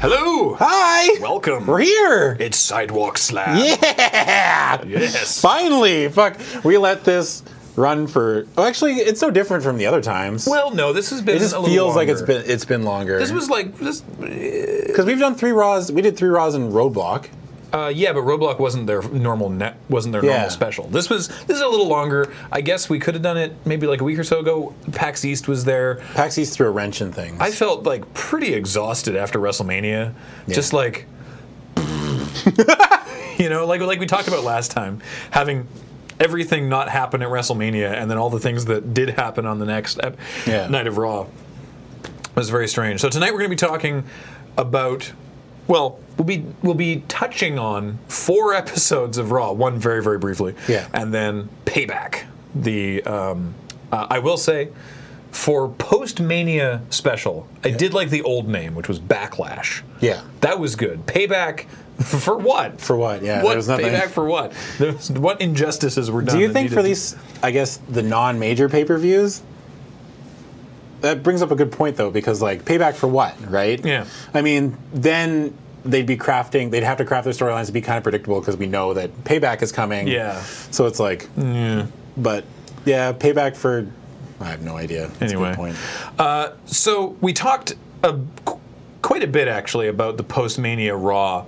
Hello! Hi! Welcome. We're here! It's Sidewalk Slab. Yeah! Yes. Finally! Fuck. We let this run for. Oh, actually, it's so different from the other times. Well, no, this has been it just a little feels like it's longer. been it's been longer. This was like this because we've done three raws. We did three raws in Roadblock. uh, yeah, but Roblox wasn't their normal net wasn't their Yeah. normal special. This was this is a little longer. I guess we could have done it maybe like a week or so ago. PAX East was there. PAX East threw a wrench in things. I felt like pretty exhausted after WrestleMania. Just like you know, like like we talked about last time, having everything not happen at WrestleMania and then all the things that did happen on the next ep- Yeah. night of Raw was very strange. So tonight we're going to be talking about well, we'll be we'll be touching on four episodes of Raw, one very very briefly, Yeah. and then Payback. The um, uh, I will say for post Mania special, I did like the old name, which was Backlash. Yeah. that was good. Payback for what? For what? Yeah, What there was nothing- payback for what? There was- what injustices were done? Do you that think for needed- these, I guess, the non-major pay-per-views? That brings up a good point though, because like payback for what, right? Yeah. I mean, then they'd be crafting. They'd have to craft their storylines to be kind of predictable because we know that payback is coming. Yeah. So it's like, but yeah, payback for. I have no idea. That's a Anyway. good point. So we talked a, qu- quite a bit actually about the post Mania Raw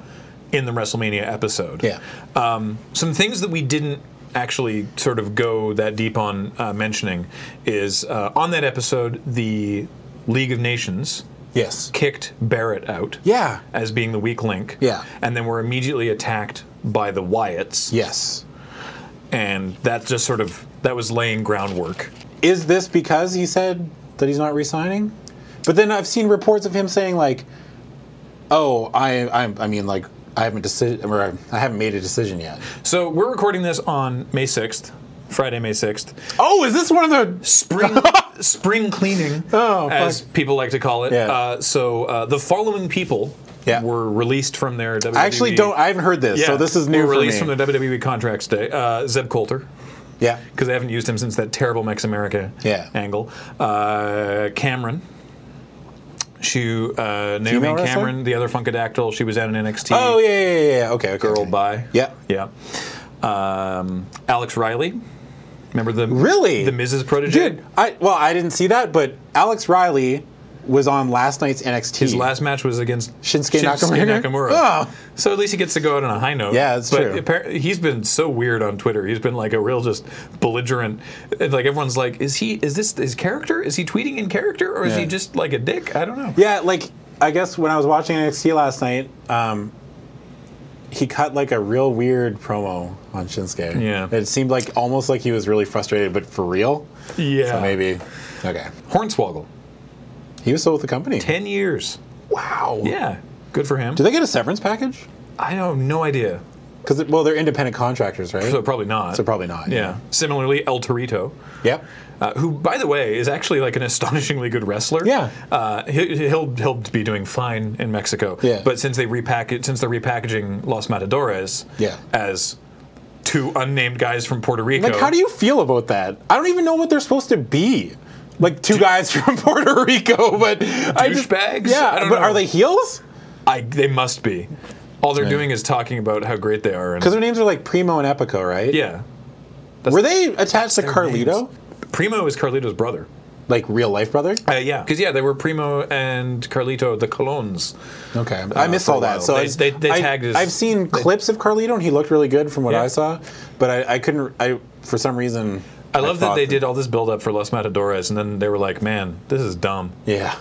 in the WrestleMania episode. Yeah. Um, some things that we didn't actually sort of go that deep on uh, mentioning is uh, on that episode the League of Nations Yes. kicked Barrett out. Yeah. As being the weak link. Yeah. And then were immediately attacked by the Wyatts. Yes. And that just sort of that was laying groundwork. is this because he said that he's not resigning? But then I've seen reports of him saying like, "Oh, I, I, I mean, like, I haven't decided, or I haven't made a decision yet." So we're recording this on May sixth, Friday, May sixth. Oh, is this one of the? spring spring cleaning, Oh, fuck. as people like to call it. Yeah. Uh, so uh, the following people Yeah. were released from their WWE. I actually don't. I haven't heard this, so this is new Were for me. released from the WWE contracts day. Uh, Zeb Coulter. yeah, Because they haven't used him since that terrible Mex America Yeah. angle. Uh, Cameron, she uh, Naomi Female wrestler? Cameron, the other Funkadactyl, she was at an NXT. Oh yeah, yeah, yeah, yeah. Okay, okay. girl okay. by. Yeah. yeah. Um, Alex Riley, remember the Really? the Mrs. Protege? Dude, I well, I didn't see that, but Alex Riley was on last night's NXT. His last match was against Shinsuke Nakamura? Nakamura. Oh. So at least he gets to go out on a high note. Yeah, that's but true. appar- he's been so weird on Twitter. He's been like a real just belligerent. and, Like everyone's like, is he? Is this his character? Is he tweeting in character, or is Yeah. he just like a dick? I don't know. Yeah, like I guess when I was watching NXT last night, um, he cut like a real weird promo on Shinsuke. Yeah. it seemed like almost like he was really frustrated, but for real. Yeah. So maybe. Okay. Hornswoggle. He was still with the company. Ten years. Wow. Yeah. Good for him. Do they get a severance package? I have no idea. Because well, they're independent contractors, right? So probably not. So probably not. Yeah. Similarly, El Torito. Yep. uh, who, by the way, is actually like an astonishingly good wrestler. Yeah. uh, he, he'll he'll be doing fine in Mexico. Yeah. but since they repackage since they're repackaging Los Matadores, Yeah. as two unnamed guys from Puerto Rico. Like, how do you feel about that? I don't even know what they're supposed to be. Like two guys from Puerto Rico, but I just- Douchebags? Yeah, I don't but know. are they heels? I, they must be. All they're doing is talking about how great they are. And, Because their names are like Primo and Epico, right? yeah, Were they attached to Carlito? names. Primo is Carlito's brother. Like real life brother? Uh, yeah, because yeah, they were Primo and Carlito the Colones. Okay. I missed for a all while. that. So They- I just, they- they I, tagged as- I've seen clips of Carlito and he looked really good from what Yeah. I saw, but I, I couldn't I for some reason I love that thought they did all this build up for Los Matadores, and then they were like, "Man, this is dumb. Yeah.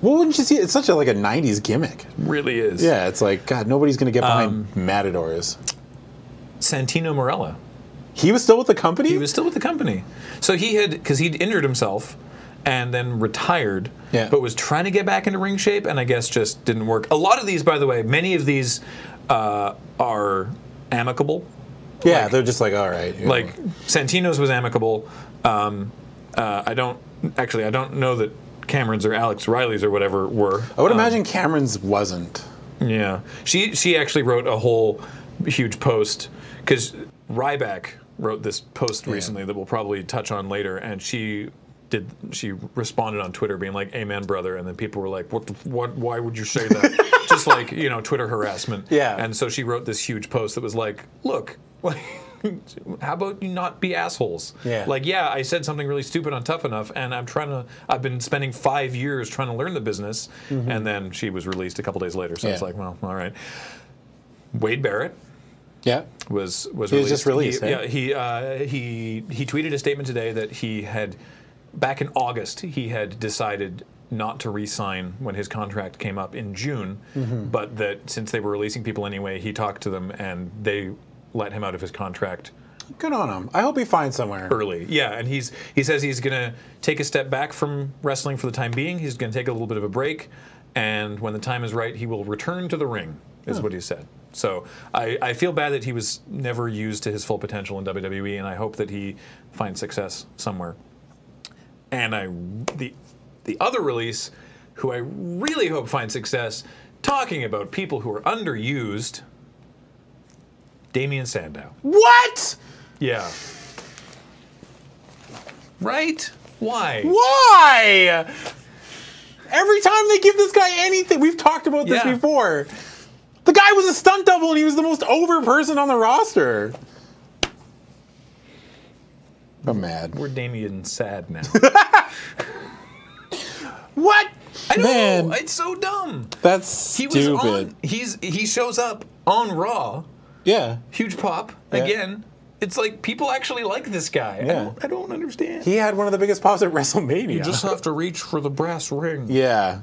Well wouldn't you see it's such a like a nineties gimmick. Really is." Yeah, it's like God, nobody's gonna get behind Um, Matadors. Santino Morella. He was still with the company? He was still with the company. So he had, because he'd injured himself and then retired, Yeah. but was trying to get back into ring shape and I guess just didn't work. A lot of these, by the way, many of these uh, are amicable. yeah, they're just like all right. you know. Like Santino's was amicable. Um, uh, I don't, actually, I don't know that Cameron's or Alex Riley's or whatever were. I would imagine Cameron's wasn't. Yeah, she she actually wrote a whole huge post because Ryback wrote this post recently that we'll probably touch on later, and she did she responded on Twitter being like, "Amen, brother," and then people were like, "What? the- What? Why would you say that?" Just like you know, Twitter harassment. Yeah. And so she wrote this huge post that was like, "Look, like." How about you not be assholes? Yeah. Like, yeah, I said something really stupid on Tough Enough, and I'm trying to. I've been spending five years trying to learn the business, and then she was released a couple days later. So it's Mm-hmm. Yeah. like, well, all right. Wade Barrett, Yeah. was was was released. just released, He- eh? Yeah, he uh, he he tweeted a statement today that he had back in August he had decided not to re-sign when his contract came up in June, Mm-hmm. but that since they were releasing people anyway, he talked to them and they let him out of his contract Good on him. I hope he finds somewhere. early. Yeah, and he's he says he's going to take a step back from wrestling for the time being. He's going to take a little bit of a break, and when the time is right, he will return to the ring. Is what he said. So I, I feel bad that he was never used to his full potential in WWE, and I hope that he finds success somewhere. And I the the other release, who I really hope finds success, talking about people who are underused. Damian Sandow. What? Yeah. Right? Why? Why? Every time they give this guy anything, we've talked about this Yeah. before. The guy was a stunt double and he was the most over person on the roster. I'm mad. We're Damien sad now. What? I know. Man, It's so dumb. that's He was stupid. on. He's he shows up on Raw. Yeah. Huge pop Yeah. again. It's like people actually like this guy. I, Yeah. don't, I don't understand. He had one of the biggest pops at WrestleMania. you just have to reach for the brass ring. yeah.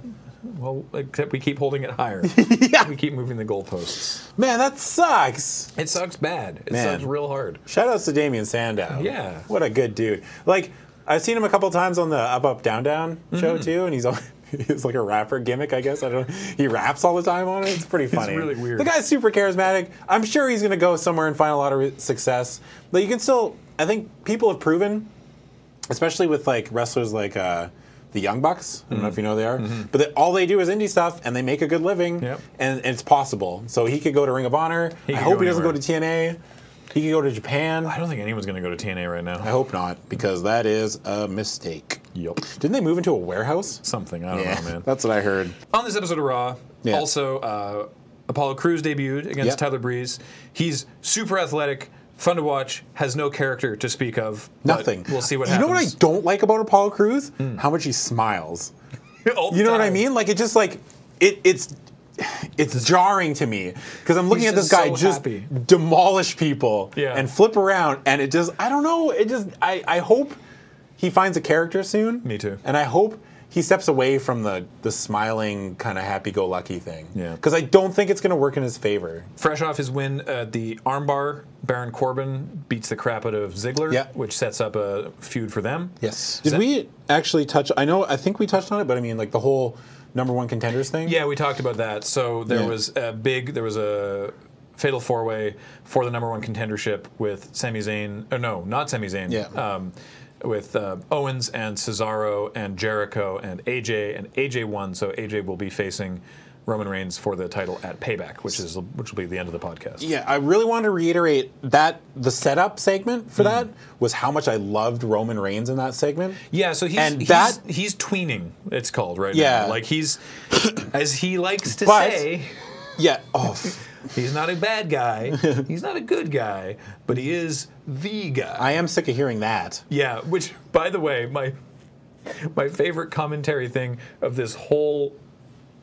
Well, except we keep holding it higher. yeah. we keep moving the goalposts. Man, that sucks. It sucks bad. It Man. sucks real hard. Shout outs to Damien Sandow. Yeah. What a good dude. Like, I've seen him a couple times on the Up Up Down Down show Mm-hmm. too, and he's al- he's like a rapper gimmick, I guess. I don't he raps all the time on it. It's pretty funny. really weird. The guy's super charismatic. I'm sure he's gonna go somewhere and find a lot of re- success. But you can still I think people have proven, especially with like wrestlers like uh the Young Bucks, I don't know Mm-hmm. if you know who they are, but they, all they do is indie stuff and they make a good living, Yep. and, and it's possible. So he could go to Ring of Honor. I could hope go he doesn't go to anywhere. TNA. He could go to Japan. I don't think anyone's going to go to TNA right I now. hope not, because that is a mistake. Yup. Didn't they move into a warehouse? Something. I don't know, man. that's what I heard. on this episode of Raw, Yeah. also uh, Apollo Crews debuted against Yep. Tyler Breeze. He's super athletic, fun to watch, has no character to speak of. but Nothing. We'll see what you know what Hmm. I happens. don't like about Apollo Crews? How much he smiles. You know what I? You know what I mean? Like it just like it it's it's jarring to me because I'm looking He's at this just guy so just happy. demolish people Yeah. and flip around, and it just I don't know. It just I I hope he finds a character soon. Me too. And I hope he steps away from the the smiling kind of happy-go-lucky thing. Yeah. Because I don't think it's going to work in his favor. Fresh off his win at the armbar, Baron Corbin beats the crap out of Ziggler, Yeah. which sets up a feud for them. Yes. Is Did that- we actually touch? I know. I think we touched on it, but I mean, like the whole number one contenders thing. Yeah, we talked about that. So there Yeah. was a big, there was a fatal four way for the number one contendership with Sami Zayn. Or no, not Sami Zayn. Yeah. Um, with uh, Owens and Cesaro and Jericho and AJ and AJ won, so AJ will be facing Roman Reigns for the title at Payback, which is which will be the end of the podcast. Yeah, I really want to reiterate that the setup segment Hmm. for that was how much I loved Roman Reigns in that segment. Yeah, so he's And he's, that- he's tweening. It's called right Yeah. now. Like he's, as he likes to But- say, Yeah. Oh, f- He's not a bad guy. He's not a good guy, but he is the guy. I am sick of hearing that. Yeah, which by the way, my my favorite commentary thing of this whole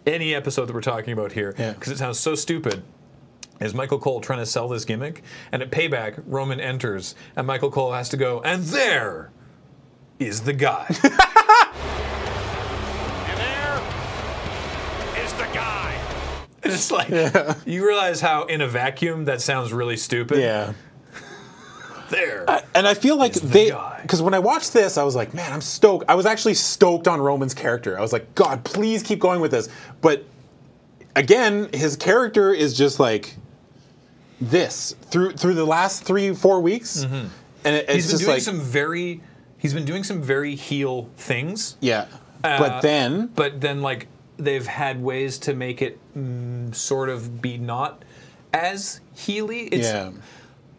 any episode that we're talking about here Yeah. because it sounds so stupid is Michael Cole trying to sell this gimmick and at payback Roman enters and Michael Cole has to go and there is the guy. And there is the guy. and it's like you realize how in a vacuum that sounds really stupid. Yeah. There. And I feel like the they, guy. because when I watched this, I was like, man, I'm stoked. I was actually stoked on Roman's character. I was like, God, please keep going with this. But again, his character is just like this through through the last three four weeks, and it, Mm-hmm. he's it's been just doing like some very he's been doing some very heel things. yeah. uh, but then but then like they've had ways to make it mm, sort of be not as heely. It's, yeah.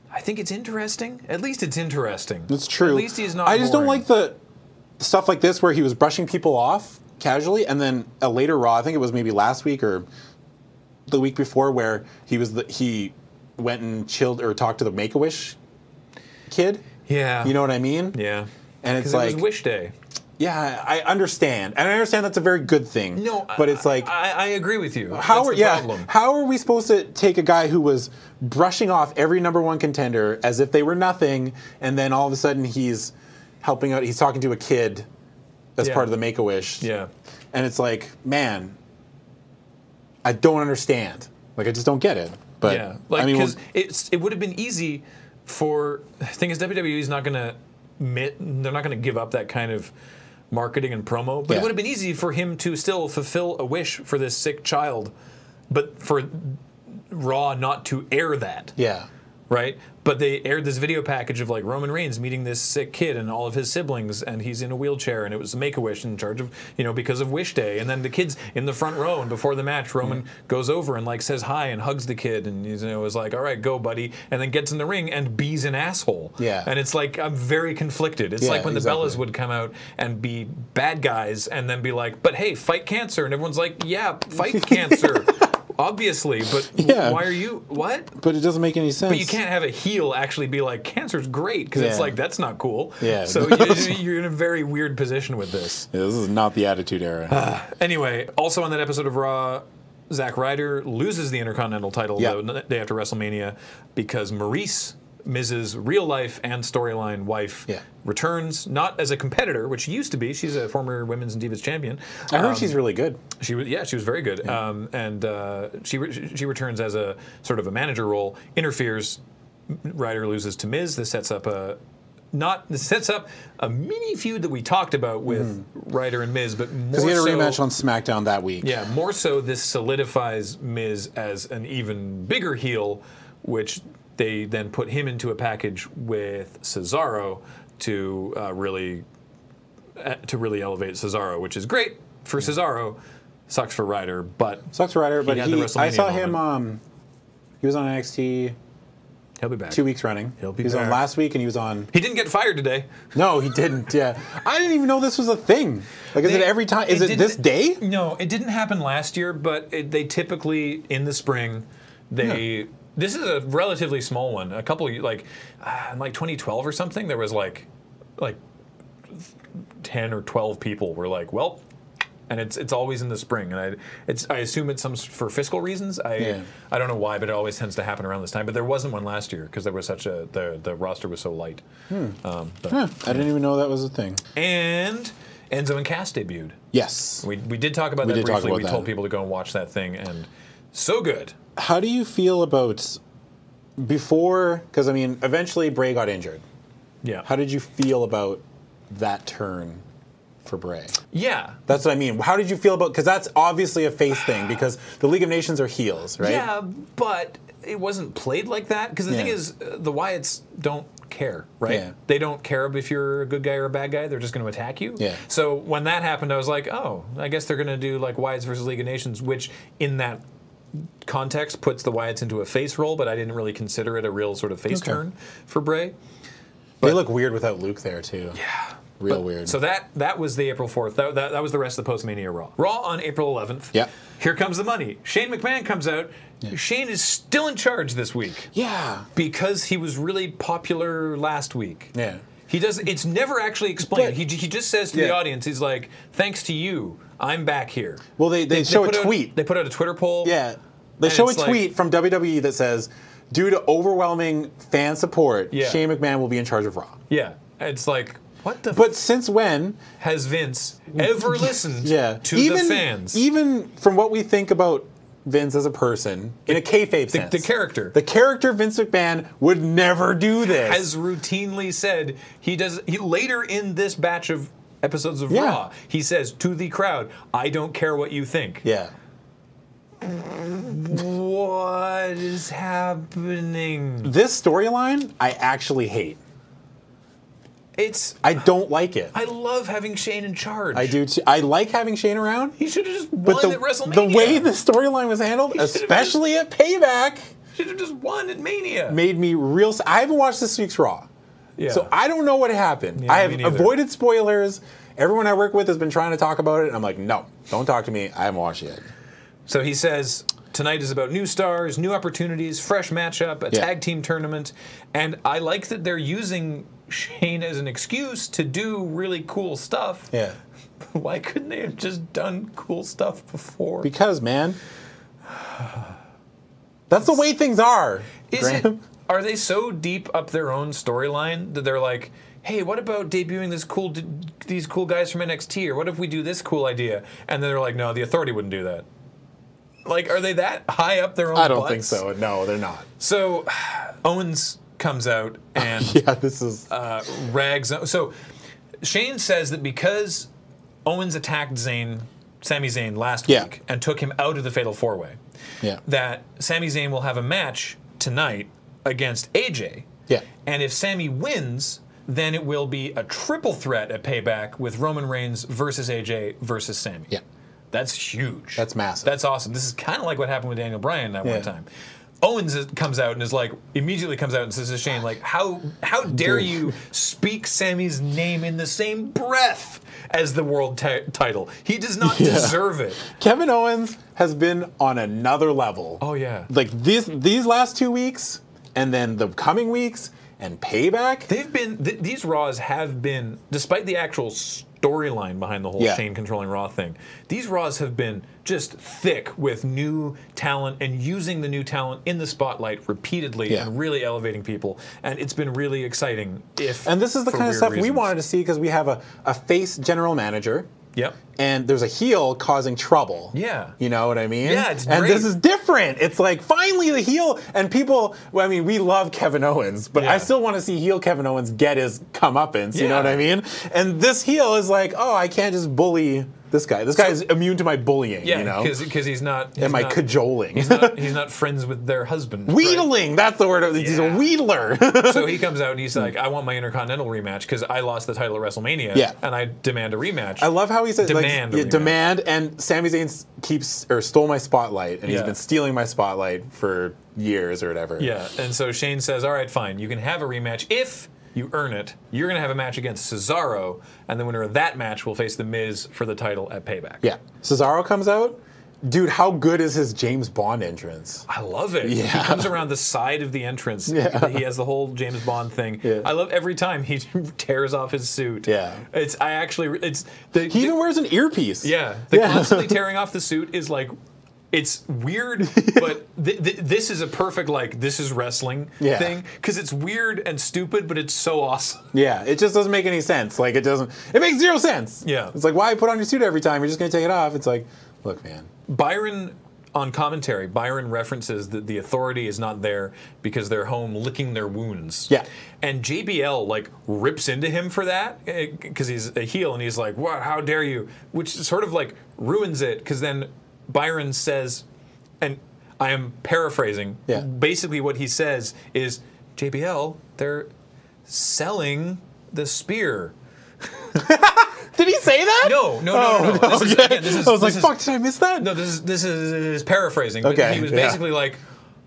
I think it's interesting. At least it's interesting. It's true. At least he's not. I just don't boring. like the stuff like this where he was brushing people off casually, and then a later Raw, I think it was maybe last week or the week before, where he was the, he went and chilled or talked to the Make a Wish kid. Yeah. You know what I mean? Yeah. And it's Because it like, was Wish Day. yeah, I understand, and I understand that's a very good thing. No, I- but it's like, I, I agree with you. how That's are the yeah? problem. How are we supposed to take a guy who was brushing off every number one contender as if they were nothing, and then all of a sudden he's helping out? He's talking to a kid as Yeah. part of the Make a Wish. Yeah. and it's like, man, I don't understand. Like I just don't get it. But Yeah, like I mean, because well, it's it would have been easy for the thing is WWE is not going to admit they're not going to give up that kind of marketing and promo, but Yeah. it would have been easy for him to still fulfill a wish for this sick child, but for Raw not to air that yeah, right? But they aired this video package of like Roman Reigns meeting this sick kid and all of his siblings, and he's in a wheelchair, and it was Make a Wish in charge of, you know, because of Wish Day. And then the kid's in the front row, and before the match, Roman Mm-hmm. goes over and like says hi and hugs the kid, and you know, is like, all right, go, buddy, and then gets in the ring and bees an asshole. Yeah. And it's like, I'm very conflicted. It's Yeah, like when exactly. the Bellas would come out and be bad guys and then be like, but hey, fight cancer. And everyone's like, yeah, fight cancer. Obviously, but w- Yeah. why are you what? but it doesn't make any sense. But you can't have a heel actually be like cancer's great because it's Yeah. like that's not cool. Yeah. So you- you're in a very weird position with this. Yeah, this is not the Attitude Era. Anyway, also on that episode of Raw, Zack Ryder loses the Intercontinental title Yeah. the day after WrestleMania because Maurice. Miz's real life and storyline wife Yeah. returns, not as a competitor, which she used to be. She's a former women's and divas champion. I heard she's really good. She was yeah, she was very good. Um, and uh, she re- she returns as a sort of a manager role, interferes. Ryder loses to Miz. This sets up a not this sets up a mini feud that we talked about with Ryder and Miz, but more Because Mm-hmm. he had a so, rematch on SmackDown that week. yeah, more so this solidifies Miz as an even bigger heel, which they then put him into a package with Cesaro to uh, really uh, to really elevate Cesaro, which is great for Cesaro. Sucks for Ryder, but Sucks Ryder, but had the he, I WrestleMania saw him. Um, he was on NXT he'll be back. two weeks running. He'll be he was on back. last week, and he was on. He didn't get fired today. No, he didn't. Yeah, I didn't even know this was a thing. Like, is They- it every time? Is it, didn't- this day? No, it didn't happen last year, but it, they typically in the spring they. This is a relatively small one. A couple like uh, in like 2012 or something. There was like like 10 or 12 people were like, well. And it's it's always in the spring, and I it's I assume it's some s- for fiscal reasons. I Yeah. I don't know why, but it always tends to happen around this time. But there wasn't one last year because there was such a the the roster was so light. Um, but- Huh, I didn't even know that was a thing. And Enzo and Cass debuted. Yes. We, we did talk about We that did talk briefly. about we that. told people to go and watch that thing, and so good. How do you feel about before? Because I mean, eventually Bray got injured. Yeah. How did you feel about that turn for Bray? yeah. That's what I mean. How did you feel about? Because that's obviously a face thing. Because the League of Nations are heels, right? Yeah, but it wasn't played like that. Because the thing Yeah. is, uh, the Wyatts don't care, right? Yeah. They don't care if you're a good guy or a bad guy. They're just going to attack you. Yeah. So when that happened, I was like, oh, I guess they're going to do like Wyatts versus League of Nations, which in that context puts the Wyatts into a face role, but I didn't really consider it a real sort of face Okay. turn for Bray. they look weird without Luke there too. Yeah, real weird. So that that was the April 4th. That, that, that was the rest of the Postmania Raw. Raw on April 11th. Yeah. Here comes the money. Shane McMahon comes out. Shane is still in charge this week yeah, because he was really popular last week. yeah. He does. It's never actually explained. But- he, he just says to the Yeah. audience, he's like, "Thanks to you, I'm back here." Well, they, they, show a put out- tweet. they put out a Twitter poll. yeah, they And show a it's like- tweet from WWE that says, "Due to overwhelming fan support, Yeah. Shane McMahon will be in charge of Raw." Yeah. It's like, what the? But since when? f- has Vince ever listened? Yeah, To even, the fans. Even from what we think about Vince as a person, in a kayfabe sense, the character. the character Vince McMahon would never do this. has routinely said he does he later in this batch of episodes of Yeah. Raw, he says to the crowd, I don't care what you think. yeah, What is happening? this storyline I actually hate. It's I don't like it. I love having Shane in charge. I do. Too. I like having Shane around. He should have just won But the, at WrestleMania. the way the storyline was handled, should've especially at Payback, should have just won at Mania. made me real. s- I haven't watched this week's Raw, yeah. so I don't know what happened. I me have neither. avoided spoilers, Everyone I work with has been trying to talk about it, and I'm like, no, don't talk to me. I haven't watched it yet. So he says tonight is about new stars, new opportunities, fresh matchup, a Yeah. tag team tournament, and I like that they're using Shane as an excuse to do really cool stuff. Yeah. Why couldn't they have just done cool stuff before? Because, man, that's the way things are. Is it, Graham. are they so deep up their own storyline that they're like, hey, what about debuting this cool d- these cool guys from NXT or what if we do this cool idea? And then they're like, no, the authority wouldn't do that. Like, are they that high up their own? I don't think butts? so. No, they're not. So, Owens comes out and Yeah, this is. uh, rags. So Shane says that because Owens attacked Zayn, Sami Zayn last Yeah. week and took him out of the Fatal Four Way, yeah. that Sami Zayn will have a match tonight against AJ. Yeah. And if Sammy wins, then it will be a triple threat at Payback with Roman Reigns versus AJ versus Sammy. Yeah. That's huge. That's massive. That's awesome. This is kind of like what happened with Daniel Bryan that Yeah. one time. Owens is- comes out and is like immediately comes out and says to Shane like how how dare you speak Sammy's name in the same breath as the world ti- title? He does not Yeah. deserve it. Kevin Owens has been on another level. Oh, yeah. Like these these last two weeks, and then the coming weeks, and payback. They've been th- these Raws have been, despite the actual storyline behind the whole Yeah. Shane controlling Raw thing, these Raws have been just thick with new talent and using the new talent in the spotlight repeatedly Yeah. and really elevating people, and it's been really exciting. If and this is the for kind of weird stuff we reasons. wanted to see because we have a, a face general manager. Yep. And there's a heel causing trouble. Yeah. You know what I mean? Yeah, it's And great. this is different. It's like finally the heel and people well, I mean, we love Kevin Owens, but I Yeah. still want to see heel Kevin Owens get his comeuppance, you know Yeah. what I mean? And this heel is like, oh, I can't just bully this guy. This guy is immune to my bullying, Yeah, you know? because he's not. he's Am I not- cajoling? He's not, he's not friends with their husband. right? Wheedling, that's the word. of He's a Yeah. wheedler. so he comes out and Hmm. he's like, "I want my Intercontinental rematch because I lost the title at WrestleMania, Yeah. and I demand a rematch." I love how he says Demand like a yeah, rematch. demand and Sami Zayn s- keeps or stole my spotlight and he's Yeah. been stealing my spotlight for years or whatever. Yeah, and so Shane says, "All right, fine. You can have a rematch if you earn it. You're going to have a match against Cesaro, and the winner of that match will face the Miz for the title at Payback." Yeah. Cesaro comes out. Dude, how good is his James Bond entrance? I love it. He Yeah. comes around the side of the entrance. He has the whole James Bond thing. Yeah. I love every time he tears off his suit. Yeah. it's I actually it's the, He even wears an earpiece. yeah the Yeah. constantly tearing off the suit is like. It's weird, but th- th- this is a perfect like this is wrestling Yeah. thing because it's weird and stupid, but it's so awesome. Yeah, it just doesn't make any sense. Like it doesn't it makes zero sense. Yeah. It's like why put on your suit every time? You're just gonna take it off. It's like, look, man. Byron on commentary, Byron references that the authority is not there because they're home licking their wounds. Yeah. And JBL like rips into him for that because he's a heel and he's like, "What? How dare you?" Which sort of like ruins it because then Byron says, and I am paraphrasing. Yeah. Basically, what he says is, "JBL, they're selling the spear." Did he say that? No, no, no, no, no. This is- Oh, okay. again, this is- I this was like, is- fuck, did I miss that? No, this is this is, is paraphrasing. But Okay, he was yeah. basically like,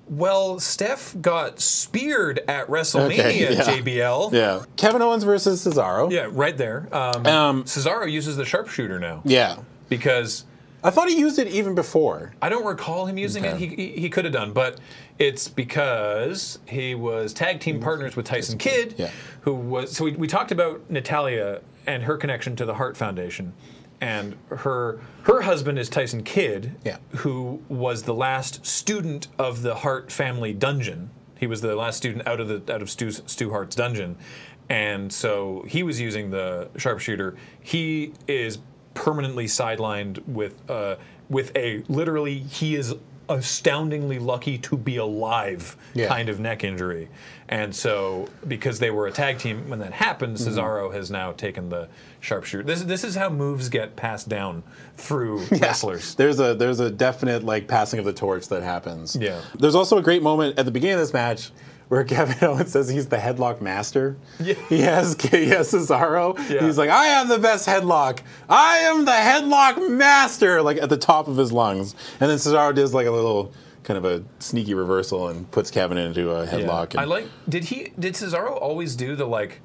"Well, Steph got speared at WrestleMania, Okay, yeah. JBL." Yeah. Kevin Owens versus Cesaro. Yeah, right there. Um, Um, Cesaro uses the sharpshooter now Yeah. because I thought he used it even before. I don't recall him using Okay. it. He, he, he could have done, but it's because he was tag team partners with Tyson Kidd, Yeah. who was. So we, we talked about Natalia and her connection to the Hart Foundation, and her her husband is Tyson Kidd, Yeah. who was the last student of the Hart family dungeon. He was the last student out of the out of Stu, Stu Hart's dungeon, and so he was using the sharpshooter. He is permanently sidelined with uh, with a literally he is astoundingly lucky to be alive Yeah. kind of neck injury, and so because they were a tag team when that happened, Mm-hmm. Cesaro has now taken the sharpshooter. This this is how moves get passed down through wrestlers. There's a there's a definite like passing of the torch that happens. Yeah. There's also a great moment at the beginning of this match where Kevin Owens says he's the headlock master. Yeah. He has he has Cesaro. Yeah. He's like, I am the best headlock. I am the headlock master. Like at the top of his lungs. And then Cesaro does like a little kind of a sneaky reversal and puts Kevin into a Yeah. headlock. I and- like. Did he? Did Cesaro always do the like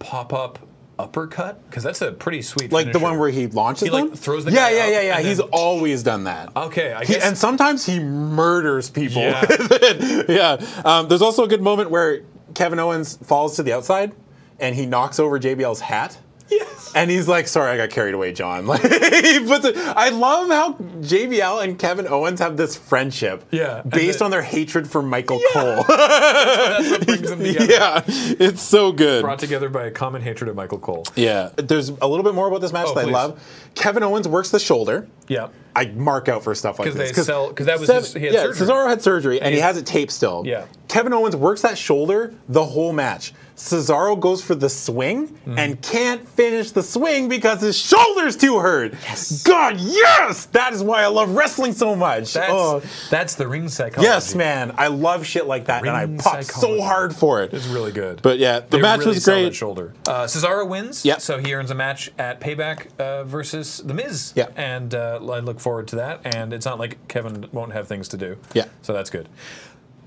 pop up uppercut? Because that's a pretty sweet. Like the finisher. one where he launches He, like, them? throws the yeah, guy yeah, up yeah, yeah. and He's then- always done that. Okay, I He- guess. and sometimes he murders people. Yeah. with it. yeah. Um, there's also a good moment where Kevin Owens falls to the outside and he knocks over JBL's hat. yes. And he's like, "Sorry, I got carried away, John." Like, he puts it. I love how JBL and Kevin Owens have this friendship, Yeah, and based the- on their hatred for Michael That's what brings them Cole. together. yeah, it's so good. Brought together by a common hatred of Michael Cole. Yeah, there's a little bit more about this match Oh, that I please. love. Kevin Owens works the shoulder. Yeah. I mark out for stuff like 'Cause this they sell- 'cause that was his- he had yeah, surgery. Cesaro had surgery and, he has it taped still. Yeah. Kevin Owens works that shoulder the whole match. Cesaro goes for the swing Mm-hmm. and can't finish the swing because his shoulder's too hurt. Yes. God, yes! That is why I love wrestling so much. That's, Oh. that's the ring psychology. Yes, man. I love shit like that and Ring I pop psychology. so hard for it. It's really good. But yeah, the They match really was sell that great. Shoulder. Uh, Cesaro wins. Yep. So he earns a match at Payback uh, versus The Miz. Yep. And uh, I look forward to that. And it's not like Kevin won't have things to do. Yeah. So that's good.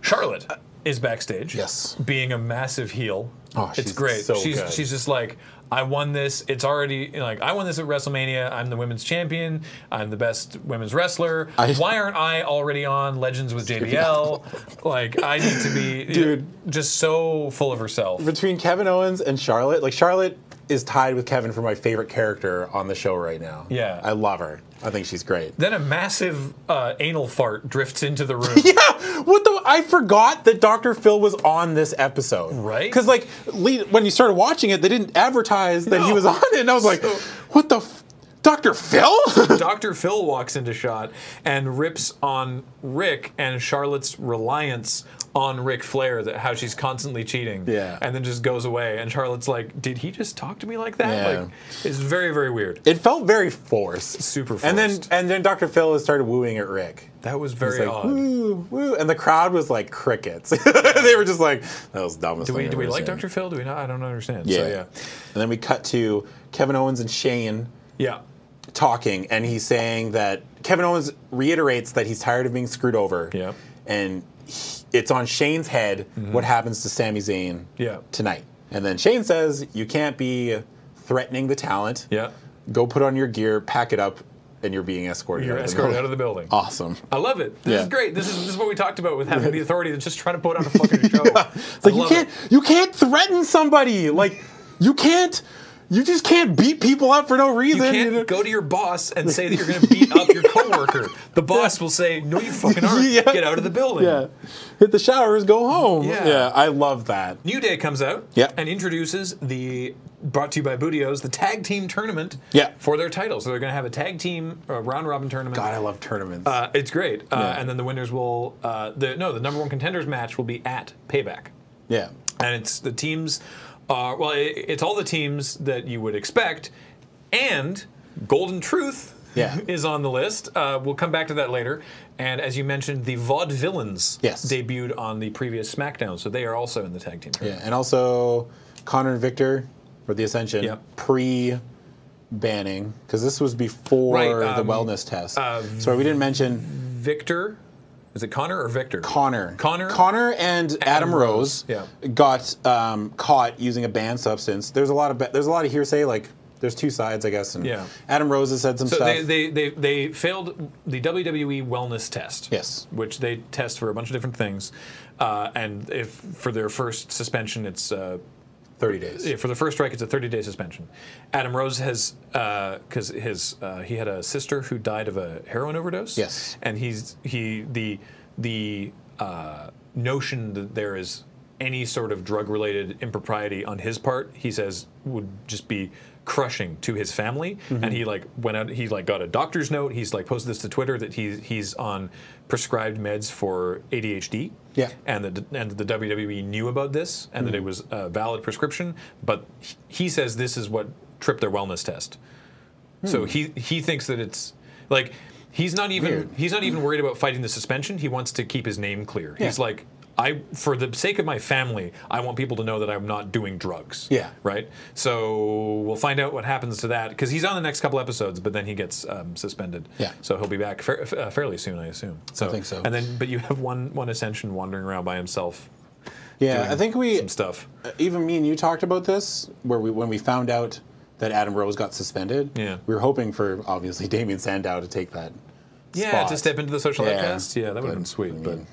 Charlotte is backstage. Yes. Being a massive heel. Oh, she's it's great. so she's good. she's just like I won this. It's already like I won this at WrestleMania. I'm the women's champion. I'm the best women's wrestler. I- Why aren't I already on Legends with JBL? like I need to be Dude. just so full of herself. between Kevin Owens and Charlotte, like Charlotte is tied with Kevin for my favorite character on the show right now. Yeah. I love her. I think she's great. Then a massive uh, anal fart drifts into the room. Yeah, what the? I forgot that Dr. Phil was on this episode. Right? Because like le- when you started watching it, they didn't advertise that he No. was on it, and I was like, what the? F- Dr. Phil? Dr. Phil walks into shot and rips on Rick and Charlotte's reliance on Ric Flair that how she's constantly cheating. Yeah. And then just goes away. And Charlotte's like, Did he just talk to me like that? Yeah. Like it's very, very weird. it felt very forced. Super And then forced. and then Dr. Phil has started wooing at Rick. That was It's very like odd. woo, woo, and the crowd was like crickets. they were just like, "That was the dumbest." Do we thing do I've we ever like seen." Dr. Phil? Do we not? I don't understand. Yeah. So yeah. And then we cut to Kevin Owens and Shane Yeah. talking, and he's saying that Kevin Owens reiterates that he's tired of being screwed over. Yeah. And he- it's on Shane's head what happens to Sami Zayn Mm-hmm. Yeah. tonight. And then Shane says, You can't be threatening the talent. Yeah. Go put on your gear, pack it up, and you're being escorted You're out of the escorted out building." of the building. Awesome. I love it. This Yeah. is great. This is this is what we talked about with having the authority that's just trying to put on a fucking show. It's like you can't you can't threaten somebody. Like you can't you just can't beat people up for no You reason. can't know? go to your boss and say that you're going to beat up your coworker. The boss will say, "No, you fucking aren't. Yeah. Get out of the building." Yeah. Hit the showers, go home. Yeah. I love that. New Day comes out Yeah. and introduces the brought to you by Budios the tag team tournament Yeah. for their title. So they're going to have a tag team uh, round robin tournament. God, I love tournaments. Uh, it's great. Uh, Yeah. And then the winners will uh, the no the number one contenders match will be at Payback, yeah. and it's the teams. Uh, well, it, it's all the teams that you would expect, and Golden Truth Yeah. is on the list. Uh, we'll come back to that later. And as you mentioned, the Vaudevillains Yes. debuted on the previous SmackDown, so they are also in the tag team Yeah. tournament. And also Connor and Victor for the Ascension Yep. pre banning because this was before Right, the um, wellness test. Sorry, we didn't mention Victor, is it Connor or Victor? Connor. Connor? Connor and Adam, Rose, Rose, got um, caught using a banned substance. There's a lot of ba- there's a lot of hearsay. Like there's two sides, I guess. And Yeah. Adam Rose has said some So stuff. they, they, they, they failed the WWE wellness test. Yes. Which they test for a bunch of different things. Uh, and if for their first suspension, it's uh, Thirty days. Yeah, for the first strike, it's a 30-day suspension. Adam Rose has because his uh, he had a sister who died of a heroin overdose. Yes. and he's he the the uh, notion that there is any sort of drug-related impropriety on his part, he says, would just be crushing to his family. And he like went out. He like got a doctor's note. He's like posted this to Twitter that he's he's on prescribed meds for ADHD Yeah. and that and that the WWE knew about this and that it was a valid prescription, but he- he says this is what tripped their wellness test. Hmm. So he he thinks that it's like he's not even Weird. he's not even worried about fighting the suspension. He wants to keep his name clear. He's Yeah. like I for the sake of my family, I want people to know that I'm not doing drugs. Yeah. Right. So we'll find out what happens to that because he's on the next couple episodes, but then he gets um, suspended. Yeah. So he'll be back fa- uh, fairly soon, I assume. So think so. And then, but you have one one ascension wandering around by himself. Yeah, I think we some stuff. even me and you talked about this where we when we found out that Adam Rose got suspended. Yeah. we were hoping for obviously Damien Sandow to take that. Yeah, spot. to step into the social Yeah, outcast. Yeah, that would but, have been sweet. I but mean,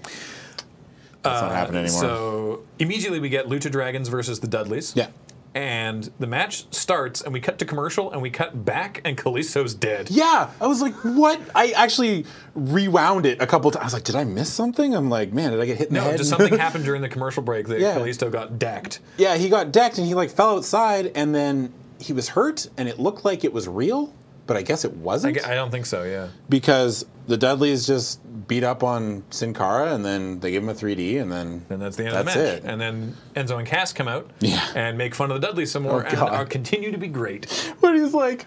that's not happening anymore. Uh, So immediately we get Lucha Dragons versus the Dudleys. Yeah. And the match starts, and we cut to commercial, and we cut back, and Kalisto's dead. yeah, I was like, what? I actually rewound it a couple times. I was like, did I miss something? I'm like, man, did I get hit in the No, head? just something happened during the commercial break that Yeah. Kalisto got decked. yeah, he got decked and he like fell outside and then he was hurt and it looked like it was real, but I guess it I wasn't. g- I don't think so. Yeah. because the Dudleys just beat up on Sin Cara, and then they give him a 3D, and then And that's the end of the match. That's it. And then Enzo and Cass come out Yeah. Oh, and make fun of the Dudleys some more and God. are, continue to be great. But he's like,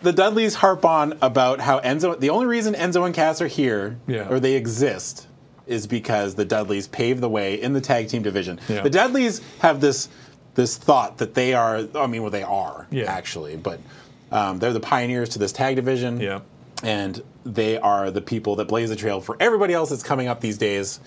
the Dudleys harp on about how Enzo. The only reason Enzo and Cass are here, Yeah. or they exist, is because the Dudleys paved the way in the tag team division. Yeah. The Dudleys have this this thought that they are. I mean, well, they are Yeah. actually, but um, they're the pioneers to this tag division. Yeah. and they are the people that blaze the trail for everybody else that's coming up these days.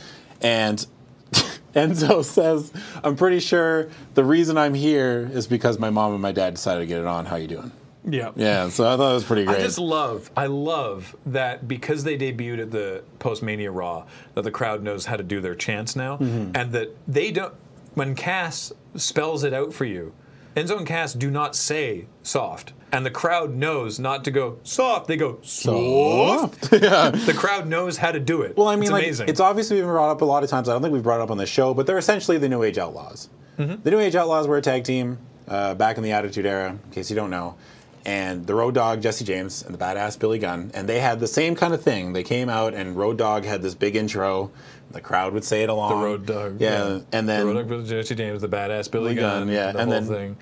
And Enzo says, "I'm pretty sure the reason I'm here is because my mom and my dad decided to get it on. How you doing?" Yeah. Yeah, so I thought it was pretty great. I just love, I love that because they debuted at the Post Mania Raw, that the crowd knows how to do their chants now, Mm-hmm. and that they don't. When Cass spells it out for you, Enzo and Cass do not say soft, and the crowd knows not to go soft. They go soft. The crowd knows how to do it. Well, I mean, it's like, amazing. it's obviously been brought up a lot of times. I don't think we've brought it up on the show, but they're essentially the New Age Outlaws. Mm-hmm. The New Age Outlaws were a tag team uh, back in the Attitude Era, in case you don't know. And the Road Dog, Jesse James, and the badass Billy Gunn. And they had the same kind of thing. They came out, and Road Dog had this big intro. The crowd would say it along. the Road Dog. Yeah. And the then Road Dog with Jesse James, the badass Billy Billy Gunn, Gunn, yeah, the and whole then thing.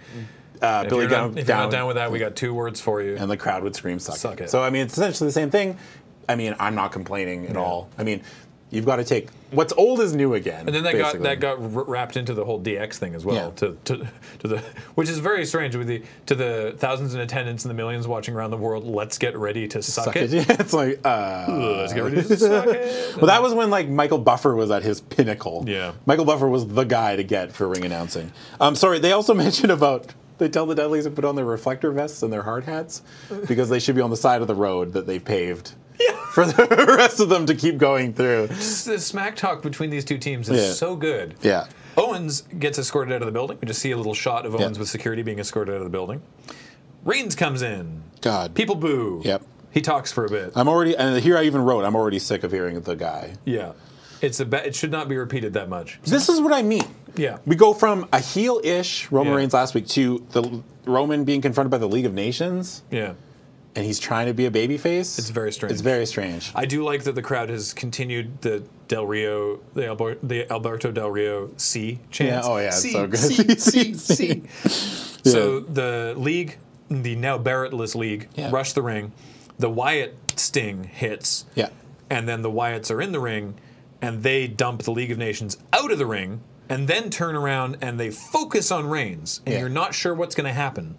uh, If, Billy you're, Gunn not, if you're down, not down with that, we got two words for you. and the crowd would scream, suck, Suck it. So, I mean, it's essentially the same thing. I mean, I'm not complaining at all. I mean, you've got to take what's old is new again. And then that basically. got that got wr- wrapped into the whole DX thing as well. Yeah. To, to to the which is very strange with the to the thousands in attendance and the millions watching around the world. Let's get ready to suck, Suck it. it. it's like, uh, Let's get ready to suck it. Well, that was when like Michael Buffer was at his pinnacle. Yeah. Michael Buffer was the guy to get for ring announcing. Um, sorry, they also mentioned about they tell the Dudleys to put on their reflector vests and their hard hats because they should be on the side of the road that they've paved for the rest of them to keep going through. This- The smack talk between these two teams is Yeah. so good. Yeah. Owens gets escorted out of the building. We just see a little shot of Owens with security being escorted out of the building. Reigns comes in. God. People boo. Yep. He talks for a bit. I'm already, and here I even wrote, I'm already sick of hearing the guy. yeah. It's a ba- it should not be repeated that much. This is what I mean. Yeah. We go from a heel ish Roman Yeah. Reigns last week to the Roman being confronted by the League of Nations. Yeah. and he's trying to be a babyface. It's very strange. It's very strange. I do like that the crowd has continued the Del Rio, the, Albert, the Alberto Del Rio C chant. Yeah, oh yeah, it's C, so good. C, C, C, C. So the league, the now Barrettless league, Yeah. rush the ring. The Wyatt sting hits. Yeah. And then the Wyatts are in the ring, and they dump the League of Nations out of the ring, and then turn around and they focus on Reigns, and Yeah. you're not sure what's going to happen.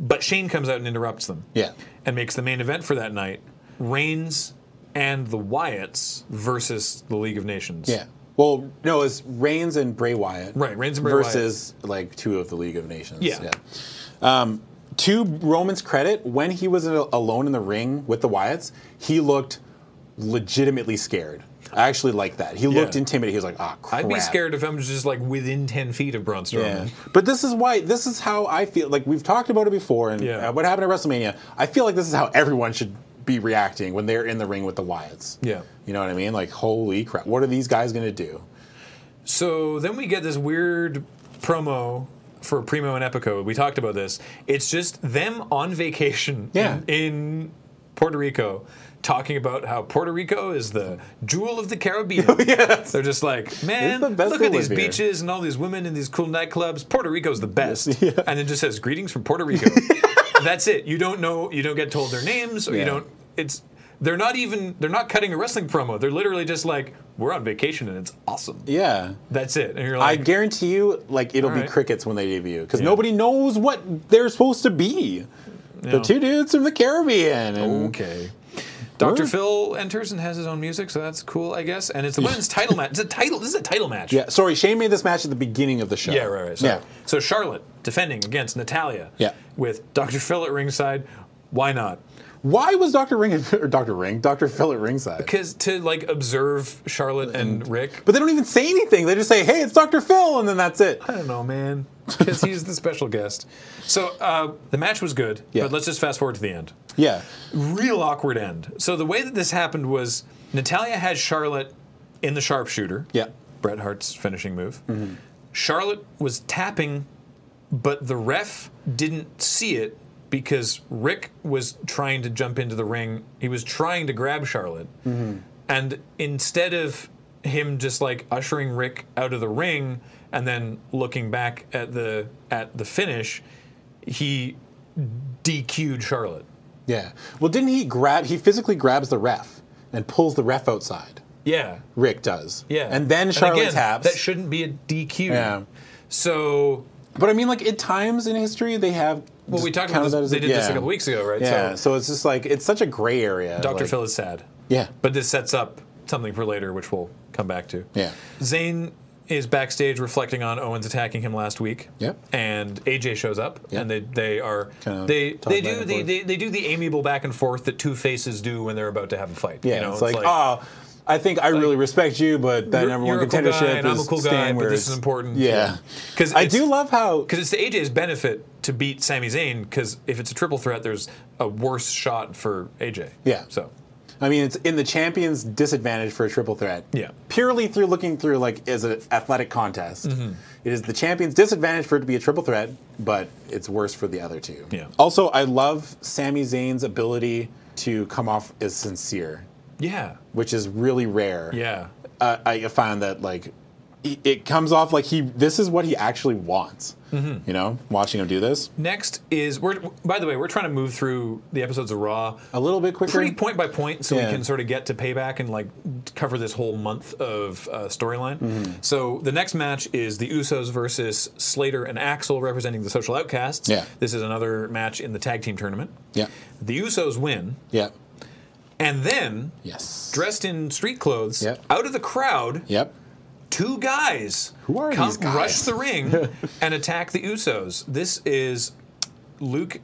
But Shane comes out and interrupts them Yeah. and makes the main event for that night Reigns and the Wyatts versus the League of Nations. Yeah. Well, no, it's Reigns and Bray Wyatt. Right, Reigns and Bray versus like two of the League of Nations. Yeah. Um, to Roman's credit, when he was al- alone in the ring with the Wyatts, he looked legitimately scared. I actually like that. He looked intimidated. He was like, "Ah, crap." I'd be scared if I'm just like within 10 feet of Braun Strowman. Yeah. Um, But this is why this is how I feel like we've talked about it before and Yeah. uh, what happened at WrestleMania. I feel like this is how everyone should be reacting when they're in the ring with the Wyatts. Yeah. You know what I mean? Like holy crap, what are these guys going to do? So then we get this weird promo for Primo and Epico. We talked about this. It's just them on vacation Yeah. in, in Puerto Rico talking about how Puerto Rico is the jewel of the Caribbean. Oh, They're just like, man, the best look to at these live here." beaches and all these women and these cool nightclubs. Puerto Rico's the best. And it just says greetings from Puerto Rico. That's it. You don't know, you don't get told their names or you Yeah. don't it's they're not even they're not cutting a wrestling promo. They're literally just like, we're on vacation and it's awesome. Yeah. That's it. And you're I like, guarantee you like it'll be Alright. crickets when they debut cuz nobody knows what they're supposed to be. The two dudes from the Caribbean and okay. Dr. Word. Phil enters and has his own music, so that's cool, I guess. And it's the women's title match. It's a title. This is a title match. Yeah, sorry, Shane made this match at the beginning of the show. Yeah, right, right. So, yeah. so Charlotte defending against Natalia. Yeah. With Dr. Phil at ringside. Why not? Why was Dr. Ring or Dr. Ring, Dr. Phil at ringside? Because to like observe Charlotte and Rick. But they don't even say anything. They just say, "Hey, it's Dr. Phil," and then that's it. I don't know, man. Because he's the special guest. So uh, the match was good, Yeah. but let's just fast forward to the end. Yeah. real awkward end. So the way that this happened was Natalia had Charlotte in the sharpshooter. Yeah. Bret Hart's finishing move. Mm-hmm. Charlotte was tapping, but the ref didn't see it because Rick was trying to jump into the ring. He was trying to grab Charlotte. Mm-hmm. And instead of him just like ushering Rick out of the ring and then looking back at the at the finish, he DQ'd Charlotte. Yeah. Well, didn't he grab he physically grabs the ref and pulls the ref outside. Yeah. Rick does. Yeah. And then Charlotte again, taps. That shouldn't be a DQ. Yeah. So, but I mean like at times in history they have well, we just talked counted about that this. as They did this a yeah. couple weeks ago, right? Yeah. So, So, it's just like it's such a gray area. Dr. like- Phil is sad. Yeah. But this sets up something for later, which we'll come back to. Yeah. Zayn is backstage reflecting on Owens attacking him last week. Yep. And AJ shows up, Yep. and they they are Kinda they talk they back do and the, forth. they they do the amiable back and forth that two faces do when they're about to have a fight. Yeah. You know, it's, like, oh, I think I really respect you, but that you're- number one you're a cool guy, contendership and I'm is a cool guy, staying but where this it's- is important. Yeah. Because I do love how Because it's to AJ's benefit to beat Sami Zayn. Because if it's a triple threat, there's a worse shot for AJ. Yeah. So I mean, it's in the champion's disadvantage for a triple threat. Yeah. Purely through looking through like as an athletic contest, Mm-hmm. It is the champion's disadvantage for it to be a triple threat, but it's worse for the other two. Yeah. Also, I love Sami Zayn's ability to come off as sincere, yeah, which is really rare. yeah, Uh, I found that like it- it comes off like he this is what he actually wants. Mm-hmm. You know, watching him do this Next is we're by the way we're trying to move through the episodes of Raw a little bit quicker. pretty point by point, so Yeah. we can sort of get to payback and like cover this whole month of uh, storyline. Mm-hmm. So the next match is the Usos versus Slater and Axel, representing the Social Outcasts. Yeah. This is another match in the tag team tournament. yeah. The Usos win, Yeah. and then Yes. dressed in street clothes, Yep. out of the crowd, Yep. two guys Who are come these guys? rush the ring and attack the Usos. This is Luke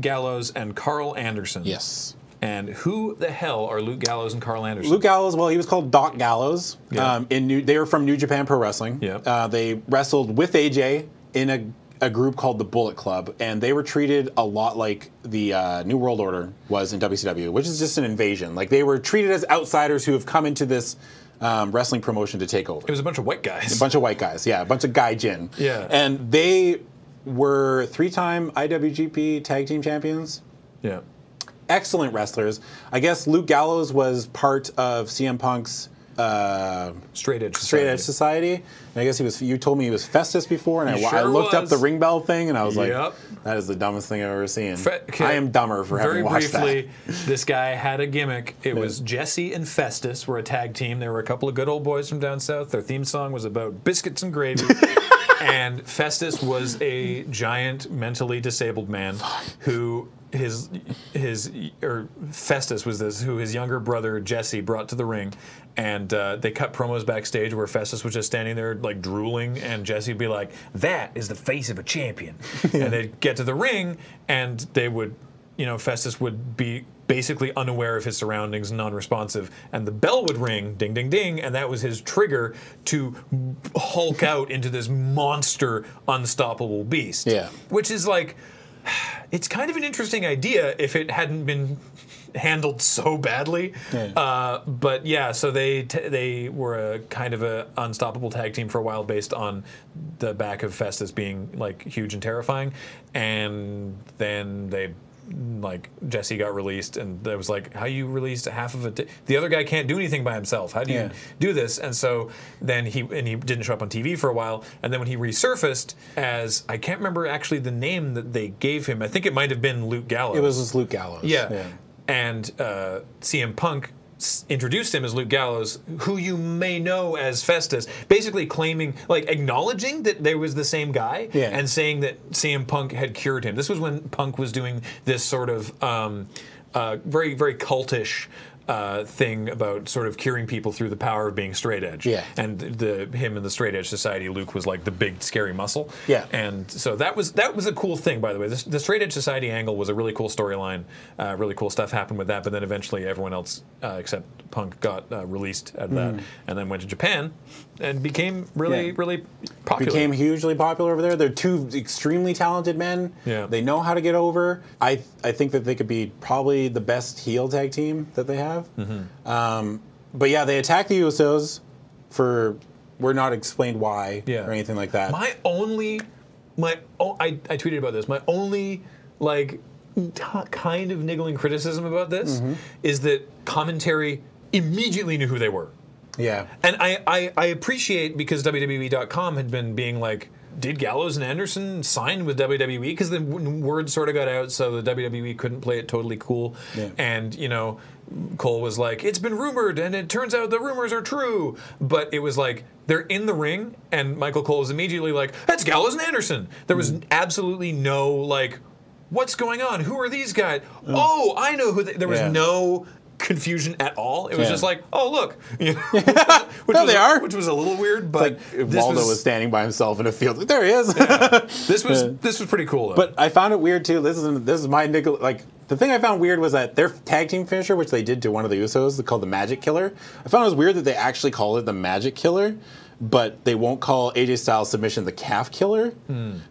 Gallows and Carl Anderson. Yes. And who the hell are Luke Gallows and Carl Anderson? Luke Gallows, well, he was called Doc Gallows. Yeah. Um, in New, they were from New Japan Pro Wrestling. Yeah. Uh, they wrestled with AJ in a, a group called the Bullet Club, and they were treated a lot like the uh, New World Order was in WCW, which is just an invasion. Like they were treated as outsiders who have come into this um, wrestling promotion to take over. it was a bunch of white guys. A bunch of white guys, yeah, a bunch of gaijin. Yeah. And they were three-time IWGP Tag Team Champions yeah. excellent wrestlers. I guess Luke Gallows was part of CM Punk's uh, Straight edge. Straight Society. Edge Society, and I guess he was. You told me he was Festus before, and I, He I sure looked up was. the ring bell thing, and I was Yep. like, "That is the dumbest thing I've ever seen." Fe- okay, I am dumber for Very having watched briefly, that. this guy had a gimmick. It was Jesse and Festus were a tag team. They were a couple of good old boys from down south. Their theme song was about biscuits and gravy. and Festus was a giant, mentally disabled man who his his or Festus was this who his younger brother Jesse brought to the ring, and uh, they cut promos backstage where Festus was just standing there like drooling, and Jesse would be like, "That is the face of a champion," and they'd get to the ring and they would, you know, Festus would be. Basically unaware of his surroundings, non-responsive, and the bell would ring, ding, ding, ding, and that was his trigger to hulk out into this monster, unstoppable beast. Yeah. which is like, it's kind of an interesting idea if it hadn't been handled so badly. Yeah. Uh, but yeah, so they t- they were a kind of a unstoppable tag team for a while, based on the back of Festus being like huge and terrifying, and then they. Like Jesse got released, and it was like, "How you released half of a? T- the other guy can't do anything by himself. How do you Yeah. do this?" And so then he and he didn't show up on TV for a while, and then when he resurfaced as I can't remember actually the name that they gave him. I think it might have been Luke Gallows. It was just Luke Gallows. Yeah. And uh, CM Punk s- introduced him as Luke Gallows, who you may know as Festus, basically claiming, like, acknowledging that there was the same guy Yeah. and saying that CM Punk had cured him. This was when Punk was doing this sort of. Um, uh, very, very cultish uh, thing about sort of curing people through the power of being straight edge. Yeah. And the him and the straight edge society, Luke was like the big scary muscle. Yeah. And so that was that was a cool thing, by the way. The, the straight edge society angle was a really cool storyline. Uh, really cool stuff happened with that. But then eventually everyone else uh, except Punk got uh, released at that, and then went to Japan, and became really Hmm. Yeah. really popular. became hugely popular over there. They're two extremely talented men. Yeah. They know how to get over. I I think that they could be probably the best heel tag team that they have. Mm-hmm. Um, but yeah, they attack the Usos for we're not explained why Yeah. or anything like that. My only, my oh, I, I tweeted about this. My only like t- kind of niggling criticism about this Mm-hmm. is that commentary immediately knew who they were, yeah. and I, I I appreciate because WWE.com had been being like. Did Gallows and Anderson sign with WWE? Because the w- word sort of got out, so the WWE couldn't play it totally cool. Yeah. And you know, Cole was like, "It's been rumored," and it turns out the rumors are true. But it was like they're in the ring, and Michael Cole was immediately like, "That's Gallows and Anderson." There was Mm. absolutely no like, "What's going on? Who are these guys?" Oh, I know who. They, there was Mm. Yeah. no confusion at all. It was Yeah. just like, "Oh, look," you know, which No, was they a- are. which was a little weird, Like but if this Waldo was, was standing by himself in a field. Like, there he is. this was this was pretty cool. Though. But I found it weird too. This is this is my nickel. Like the thing I found weird was that their tag team finisher, which they did to one of the Usos, called the Magic Killer. I found it was weird that they actually call it the Magic Killer, but they won't call AJ Styles submission the Calf Killer.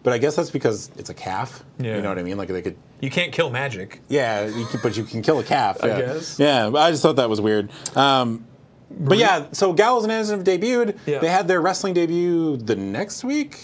But I guess that's because it's a calf. Yeah. You know what I mean? Like they could. you can't kill magic. Yeah, you can, but you can kill a calf. I yeah. guess. Yeah, but I just thought that was weird. Um, but yeah, so Gallows and Anderson have debuted. Yeah. They had their wrestling debut the next week.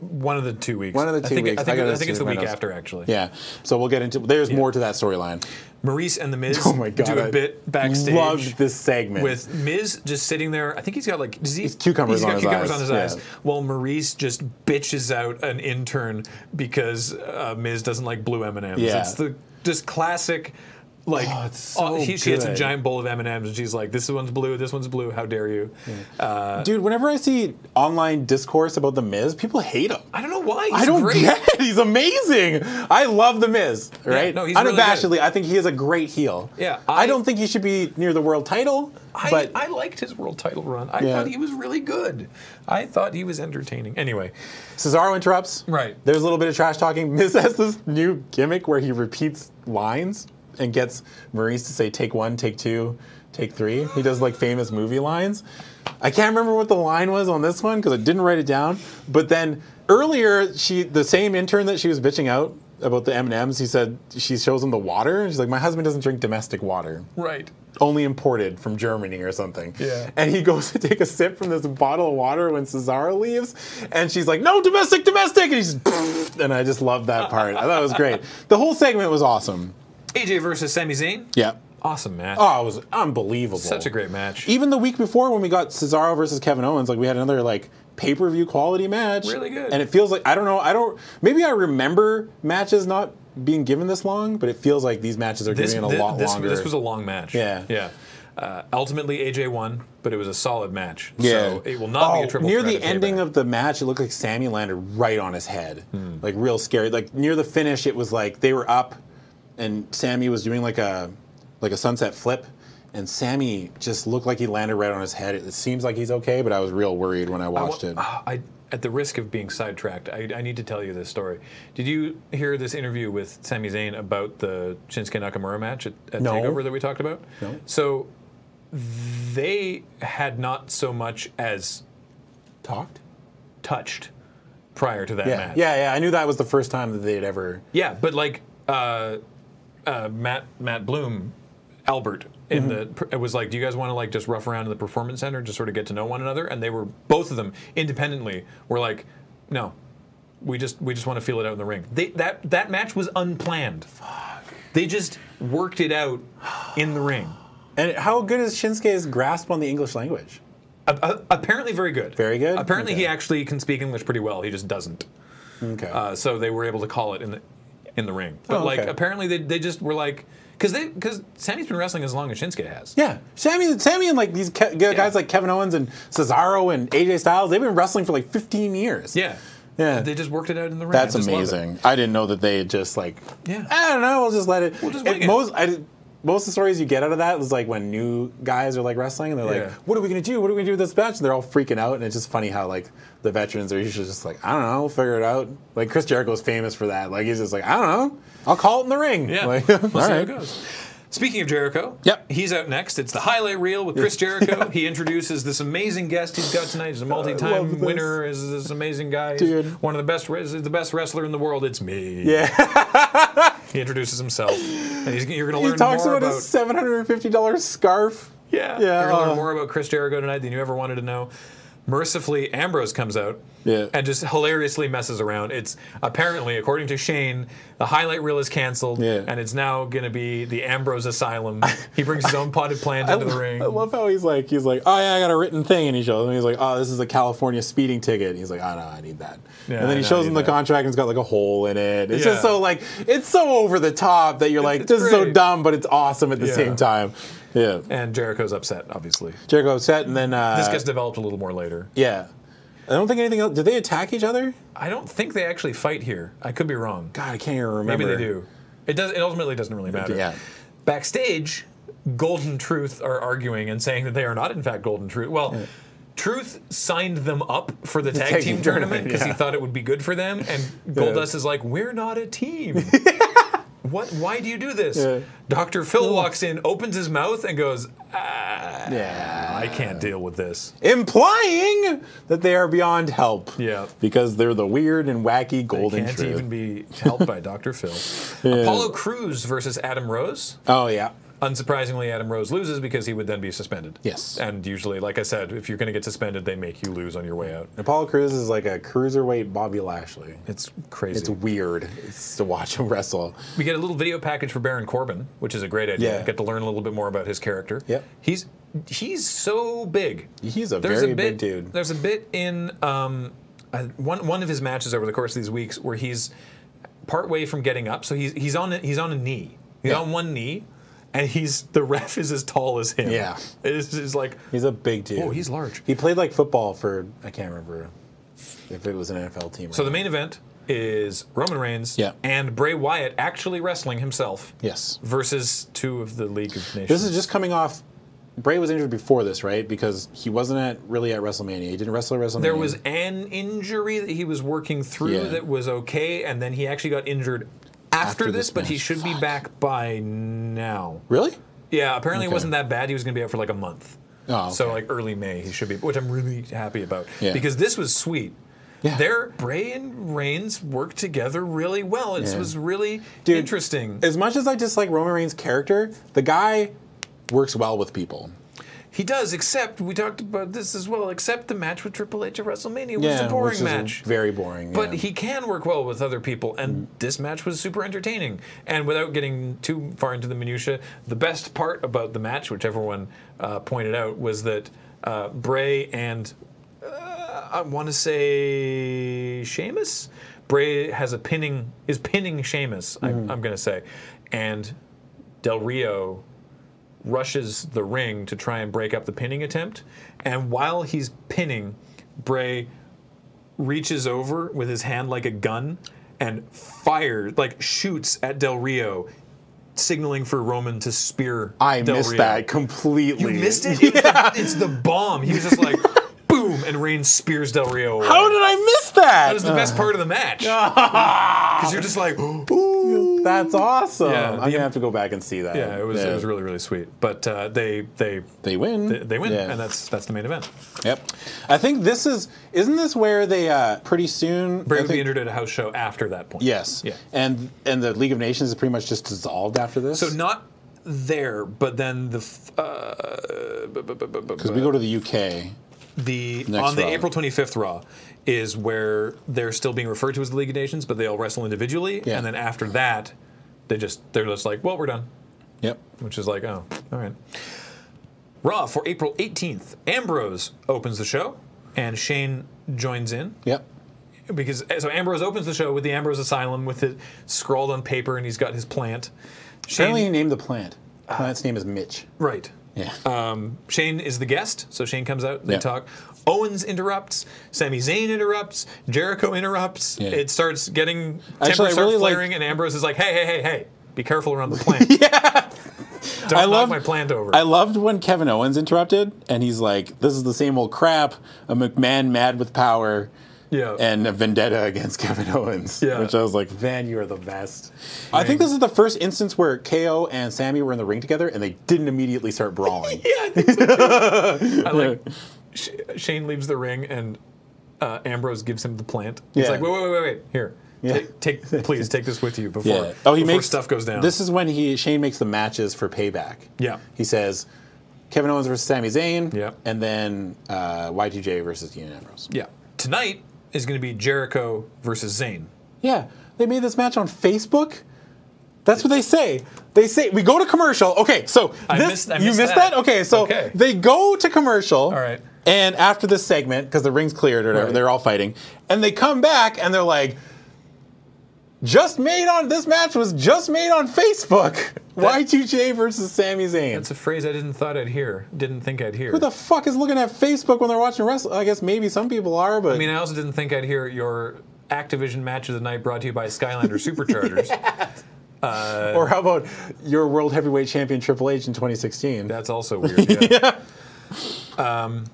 One of the two weeks. One of the I two think, weeks. I think, I gotta I think it's see the my week notes. after actually. Yeah, so we'll get into. There's more to that storyline. Maurice and the Miz Oh my God, do a I bit backstage. Loved this segment. with Miz just sitting there. I think he's got like does he, cucumbers He's on got his cucumbers eyes, on his yeah. eyes. While Maurice just bitches out an intern because uh, Miz doesn't like blue M and M's. Yeah. It's the just classic. Like uh, Oh, it's so she, she gets a good. giant bowl of M and M's and she's like, "This one's blue. This one's blue. How dare you?" Uh, dude. Whenever I see online discourse about the Miz, people hate him. I don't know why. He's I don't great. get it. He's amazing. I love the Miz. Right? no, he's really good. Unabashedly, I think he is a great heel. Yeah, I, I- don't think he should be near the world title, I, but I liked his world title run. I Yeah. thought he was really good. I thought he was entertaining. Anyway, Cesaro interrupts. Right. There's a little bit of trash talking. Miz has this new gimmick where he repeats lines and gets Maurice to say take one, take two, take three. He does like famous movie lines. I can't remember what the line was on this one because I didn't write it down. But then earlier, she the same intern that she was bitching out about the M and M's. He said she shows him the water. and She's like, my husband doesn't drink domestic water right. only imported from Germany or something. Yeah. And he goes to take a sip from this bottle of water when Cesaro leaves, and she's like, "No, domestic, domestic," and he's, and I just love that part. I thought it was great. The whole segment was awesome. AJ versus Sami Zayn. Yeah. Awesome match. Oh, it was unbelievable. Such a great match. Even the week before when we got Cesaro versus Kevin Owens, like we had another like pay-per-view quality match. Really good. And it feels like I don't know, I don't maybe I remember matches not being given this long, but it feels like these matches are this, given a thi- lot this, longer. this was a long match. Yeah. Yeah. Uh, ultimately, AJ won, but it was a solid match. So it will not Oh, be a triple Near threat at the ending Payback. Hmm. of the match, it looked like Sammy landed right on his head, like real scary. Like near the finish, it was like they were up, and Sammy was doing like a like a sunset flip, and Sammy just looked like he landed right on his head. It, it seems like he's okay, but I was real worried when I I wa- watched it. Ah, I, at the risk of being sidetracked, I, I need to tell you this story. Did you hear this interview with Sami Zayn about the Shinsuke Nakamura match at, at No. Takeover that we talked about? No. So they had not so much as Talked. touched prior to that Yeah, match. yeah, yeah. I knew that was the first time that they'd ever. Yeah, but like uh, uh, Matt Matt Bloom, Albert Mm-hmm. in the it was like, do you guys want to like just rough around in the performance center, just sort of get to know one another? And they were both of them independently were like, no, we just we just want to feel it out in the ring. They, that that match was unplanned. Fuck. They just worked it out in the ring. And how good is Shinsuke's grasp on the English language? A- a- apparently, very good. Very good? Apparently, he Okay. actually can speak English pretty well. He just doesn't. Okay. Uh, so they were able to call it in the in the ring. But Oh, like okay. apparently they, they just were like because they because Sammy's been wrestling as long as Shinsuke has. Yeah, Sammy, Sammy, and like these ke- guys like Kevin Owens and Cesaro and AJ Styles, they've been wrestling for like 15 years. Yeah. Yeah. They just worked it out in the ring. That's I just love it. amazing. I didn't know that they had just like. Yeah. I don't know. We'll just let it. just it- wing it. Most I, did- most of the stories you get out of that is like when new guys are like wrestling and they're Yeah. like, "What are we gonna do? What are we gonna do with this match?" And they're all freaking out, and it's just funny how like the veterans are usually just like, "I don't know, we'll figure it out." Like Chris Jericho is famous for that. Like he's just like, "I don't know, I'll call it in the ring." Yeah. Like, we'll see all how right. it goes. Speaking of Jericho, Yep. he's out next. It's the highlight reel with Chris Jericho. He introduces this amazing guest he's got tonight. He's a love multi-time this. winner. Is this amazing guy? He's Dude. one of the best. Is the best wrestler in the world. It's me. Yeah. He introduces himself, and he's, you're going to he learn talks more about, about. his seven hundred and fifty dollars scarf. yeah, Yeah, You're going to uh, learn more about Chris Jericho tonight than you ever wanted to know. Mercifully, Ambrose comes out Yeah. and just hilariously messes around. It's apparently, according to Shane, the highlight reel is canceled, Yeah. and it's now going to be the Ambrose Asylum. He brings his own potted plant into the ring. I love how he's like, he's like, oh yeah, I got a written thing, and he shows him. He's like, oh, this is a California speeding ticket. And he's like, oh no, I need that. Yeah, and then I he know, shows I him need the that. contract, and it's got like a hole in it. It's Yeah. just so like, it's so over the top that you're like, it's this is so great. dumb, but it's awesome at the Yeah. same time. Yeah, and Jericho's upset, obviously. Jericho upset, and then uh, This gets developed a little more later. yeah. I don't think anything else. Did they attack each other? I don't think they actually fight here. I could be wrong. God, I can't even Maybe remember. they do. It does. It ultimately doesn't really matter. Yeah. Backstage, Golden Truth are arguing and saying that they are not in fact Golden Truth. Well. Truth signed them up for the tag, tag team team tournament because he tournament, yeah. thought it would be good for them, and Goldust is like, "We're not a team. what? Why do you do this?" Yeah. Doctor Phil walks in, opens his mouth, and goes, Yeah, "I can't deal with this." implying that they are beyond help. Yeah. because they're the weird and wacky golden Can't truth. even be helped by Doctor Phil. Apollo Cruz versus Adam Rose. Oh yeah. Unsurprisingly, Adam Rose loses because he would then be suspended. Yes. And usually, like I said, if you're going to get suspended, they make you lose on your way out. Apollo Cruz is like a cruiserweight Bobby Lashley. It's crazy. It's weird it's to watch him wrestle. we get a little video package for Baron Corbin, which is a great idea. Yeah. Get to learn a little bit more about his character. Yep. He's he's so big. He's a There's very a bit, big dude. There's a bit in um, uh, one one of his matches over the course of these weeks where he's partway from getting up, so he's he's on a- he's on a knee, he's Yeah. on one knee, and he's the ref is as tall as him. Yeah. it's just like He's a big dude. oh, he's large. He played like football for I can't remember if it was an NFL team. Or So the not. main event is Roman Reigns Yeah. and Bray Wyatt actually wrestling himself yes, versus two of the League of Nations. this is just coming off. Bray was injured before this, right? Because he wasn't at really at WrestleMania. He didn't wrestle at WrestleMania. there was an injury that he was working through Yeah. that was okay, and then he actually got injured after, After this, this but he match. should be back by now. really. Yeah, apparently it Okay. wasn't that bad. He was going to be out for like a month. Oh, So okay. like early May he should be, which I'm really happy about Yeah. because this was sweet. Yeah. Their Bray and Reigns worked together really well. It Yeah. was really Dude, interesting. as much as I dislike Roman Reigns' character, the guy works well with people. He does, except we talked about this as well. Except the match with Triple H at WrestleMania was a which boring is match. Very boring. but yeah. Mm. he can work well with other people, and this match was super entertaining. And without getting too far into the minutia, the best part about the match, which everyone uh, pointed out, was that uh, Bray and uh, I want to say Sheamus. Bray has a pinning is pinning Sheamus. Mm. I'm, I'm going to say, and Del Rio rushes the ring to try and break up the pinning attempt. And while he's pinning, Bray reaches over with his hand like a gun and fires, like shoots at Del Rio, signaling for Roman to spear. I Del missed Rio. that completely. You missed it? It was the- It's the bomb. He was just like, boom, and Reigns spears Del Rio. Away. How Uh. did I miss that? That was the best part of the match. Because you're just like, That's awesome. Yeah, I'm the- gonna have to go back and see that. yeah, it was it was really really sweet. But uh, they they They win. they, they win, Yeah. and that's that's the main event. yep. I think this is. Isn't this where they uh, pretty soon? Bray I would think- be entered at a house show after that point. Yes. Yeah. And and the League of Nations is pretty much just dissolved after this. So not there, but then the f- uh, bu- bu- bu- bu- bu- because we go to the UK. the Next on the Raw. April 25th Raw is where they're still being referred to as the League of Nations, but they all wrestle individually, Yeah. and then after that, they just they're just like, well, we're done, Yep. which is like, oh, all right. Raw for April 18th. Ambrose opens the show, and Shane joins in Yep. because so Ambrose opens the show with the Ambrose Asylum with it scrawled on paper, and he's got his plant. Apparently, he Shane, named the plant. The plant's name is Mitch. right? Yeah. Uh, Shane is the guest, so Shane comes out, they Yeah. talk. Owens interrupts, Sami Zayn interrupts, Jericho interrupts. Yeah. It starts getting tempers Actually, I start really like- flaring, and Ambrose is like, "Hey, hey, hey, hey, be careful around the plant." Don't I knock love my plant over. I loved when Kevin Owens interrupted, and he's like, "This is the same old crap." A McMahon mad with power, yeah. and a vendetta against Kevin Owens. Yeah. which I was like, "Man, you are the best." I think this is the first instance where KO and Sammy were in the ring together, and they didn't immediately start brawling. yeah, I think so too. I like Sh- Shane leaves the ring and uh, Ambrose gives him the plant. He's Yeah. like, wait, wait, wait, wait, wait. Here, take, take, please take this with you before. Oh, he before makes stuff goes down. This is when he Shane makes the matches for payback. Yeah. He says Kevin Owens versus Sami Zayn. Yeah. And then uh, Y2J versus Dean Ambrose. yeah. Tonight is going to be Jericho versus Zayn. Yeah. They made this match on Facebook. That's what they say. They say we go to commercial. Okay, so I this missed- I you missed missed that. that. Okay, so Okay. they go to commercial. All right. And after this segment, because the ring's cleared or whatever, Right. they're all fighting, and they come back and they're like, "Just made on this match was just made on Facebook. Y2J versus Sami Zayn. That's a phrase I didn't thought I'd hear. Didn't think I'd hear. Who the fuck is looking at Facebook when they're watching wrestling? I guess maybe some people are, but I mean, I also didn't think I'd hear your Activision match of the night brought to you by Skylander Superchargers. uh, or how about your world heavyweight champion Triple H in 2016? That's also weird. Yeah. Um,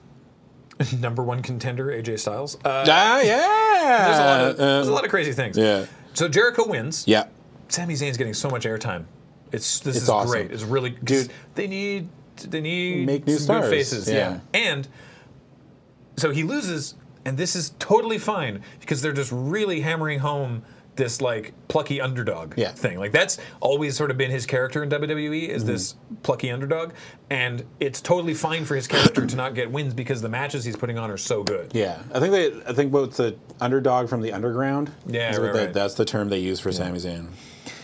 number one contender AJ Styles. Uh, Ah, yeah. there's, a lot of, Uh, there's a lot of crazy things. yeah. So Jericho wins. Yeah. Sami Zayn's getting so much airtime. It's this is awesome. great. It's really Dude. They need they need Make new some stars. good faces. Yeah. Yeah. and so he loses, and this is totally fine because they're just really hammering home this like plucky underdog Yeah. Mm-hmm. thing. Like that's always sort of been his character in WWE is this plucky underdog, and it's totally fine for his character to not get wins because the matches he's putting on are so good. Yeah. I think they I think both the underdog from the underground. Yeah, is what right, they- right. that's the term they use for Sami Zayn.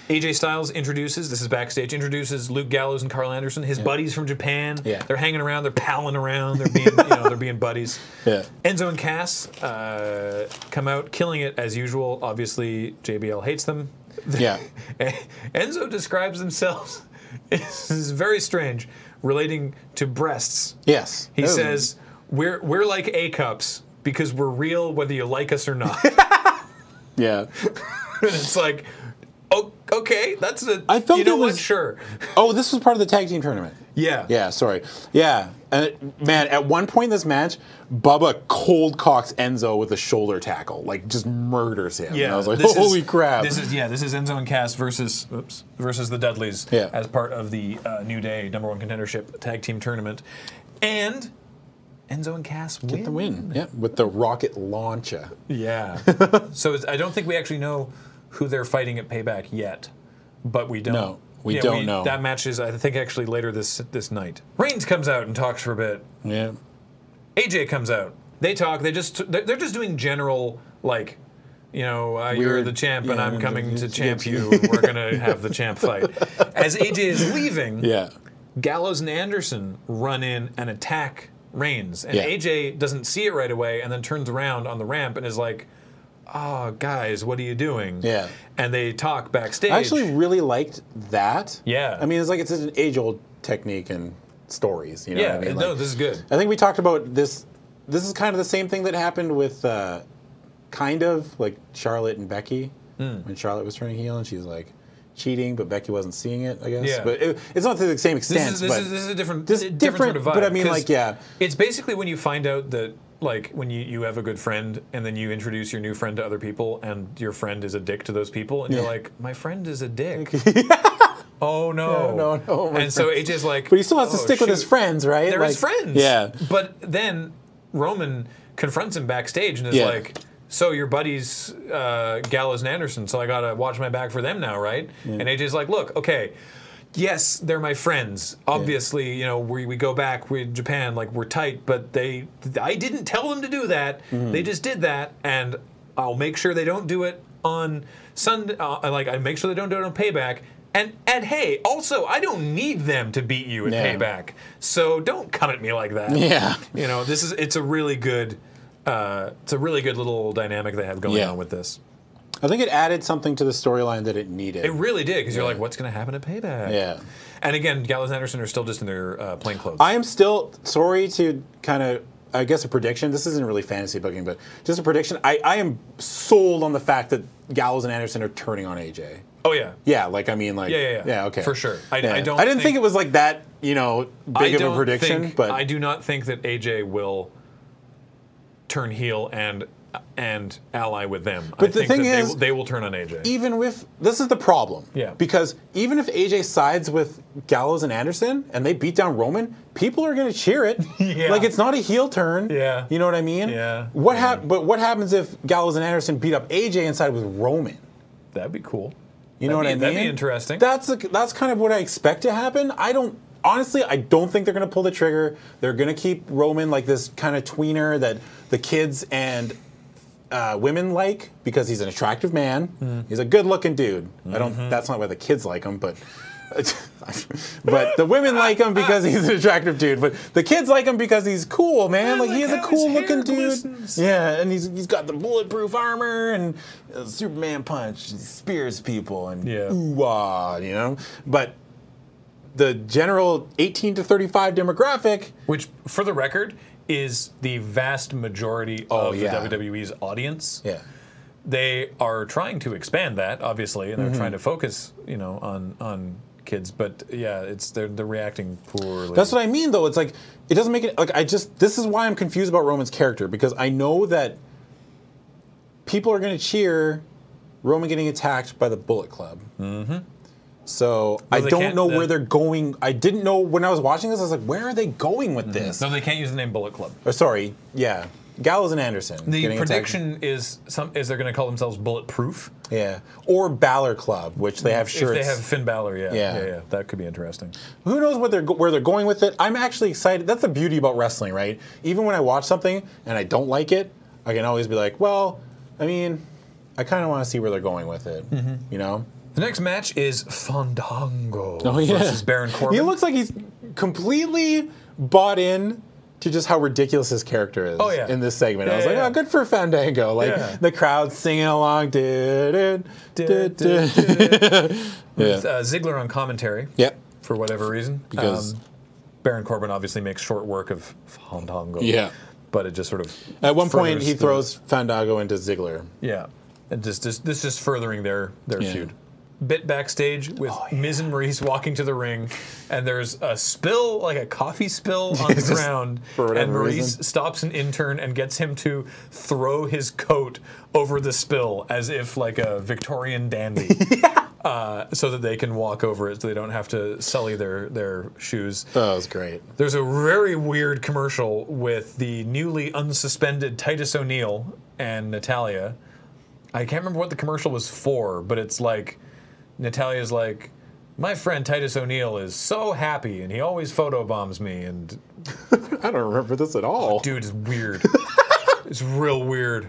AJ Styles introduces, this is backstage, introduces Luke Gallows and Carl Anderson, his buddies from Japan. Yeah. They're hanging around, they're palling around, they're being, you know, they're being buddies. Yeah. Enzo and Cass uh, come out killing it as usual. Obviously, JBL hates them. Yeah. Enzo describes themselves, this is very strange, relating to breasts. Yes. He That was- says, we're, we're like A cups because we're real whether you like us or not. Yeah. and it's like, oh, okay, that's a, I felt you know it what, was- sure. Oh, this was part of the tag team tournament. Yeah. Yeah, sorry. Yeah. And it- man, at one point in this match, Bubba cold cocks Enzo with a shoulder tackle. Like just murders him. And I was like, this is- holy crap. This is yeah, this is Enzo and Cass versus oops, versus the Dudleys Yeah. as part of the uh, New Day number one contendership tag team tournament, and Enzo and Cass win. Get the win. Yeah. With the rocket launcher. Yeah. so it's, I don't think we actually know who they're fighting at Payback yet, but we don't. No, we don't know. That match is I think actually later this this night. Reigns comes out and talks for a bit. Yeah. AJ comes out. They talk. They just they're they're just doing general like, you know, uh, you're Weird- the champ and yeah, I'm coming to it's- champ it's- you. We're gonna have the champ fight. As AJ is leaving, Yeah. Gallows and Anderson run in and attack Reigns, and Yeah. AJ doesn't see it right away and then turns around on the ramp and is like, "Ah, guys, what are you doing?" Yeah. And they talk backstage. I actually really liked that. Yeah. I mean, it's like it's an age old technique in stories. You know yeah, what I mean? no, Like, this is good. I think we talked about this. This is kind of the same thing that happened with, uh, kind of like Charlotte and Becky Hmm. when Charlotte was turning heel and she's like cheating, but Becky wasn't seeing it. I guess, Yeah. but it, it's not to the same extent. This is, this, but is, this is a different, this- a different, different, sort of vibe. but I mean, 'cause like, yeah. it's basically when you find out that like when you, you have a good friend and then you introduce your new friend to other people and your friend is a dick to those people and you're Yeah. like, my friend is a dick. oh no, no, no, my And so AJ's like, but he still has to "Oh, stick with his shoot." friends, right? They're his Like- friends. Yeah. But then Roman confronts him backstage and is Yeah. like, "So your buddies uh, Gallows and Anderson, so I gotta watch my back for them now, right?" And AJ's like, "Look, okay." Yes, they're my friends. Obviously, you know, we, we go back with Japan, like we're tight, but they I didn't tell them to do that. Mm-hmm. They just did that and I'll make sure they don't do it on Sunday uh, like I make sure they don't do it on payback. And and hey, also I don't need them to beat you at Yeah. payback back. So don't come at me like that. Yeah. You know, this is it's a really good uh, it's a really good little dynamic they have going Yeah. on with this. I think it added something to the storyline that it needed. It really did because you're like, what's going to happen at payback? yeah. And again, Gallows and Anderson are still just in their uh, plain clothes. I am still sorry to kind of. I guess a prediction. This isn't really fantasy booking, but just a prediction. I, I am sold on the fact that Gallows and Anderson are turning on AJ. Oh yeah. Yeah, like I mean, like Yeah, yeah, yeah. okay, For sure. I- I don't I didn't think, think- it was like that, you know, big I of a don't prediction, think- but I do not think that AJ will turn heel and and ally with them. I But the think thing that they is- e will- they, will turn on AJ. even with this is the problem. Yeah. Because even if AJ sides with Gallows and Anderson and they beat down Roman, people are going to cheer it. Yeah. Like it's not a heel turn. Yeah. You know what I mean? Yeah. What hap- But what happens if Gallows and Anderson beat up AJ and side with Roman? That'd be cool. You know That'd be- what I mean? that'd be interesting. That's the- that's kind of what I expect to happen. I don't honestly. I don't think they're going to pull the trigger. They're going to keep Roman like this kind of tweener that the kids and uh, women like because he's an attractive man. Hmm. He's a good-looking dude. I don't. Mm-hmm. That's not why the kids like him, but. but the women like him because he's an attractive dude. But the kids like him because he's cool, Man, man. like look he is a how his cool looking hair dude. glistens. Yeah, and he's he's got the bulletproof armor and uh, Superman punch, and spears people and Yeah. ooh ah, you know. But the general 18 to 35 demographic, Which, for the record, is the vast majority Oh, of yeah. the WWE's audience. yeah, They are trying to expand that, obviously, and they're Mm-hmm. trying to focus, you know, on on kids. But yeah, it's they're they're reacting poorly. that's what I mean though. It's like it doesn't make it like I just this is why I'm confused about Roman's character because I know that people are going to cheer Roman getting attacked by the Bullet Club. Mm-hmm. So I they don't can't- know the- where they're going. I didn't know when I was watching this. I was like, where are they going with this? Mm-hmm. no, they can't use the name Bullet Club. Or Oh, sorry, yeah, Gallows and Anderson. The getting attacked. prediction is some is they're going to call themselves Bulletproof. yeah, or Balor Club, which they have If shirts. they have Finn Balor, yeah, Yeah. yeah, yeah, that could be interesting. Who knows what they're go- where they're going with it? I'm actually excited. That's the beauty about wrestling, right? Even when I watch something and I don't like it, I can always be like, well, I mean, I kind of want to see where they're going with it. Mm-hmm. You know? The next match is Fandango Oh, yeah. versus Baron Corbin. He looks like he's completely bought in to just how ridiculous his character is Oh, yeah. in this segment. I Yeah, was yeah, like, yeah. oh, good for Fandango. Like, Yeah. the crowd singing along. Did Did- did- Yeah. uh, Ziggler on commentary Yep. for whatever reason. Um, Because- Baron Corbin obviously makes short work of Fandango. Yeah. But it just sort of At one point, furthers he the- throws Fandango into Ziggler. yeah. And just, just this is furthering their their Yeah. feud. Bit backstage with Oh, Miz and Maurice walking to the ring, and there's a spill, like a coffee spill on the Just ground. for whatever and Maurice reason. stops an intern and gets him to throw his coat over the spill as if like a Victorian dandy. Uh, so that they can walk over it, so they don't have to sully their their shoes. Oh, that was great. There's a very weird commercial with the newly unsuspended Titus O'Neil and Natalia. I can't remember what the commercial was for, but it's like Natalia's like, my friend Titus O'Neil is so happy and he always photobombs me and I don't remember this at all. dude it's weird. it's real weird.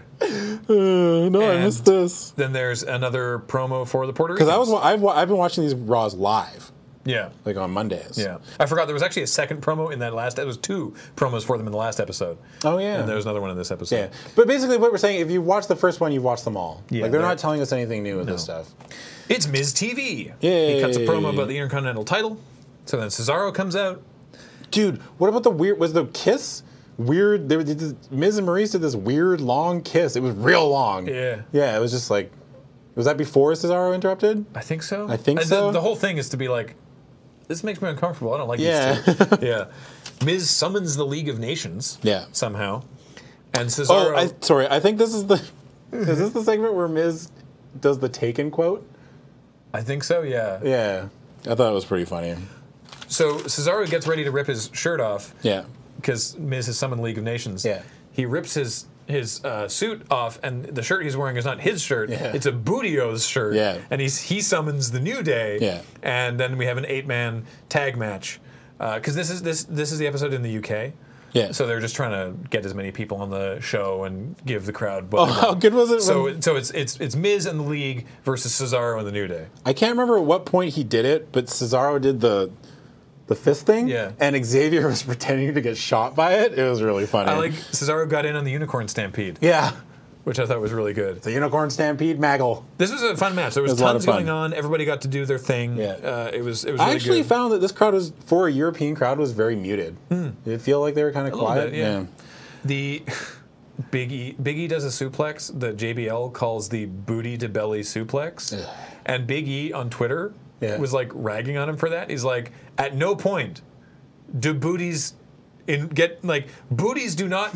Uh, no, I And- missed this. Then there's another promo for the Puerto Because I was, wa- I've, wa- I've been watching these Raws live, Yeah. like on Mondays. Yeah. I forgot there was actually a second promo in that last there was two promos for them in the last episode. Oh, yeah. And there was another one in this episode. Yeah, but basically, what we're saying, if you watch the first one, you've watched them all. Yeah, like they're, they're- not telling us anything new with this stuff. It's Miz TV. Yay. He cuts a promo about the Intercontinental title. So then Cesaro comes out. Dude, what about the weird? Was the kiss weird? They were- did this, Miz and Maurice did this weird long kiss. It was real long. Yeah. yeah. It was just like, was that before Cesaro interrupted? I think so. I think the, so. The whole thing is to be like, this makes me uncomfortable. I don't like Yeah. these two. yeah. Miz summons the League of Nations. Yeah. Somehow. And Oh, Cesaro. I, sorry. I think this is the is this the segment where Miz does the Taken quote? I think so, yeah. Yeah, I thought it was pretty funny. So Cesaro gets ready to rip his shirt off. Yeah, because Miz has summoned League of Nations. Yeah. He rips his his uh, suit off, and the shirt he's wearing is not his shirt. Yeah. It's a Bootio's shirt. Yeah. And he's he summons the New Day. Yeah. And then we have an eight man tag match because this is this this is the episode in the UK. yeah. So they're just trying to get as many people on the show and give the crowd. What they how want. good was it? So when- it- so it's it's it's Miz and the League versus Cesaro and the New Day. I can't remember at what point he did it, but Cesaro did the the fist thing, Yeah. and Xavier was pretending to get shot by it. It was really funny. I like Cesaro got in on the Unicorn Stampede, yeah, which I thought was really good. the Unicorn Stampede Maggle. This was a fun match. There was, was a lot tons of fun. going on. Everybody got to do their thing. Yeah. Uh, it was it was I really actually good. found that this crowd was for a European crowd was very muted. Did it feel like they were kind of Hmm. little quiet? bit, yeah. The Big E, Big E does a suplex that JBL calls the booty to belly suplex. And Big E on Twitter Yeah. was like ragging on him for that. He's like, at no point do booties in get like booties do not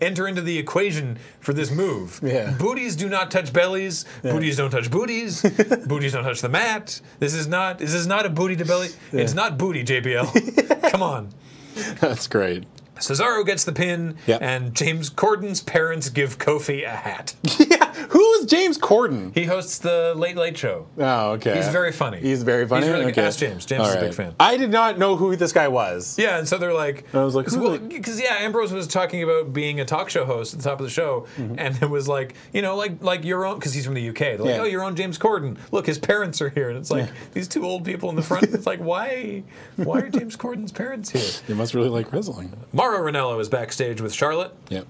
enter into the equation for this move. Yeah. Booties do not touch bellies. Booties don't touch booties. booties don't touch the mat. This is not this is not a booty to belly. It's not booty, JBL. Come on. That's great. Cesaro gets the pin, Yep. and James Corden's parents give Kofi a hat. Yeah, who's James Corden? He hosts the Late Late Show. Oh, okay. He's very funny. He's very funny. He's really good. okay. Ask James. James is a big fan. I did not know who this guy was. Yeah, and so they're like, I was like, because who well, the- 'cause, yeah, Ambrose was talking about being a talk show host at the top of the show, Mm-hmm. and it was like, you know, like like your own, because he's from the UK. They're like, Yeah. oh, your own James Corden. Look, his parents are here, and it's like these two old people in the front. it's like, why, why are James Corden's parents here? He must really like wrestling. Mara Ranello is backstage with Charlotte. Yep.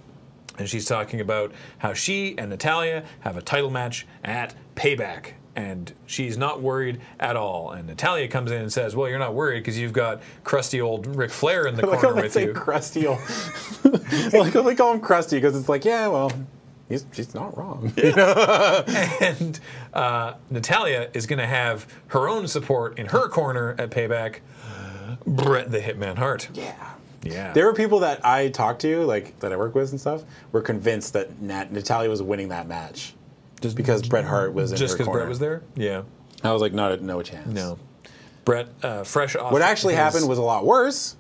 And she's talking about how she and Natalia have a title match at Payback. And she's not worried at all. And Natalia comes in and says, Well, you're not worried because you've got crusty old Ric Flair in the Like how corner they with say you. crusty. old- like how they call him crusty because it's like, yeah, well, he's, she's not wrong. and uh, Natalia is going to have her own support in her corner at Payback Brett the Hitman Hart. Yeah. Yeah. There were people that I talked to, like that I work with and stuff, were convinced that Nat- Natalia was winning that match just because Bret Hart was in Just her because corner. Brett was there? Yeah. I was like, not a, no chance. No. Brett, uh, fresh off. What actually his- happened was a lot worse.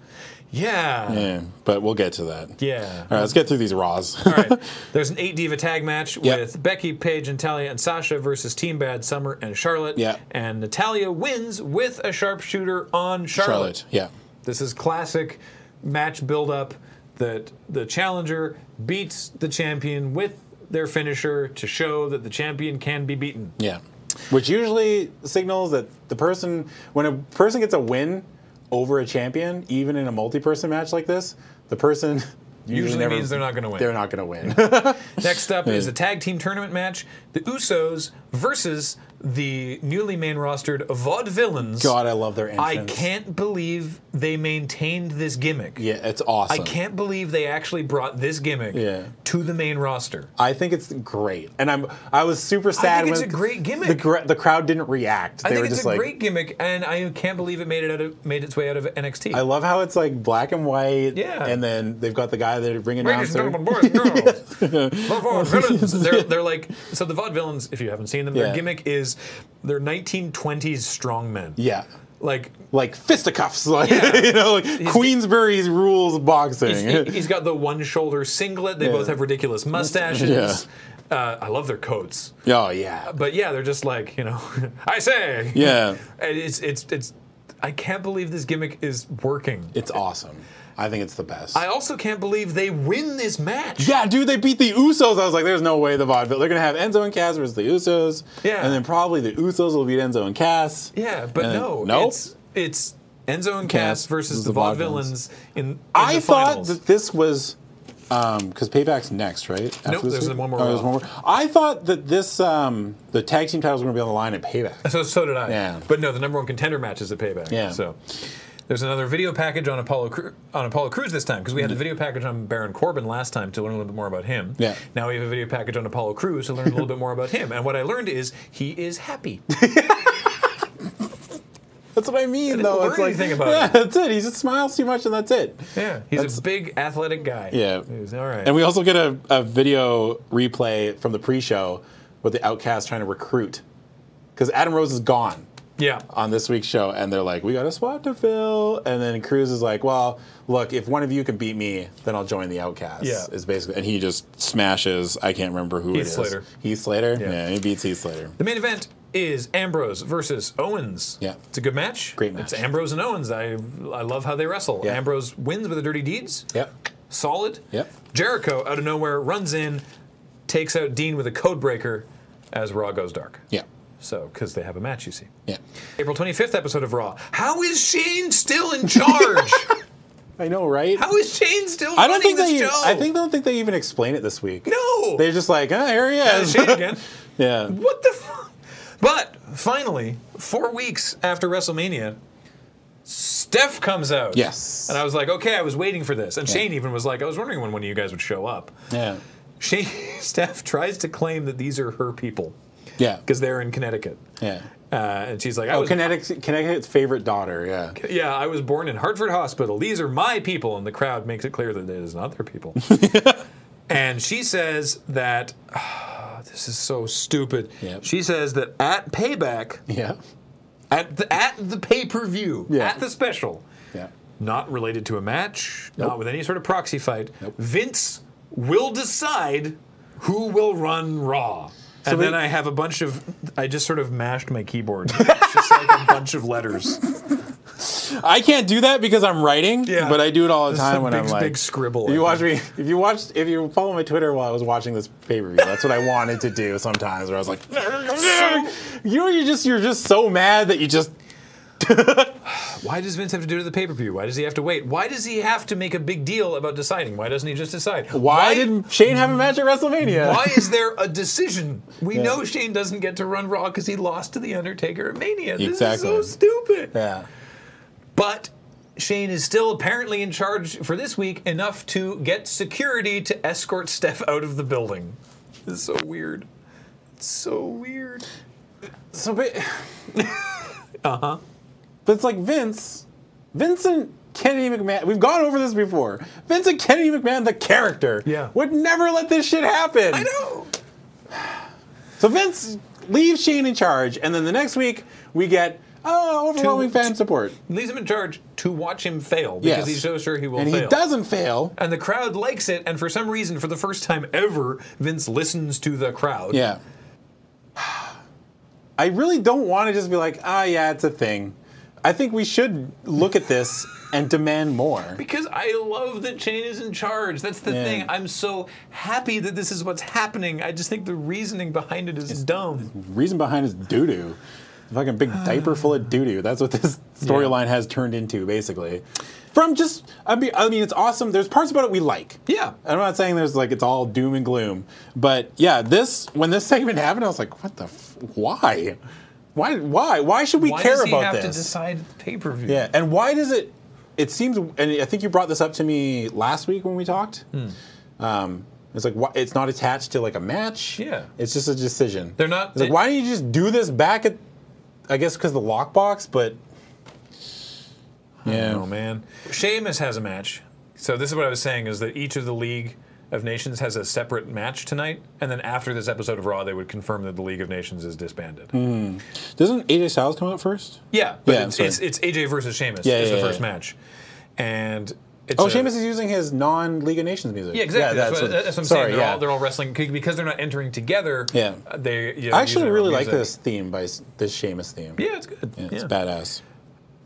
Yeah. Yeah, but we'll get to that. Yeah. All right, let's get through these Raws. All right. There's an eight diva tag match Yep. with Becky, Paige, and Talia and Sasha versus Team Bad, Summer, and Charlotte. Yeah. And Natalia wins with a sharpshooter on Charlotte. Charlotte. Yeah. This is classic match buildup that the challenger beats the champion with their finisher to show that the champion can be beaten. Yeah. Which usually signals that the person, when a person gets a win over a champion, even in a multi person match like this, the person usually, Usually never, means they're not going to win. They're not going to win. Next up is a tag team tournament match: the Usos versus the newly main rostered Vaudevillains. God, I love their I entrance. can't believe they maintained this gimmick. Yeah, it's awesome. I can't believe they actually brought this gimmick Yeah. to the main roster. I think it's great, and I'm. I was super sad think when it's a great gimmick. The, gra- the crowd didn't react. I they think were it's just a like, great gimmick, and I can't believe it made it out of made its way out of NXT. I love how it's like black and white. Yeah. and then they've got the guy that bringing down. Ladies and gentlemen, boys and girls, the vaudevillains. They're, they're like so. The vaudevillains, if you haven't seen them, Yeah. their gimmick is they're 1920s strongmen. Yeah. Like Like fisticuffs, like Yeah. you know, like Queensbury's rules boxing. He's- he- he's got the one shoulder singlet. They both have ridiculous mustaches. Uh, I love their coats, oh yeah, but yeah, they're just like you know. I say, yeah, And it's it's it's. I can't believe this gimmick is working. it's awesome. I think it's the best. I also can't believe they win this match. yeah, dude, they beat the Usos. I was like, there's no way the vaudeville. They're gonna have Enzo and Cass versus the Usos. Yeah. and then probably the Usos will beat Enzo and Cass. Yeah, but And- no, Uh, Nope. it's it's Enzo and Cass Cass versus versus the the Vaudevillains in, in I the thought finals. that this was because Payback's next, right? After Nope, this there's week? one more Oh, there's round. one more. I thought that this um, the tag team titles were going to be on the line at Payback. so so did I. Yeah. But no, the number one contender match is the payback. Yeah. So there's another video package on Apollo Cru- on Apollo Cruz this time because we had the video package on Baron Corbin last time to learn a little bit more about him. Mm. Yeah. Now we have a video package on Apollo Cruz to learn a little bit more about him. And what I learned is he is happy. That's what I mean, didn't though. learn it's like anything about yeah, it. that's it. He just smiles too much, and that's it. Yeah. He's That's- a big athletic guy. Yeah. He's all right. And we also get a, a video replay from the pre-show with the Outcast trying to recruit because Adam Rose is gone yeah. on this week's show, and they're like, "We got a spot to fill," and then Cruz is like, "Well, look, if one of you can beat me, then I'll join the Outcasts." Yeah. is basically, and he just smashes. I can't remember who it Heath is. Slater. Heath Slater. Yeah. Yeah. he beats Heath Slater. The main event is Ambrose versus Owens. Yeah. It's a good match. Great It's match. Ambrose and Owens. I I love how they wrestle. Yeah. Ambrose wins with the dirty deeds. Yep. Solid. Yep. Jericho out of nowhere runs in, takes out Dean with a code breaker as Raw goes dark. Yeah. So, because they have a match, you see. Yeah. April 25th episode of Raw. How is Shane still in charge? I know, right? how is Shane still I running don't think this they. show? I think don't think they even explain it this week. no. They're just like, ah, here he Uh, is. Shane again. yeah. What the fuck? But finally, four weeks after WrestleMania, Steph comes out. Yes. And I was like, okay, I was waiting for this. And Shane even was like, I was wondering when one of you guys would show up. Yeah. Shane, Steph tries to claim that these are her people Yeah. because they're in Connecticut. Yeah. Uh, and she's like, I Oh, was, Connecticut, Connecticut's favorite daughter. Yeah. yeah, I was born in Hartford Hospital. These are my people. And the crowd makes it clear that it is not their people. and she says that, this is so stupid. Yep. She says that at payback, Yeah. at the, at the pay per view, Yeah. at the special, Yeah. not related to a match, not Nope. with any sort of proxy fight, Nope. Vince will decide who will run Raw. and we- then I have a bunch of, I just sort of mashed my keyboard. It's just like a bunch of letters. I can't do that because I'm writing. Yeah. But I do it all the This is time a when big, I'm like big scribble, If you I watch me, if you watched, if you follow my Twitter while I was watching this pay per view, that's what I wanted to do sometimes. Where I was like, you know, you just you're just so mad that you just Why does Vince have to do it at the pay per view? Why does he have to wait? Why does he have to make a big deal about deciding? Why doesn't he just decide? why, did Shane have a match at WrestleMania? Why is there a decision? We Yeah. know Shane doesn't get to run Raw because he lost to The Undertaker at Mania. Exactly. This is so stupid. Yeah. But Shane is still apparently in charge for this week enough to get security to escort Steph out of the building. This is so weird. It's so weird. So, but uh huh. Uh-huh. But it's like Vince, Vincent Kennedy McMahon. We've gone over this before. Vincent Kennedy McMahon, the character, Yeah. would never let this shit happen. I know. So Vince leaves Shane in charge, and then the next week we get oh overwhelming Two- fan support, Leaves him in charge to watch him fail because Yes. he's so sure he will and fail. he doesn't fail. And the crowd likes it, and for some reason, for the first time ever, Vince listens to the crowd. Yeah. I really don't want to just be like, ah, yeah, it's a thing. I think we should look at this and demand more. Because I love that Shane is in charge. That's the Yeah. thing. I'm so happy that this is what's happening. I just think the reasoning behind it is dumb. reason behind is doo doo. Fucking big diaper full of doo doo. That's what this storyline has turned into, basically. From just, I mean, I mean, it's awesome. There's parts about it we like. Yeah. I'm not saying there's like it's all doom and gloom, but yeah, this when this segment happened, I was like, what the, f- why, why, why, why should we Why care does he about have this? to decide the pay per view? Yeah, and why does it? It seems, and I think you brought this up to me last week when we talked. Hmm. Um, it's like why, it's not attached to like a match. Yeah. it's just a decision. They're not- It's like why don't you just do this back at? I guess because the lockbox, but yeah, Oh man. Sheamus has a match. So this is what I was saying is that each of the League of Nations has a separate match tonight, and then after this episode of Raw, they would confirm that the League of Nations is disbanded. doesn't AJ Styles come out first? Yeah, but Mm. Yeah, it's, I'm it's sorry. it's AJ versus Sheamus Yeah, is yeah, the yeah, first yeah. match, and it's Oh, a- Sheamus is using his non-League of Nations music. Yeah, exactly. that's, what, that's what I'm sorry, saying. They're, yeah. all, they're all wrestling c- because they're not entering together. Yeah. uh, They. You know, I actually using their really own like music. this theme by s- this Sheamus theme. Yeah, it's good. Yeah, Yeah. it's badass.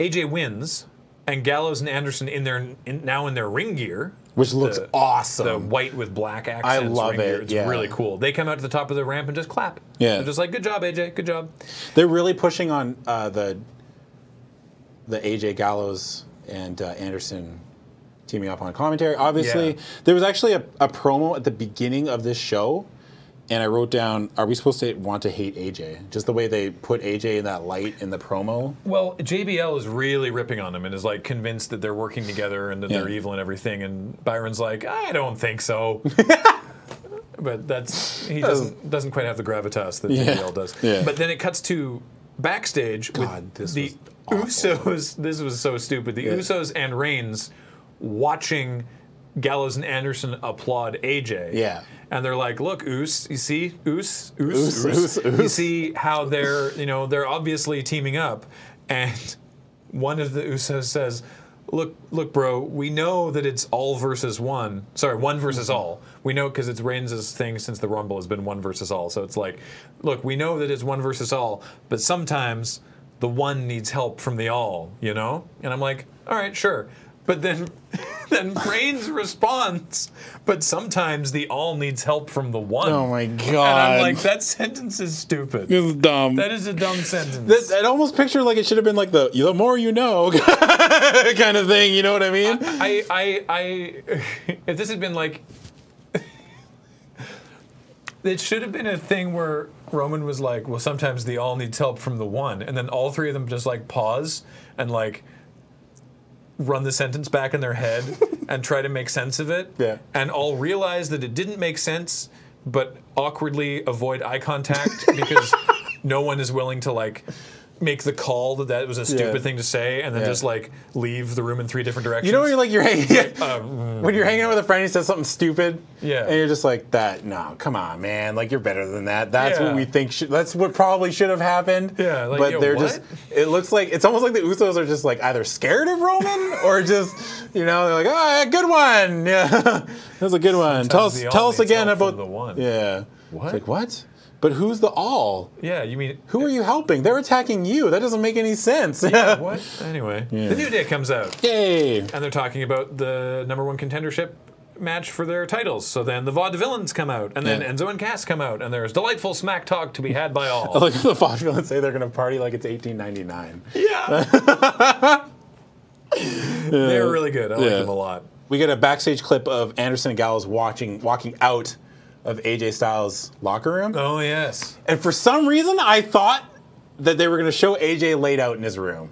AJ wins, and Gallows and Anderson in their in, now in their ring gear, Which looks the- awesome. the white with black accents. Mm. love ring gear. it, It's yeah. really cool. They come out to the top of the ramp and just clap. Yeah. They're just like, "Good job, AJ. Good job." They're really pushing on uh, the the AJ Gallows and uh, Anderson teaming up on commentary. Obviously, Yeah. there was actually a, a promo at the beginning of this show, and I wrote down, "Are we supposed to want to hate AJ?" Just the way they put AJ in that light in the promo. Well, JBL is really ripping on them and is like convinced that they're working together and that they're Yeah. evil and everything. And Byron's like, "I don't think so." but that's he doesn't doesn't quite have the gravitas that Yeah. JBL does. Yeah. But then it cuts to backstage God, with this the was awful. Usos. This was so stupid. The Usos and Reigns watching Gallows and Anderson applaud AJ. Yeah. And they're like, look, Oos, you see, Oos, Oos, Oos, Oos, Oos, you Oos. see how they're, you know, they're obviously teaming up. And one of the Usos says, look, look, bro, we know that it's all versus one. Sorry, one versus Mm-hmm. all. We know because it's Reigns' thing since the Rumble has been one versus all. So it's like, look, we know that it's one versus all, but sometimes the one needs help from the all, you know? And I'm like, all right, sure. But then, then Reigns responds, but sometimes the all needs help from the one. Oh my And I'm god! like, that sentence is stupid. this is dumb. That is a dumb sentence. That- I'd almost picture like it should have been like the the more you know kind of thing. You know what I mean? I, I, I, if this had been like, it should have been a thing where Roman was like, well, sometimes the all needs help from the one, and then all three of them just like pause and like run the sentence back in their head and try to make sense of it. Yeah. And all realize that it didn't make sense, but awkwardly avoid eye contact because no one is willing to like make the call that that was a stupid Yeah. thing to say and then Yeah. just like leave the room in three different directions. You know when you're like you're hanging when you're hanging out with a friend who says something stupid, Uh, Yeah. and you're just like that. No, come on, man. Like you're better than that. That's Yeah. what we think. Should, that's what probably should have happened. Yeah, like, but yo, they're what? just. It looks like it's almost like the Usos are just like either scared of Roman or just you know they're like, oh, good one. Yeah, that's a good one. Tell Sometimes us, the all tell us needs again help from about the one. Yeah. What? It's like what? But who's the all? yeah, you mean Who are you helping? They're attacking you. That doesn't make any sense. what? Anyway, Yeah. the new day comes out. Yay! and they're talking about the number one contendership match for their titles. So then the vaudevillains come out, and then Yeah. Enzo and Cass come out, and there's delightful smack talk to be had by I all. look at the vaudeville and say they're going to party like it's 1899. yeah. They're really good. I like Yeah. them a lot. We get a backstage clip of Anderson and Gallows watching walking out of AJ Styles' locker room, Oh yes, and for some reason I thought that they were going to show AJ laid out in his room.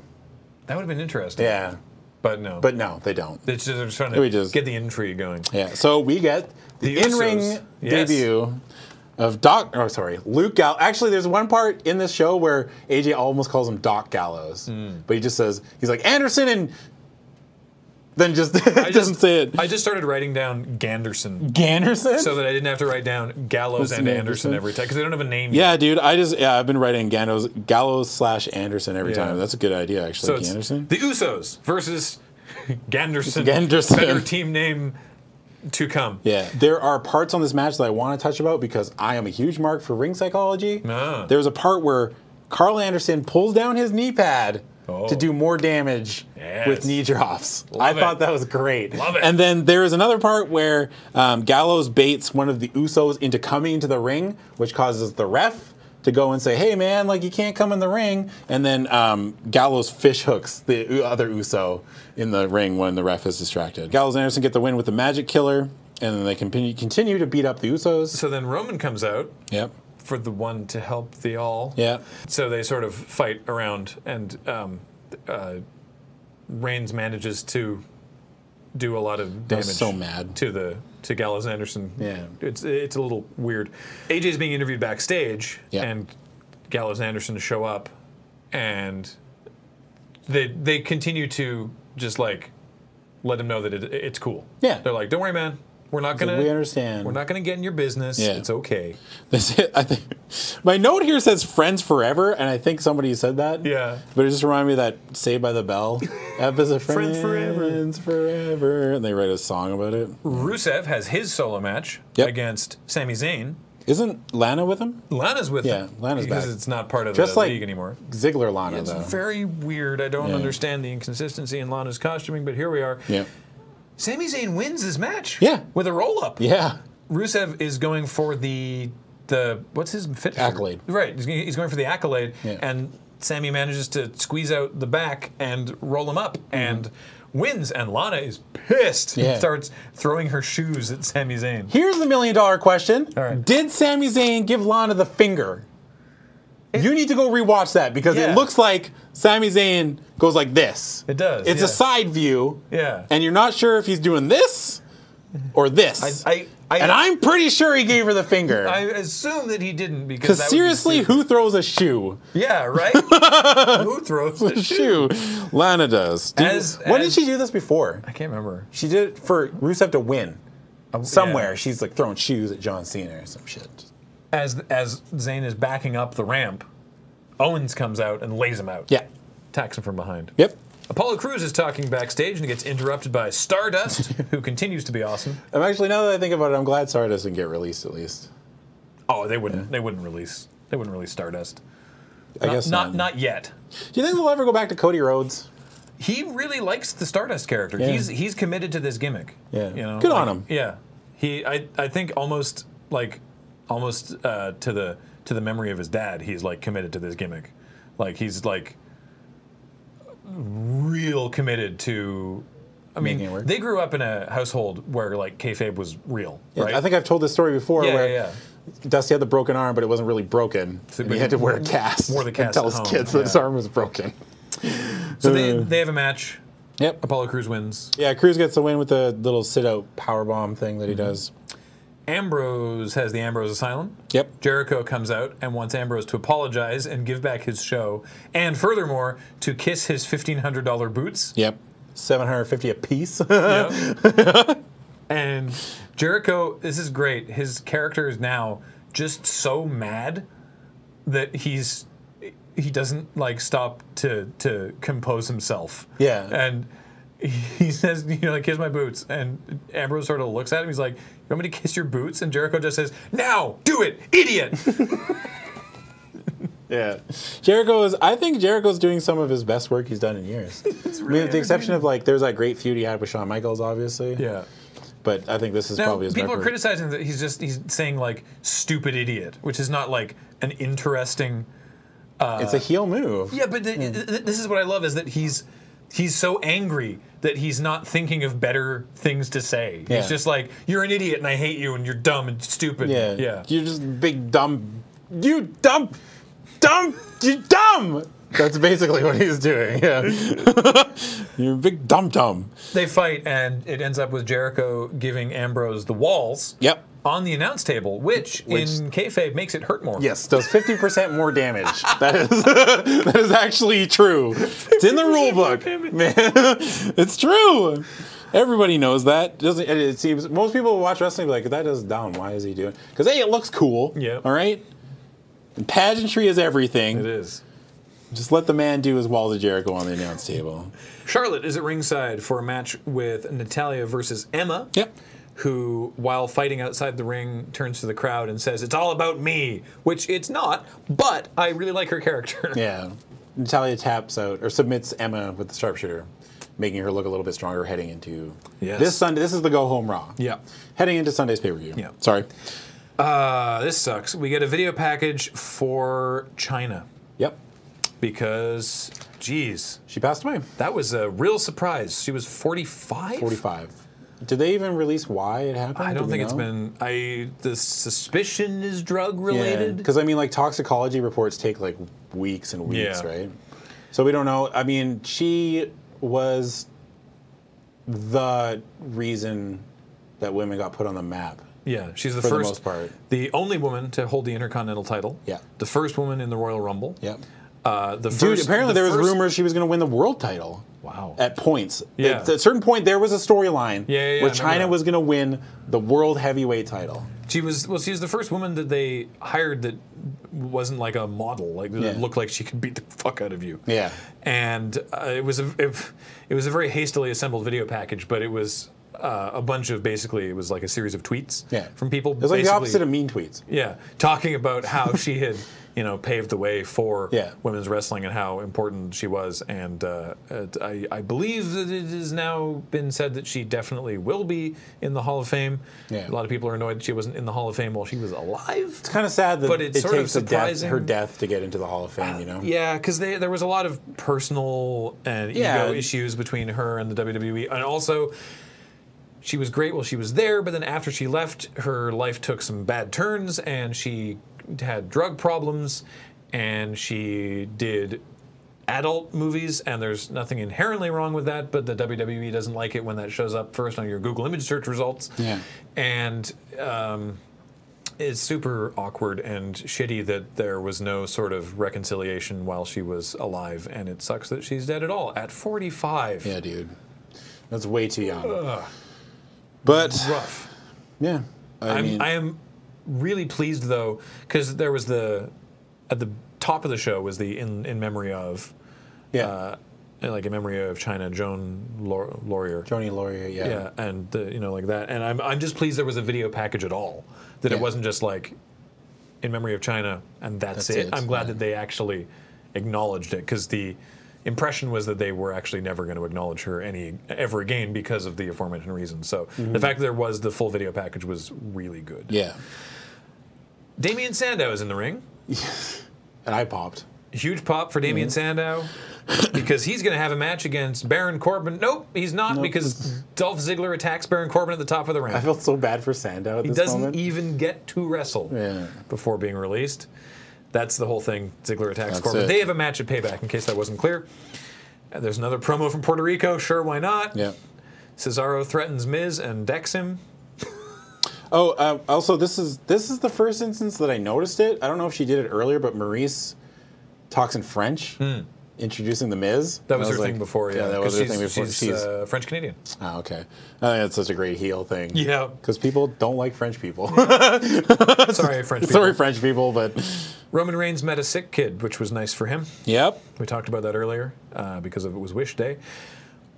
that would have been interesting. Yeah, But no. but no, they don't. it's just, they're just trying to We just- get the intrigue going. Yeah, so we get the, The in-ring Usos. Yes. debut of Doc. Or sorry, Luke Gal. Actually, there's one part in this show where AJ almost calls him Doc Gallows, Hmm. but he just says he's like Anderson and. Then just, doesn't just- say it. I just started writing down Ganderson Ganderson. so that I didn't have to write down Gallows and Listen, Anderson Anderson. every time because they don't have a name. yet. Yeah, dude. I just yeah, I've been writing Gallows, Gallows slash Anderson every Yeah. time. That's a good idea, So actually. it's Anderson. the Usos versus Ganderson. Ganderson. Better team name to come. Yeah, there are parts on this match that I want to touch about because I am a huge mark for ring psychology. Ah. There's a part where Carl Anderson pulls down his knee pad Oh. to do more damage Yes. with knee drops. I it. thought that was great. Love it. And then there is another part where um, Gallows baits one of the Usos into coming into the ring, which causes the ref to go and say, "Hey, man, like you can't come in the ring." And then um, Gallows fish hooks the u- other Uso in the ring when the ref is distracted. Gallows and Anderson get the win with the Magic Killer, and then they continue continue to beat up the Usos. So then Roman comes out Yep. for the one to help the all. Yeah. So they sort of fight around, and um, uh, Reigns manages to do a lot of damage. so mad. to the to Gallows and Anderson. Yeah. it's it's a little weird. AJ's being interviewed backstage, Yeah. and Gallows and Anderson show up, and they they continue to just like let him know that it, it's cool. Yeah. they're like, don't worry, man. We're not gonna. We understand. We're not gonna get in your business. Yeah. It's okay. This is, I think my note here says "friends forever," and I think somebody said that. Yeah. but it just reminded me of that "Saved by the Bell" episode. Friends forever. friends forever, and they write a song about it. Rusev has his solo match Yep. against Sami Zayn. Isn't Lana with him? Lana's with Yeah, him. Lana's because back. it's not part of Just the like- league anymore. Ziggler Lana It's though. very weird. I don't understand the inconsistency in Lana's costuming, but here we are. yeah, Sami Zayn wins this match. Yeah. With a roll up. yeah, Rusev is going for the the what's his finisher? Accolade. Right. He's he's going for the accolade Yeah. and Sammy manages to squeeze out the back and roll him up and wins and Lana is pissed Mm-hmm. Yeah. and starts throwing her shoes at Sami Zayn. Here's the million dollar question: All right. Did Sami Zayn give Lana the finger? you need to go rewatch that because Yeah. it looks like Sami Zayn goes like this. It does, It's yeah. a side view. Yeah. and you're not sure if he's doing this or this. I- I- I- and I'm pretty sure he gave her the I finger. assume that he didn't because Because that would be seriously, stupid. who throws a shoe? Yeah, right. Who throws a shoe? Shoe. Lana does. Dude, As- when as- did she do this before? I can't remember. She did it for Rusev to win. Somewhere Oh, yeah. she's like throwing shoes at John Cena or some shit. As as Zayn is backing up the ramp, Owens comes out and lays him out. Yeah. Attacks him from behind. Yep. Apollo Cruz is talking backstage and gets interrupted by Stardust, who continues to be awesome. I'm actually now that I think about it, I'm glad Sar doesn't get released at least. Oh, they wouldn't. They wouldn't release. They wouldn't release Stardust. I not, guess not. Not yet. Do you think they'll ever go back to Cody Rhodes? He really likes the Stardust character. Yeah. He's he's committed to this gimmick. Yeah. You know, Good like- on him. Yeah. He. I. I think almost like almost uh, to the to the memory of his dad. He's like committed to this gimmick. Like he's like real committed to. I mean, Making it work. they grew up in a household where like kayfabe was real, Yeah, right? I think I've told this story before yeah, where yeah, yeah. Dusty had the broken arm, but it wasn't really broken. and but he had to wear a cast. wore the and cast tell at his home, kids that his yeah. arm was broken. So they, they have a match. Yep. Apollo Crews wins. Yeah, Cruz gets the win with the little sit out power bomb thing that he Mm-hmm. does. Ambrose has the Ambrose Asylum. Yep. Jericho comes out and wants Ambrose to apologize and give back his show, and furthermore, to kiss his $1,500 boots. Yep. 750 apiece. Yeah. and Jericho, this is great. His character is now just so mad that he's he doesn't like stop to to compose himself. Yeah. And he says, you know, like kiss my boots. And Ambrose sort of looks at him. He's like, "You want me to kiss your boots?" And Jericho just says, "Now, do it, idiot." yeah. Jericho is, I think Jericho's doing some of his best work he's done in years. I mean, with the exception of like, there's that great feud he had with Shawn Michaels, obviously. yeah. But I think this is Now, probably his people best are work. criticizing that he's just he's saying like stupid idiot, which is not like an interesting It's a heel move. Yeah, but th- Hmm. th- this is what I love is that he's he's so angry that he's not thinking of better things to say. Yeah. He's just like, "You're an idiot, and I hate you, and you're dumb and stupid." Yeah. yeah. You're just big dumb. You dumb. Dumb. You dumb. That's basically what he's doing. Yeah. You're a big dumb dumb. They fight, and it ends up with Jericho giving Ambrose the walls. Yep. On the announce table, which, Which- in kayfabe makes it hurt more. Yes, does 50% more damage. That is that is actually true. It's in the rule book. Man, it's true. Everybody knows that. Doesn't it, it seems most people who watch wrestling be like that does down. Why is he doing? Cuz hey, it looks cool. Yep. All right? And pageantry is everything. it is. Just let the man do his walls of Jericho on the announce table. Charlotte is at ringside for a match with Natalia versus Emma. Yep. Who, while fighting outside the ring, turns to the crowd and says, It's all about me, which it's not, but I really like her character. Yeah. Natalia taps out or submits Emma with the sharpshooter, making her look a little bit stronger heading into Yes. this Sunday. This is the go home Raw. Yeah. Heading into Sunday's pay per view. Yeah. Sorry. Uh, this sucks. We get a video package for China Yep. because, geez, She passed away. that was a real surprise. She was 45? 45. Did they even release why it happened? I Do don't we think it's know? been. I the suspicion is drug Yeah. related. Because, I mean, like, toxicology reports take, like, weeks and weeks, Yeah. right? So we don't know. I mean, she was the reason that women got put on the map. Yeah, she's the For the first, most part. the only woman to hold the Intercontinental title. Yeah. the first woman in the Royal Rumble. Yep. uh, the Dude, first, apparently the there was first- rumors she was going to win the world title. Wow. At points. Yeah. At a certain point, there was a storyline Yeah, yeah, yeah, I where remember China that. was going to win the world heavyweight title. She was well. She was the first woman that they hired that wasn't like a model, like that Yeah. looked like she could beat the fuck out of you. Yeah. and uh, it was a it, it was a very hastily assembled video package, but it was uh, a bunch of basically it was like a series of tweets Yeah. from people. It was like the basically- opposite of mean tweets. Yeah, talking about how she had, you know, paved the way for Yeah. women's wrestling and how important she was. And uh, it- I, I believe that it has now been said that she definitely will be in the Hall of Fame. Yeah. A lot of people are annoyed that she wasn't in the Hall of Fame while she was alive. It's kind of sad that But it it's sort of takes a death, surprising. Uh, her death to get into the Hall of Fame, you know? Yeah, because there was a lot of personal and Yeah. ego issues between her and the WWE, and also she was great while she was there, but then after she left, her life took some bad turns, and she had drug problems, and she did adult movies and there's nothing inherently wrong with that but the WWE doesn't like it when that shows up first on your Google image search results Yeah. and uh, it's super awkward and shitty that there was no sort of reconciliation while she was alive, and it sucks that she's dead at all at 45. Yeah, dude. That's way too young. But, Rough. yeah. I I'm, mean, I am really pleased though, because there was the at the top of the show was the in in memory of yeah. uh, like in memory of China Joan Lau- Laurier. Joni Laurier, yeah. Yeah, and the, you know like that, and I'm I'm just pleased there was a video package at all. That Yeah. it wasn't just like in memory of China and that's, That's it. it, I'm glad yeah. that they actually acknowledged it because the impression was that they were actually never going to acknowledge her any ever again because of the aforementioned reasons. So the fact that there was the full video package was really good. Mm-hmm. Yeah. Damien Sandow is in the ring. And I popped. Huge pop for Mm-hmm. Damien Sandow because he's going to have a match against Baron Corbin. Nope, he's not because Dolph Ziggler attacks Baron Corbin at the top of the I ramp. felt so bad for Sandow at He this doesn't e- moment. even get to wrestle Yeah. before being released. That's the whole thing. Ziggler attacks That's Corbin. it. They have a match at Payback, in case that wasn't clear. And there's another promo from Puerto Rico. Sure, why not? Yeah. Cesaro threatens Miz and decks him. Oh, uh, also, this is this is the first instance that I noticed it. I don't know if she did it earlier, but Maurice talks in French, introducing the Miz. Hmm. That was, And I her thing like, before, yeah. that 'cause was her she's, thing before. She's, She's, uh, French Canadian. oh, okay. I think that's such a great heel thing. Yeah. Because people don't like French people. Sorry, French. People. Sorry, French people, but Roman Reigns met a sick kid, which was nice for him. yep. We talked about that earlier uh, because of it was Wish Day.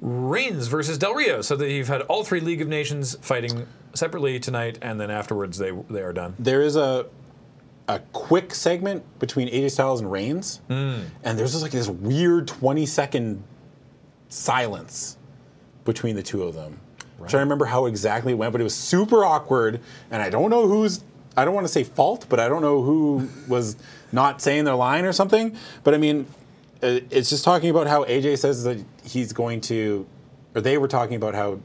Reigns versus Del Rio. So that you've had all three League of Nations fighting separately tonight, and then afterwards they they are done. there is a a quick segment between AJ Styles and Reigns, and there's just like this weird 20 second silence between the two of them. I'm trying to remember how exactly it went, but it was super awkward, and I don't know who's I don't want to say fault, but I don't know who was not saying their line or something. But I mean, uh, it's just talking about how AJ says that he's going to, or they were talking about how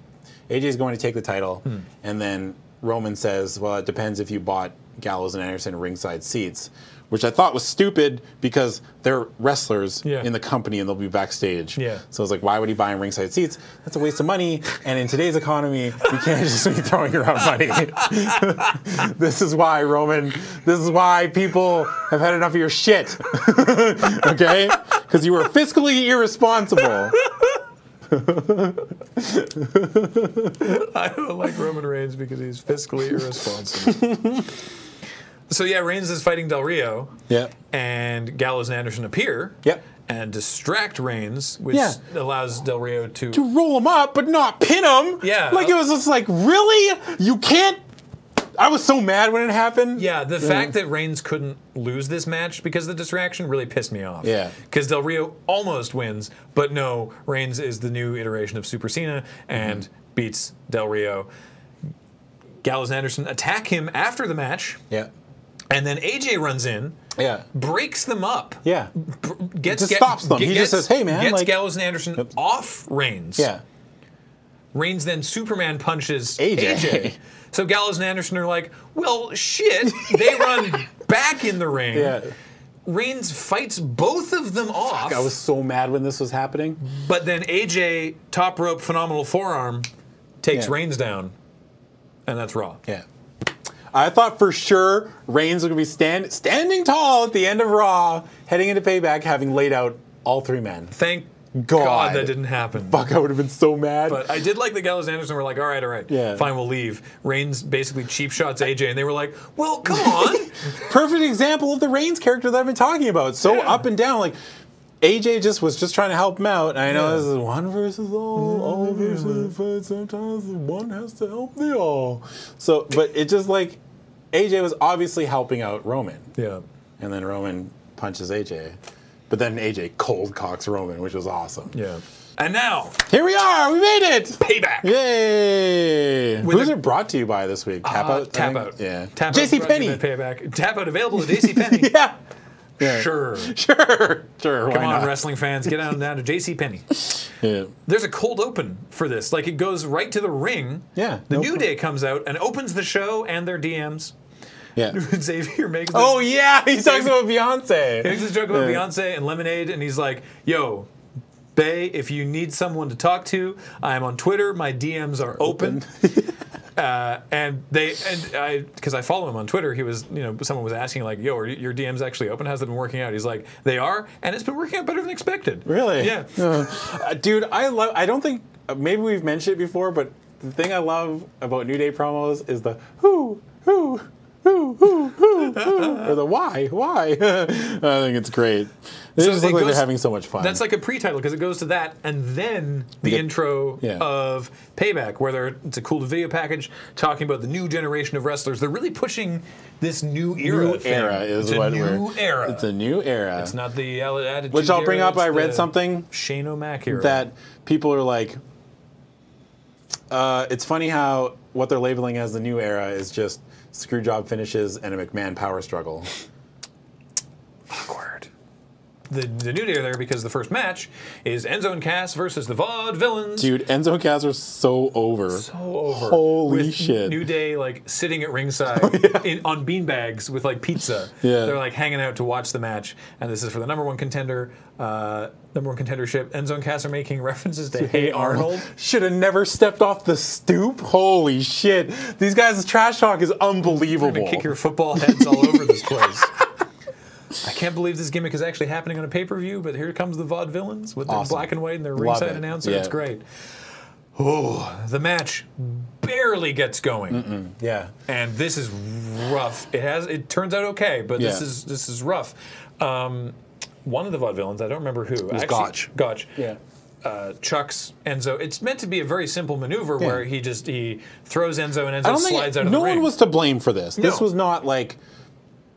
AJ is going to take the title, and then Roman says, "Well, it depends if you bought Gallows and Anderson ringside seats," which I thought was stupid because they're wrestlers Yeah. in the company and they'll be backstage. Yeah. So it's like, why would he buy ringside seats? That's a waste of money. And in today's economy, you can't just be throwing around money. this is why Roman. This is why people have had enough of your shit. okay, because you were fiscally irresponsible. I don't like Roman Reigns because he's fiscally irresponsible. so yeah, Reigns is fighting Del Rio, Yeah. and Gallows and Anderson appear. Yep. And distract Reigns, which Yeah. allows Del Rio to. You roll him up, but not pin him. Yeah. Like it was just like, really? You can't. I was so mad when it happened. Yeah, the fact that Reigns couldn't lose this match because of the distraction really pissed me off. Yeah. Because Del Rio almost wins, but no, Reigns is the new iteration of Super Cena and Mm-hmm. beats Del Rio. Gallows and Anderson attack him after the match, Yeah. and then AJ runs in, Yeah. breaks them up. Yeah. br- Gets, Just stops them. He just says, "Hey, man," Gets like- Gallows and Anderson off Reigns. Yeah. Reigns then Superman punches AJ. AJ. So Gallows and Anderson are like, well, shit. They run back in the ring. Yeah. Reigns fights both of them off, I was so mad when this was happening. but then AJ top rope phenomenal forearm takes Yeah. Reigns down, and that's Raw. Yeah. I thought for sure Reigns was going to be stand, standing tall at the end of Raw, heading into payback, having laid out all three men. Thank God. God, that didn't happen. Fuck, I would have been so mad. But I did like the Gallows and Anderson were like, all right, all right, Yeah. fine, we'll leave. Reigns basically cheap shots AJ, and they were like, well, come on. Perfect example of the Reigns character that I've been talking about. So Yeah. up and down. Like, AJ just was just trying to help him out. And I know Yeah. this is one versus all, all versus, but sometimes one has to help the all. So, but it just like, AJ was obviously helping out Roman. yeah. And then Roman punches AJ. But then AJ cold cocks Roman, which was awesome. Yeah. And now, Here we are. We made it. payback. Yay! With Who's a- it brought to you by this week? Tap Uh, out. I Tap think? out. Yeah. Tap JC out. Penny. Payback. Tap out available at JC Penny. Yeah. Yeah. Sure. Sure. Sure. Why Come on, not? wrestling fans, get on down to JC Penny. Yeah. There's a cold open for this. Like it goes right to the ring. Yeah, The no New pro- Day comes out and opens the show and their DMs. Yeah. Xavier makes this, Oh yeah, he talks about Beyonce. makes this joke about Beyonce and Lemonade, and he's like, "Yo, Bay, if you need someone to talk to, I am on Twitter. My DMs are open." Uh, and they and I because I follow him on Twitter. He was you know someone was asking like, "Yo, are y- your DMs actually open? How's it been working out?" He's like, "They are, and it's been working out better than expected." Really? Yeah. Uh, uh, dude, I love. I don't think uh, maybe we've mentioned it before, but the thing I love about New Day promos is the who, who, who, who, who, who, or the why, why. I think it's great. They So just look it like goes- they're having so much fun. That's like a pre-title because it goes to that, and then the Yeah. intro Yeah. of Payback, where they're, it's a cool video package talking about the new generation of wrestlers. They're really pushing this new era. new thing. era is it's what a new we're. era. It's a new era. It's not the Al- attitude. Which I'll bring era, up. it's I read the something Shane O'Mac era. that people are like, uh, it's funny how what they're labeling as the new era is just screw job finishes and a McMahon power struggle. awkward. the, the New Day are there because the first match is Enzo and Cass versus the Vaude Villains. Dude, Enzo and Cass are so over. So over. Holy With shit. Oh, New Day like sitting at ringside in, on beanbags with like pizza. Yeah. They're like hanging out to watch the match, and this is for the number one contender, uh, number one contendership. Enzo and Cass are making references to Hey Arnold. Should have never stepped off the stoop. Holy shit. These guys' trash talk is You're unbelievable. gonna kick your football heads all over this place. I can't believe this gimmick is actually happening on a pay per view, but here comes the Vaude villains with their Awesome. black and white and their Love ringside it. announcer. It's Yeah. great. Oh, the match barely gets going. yeah. and this is rough. It has it turns out okay, but this Yeah. is this is rough. Um, one of the vaudevillains, I don't remember who. It was Gotch. Gotch. Yeah. Uh, chucks Enzo. It's meant to be a very simple maneuver where he just he throws Enzo and I Enzo don't think slides out of no the ring. one was to blame for this. This No. was not like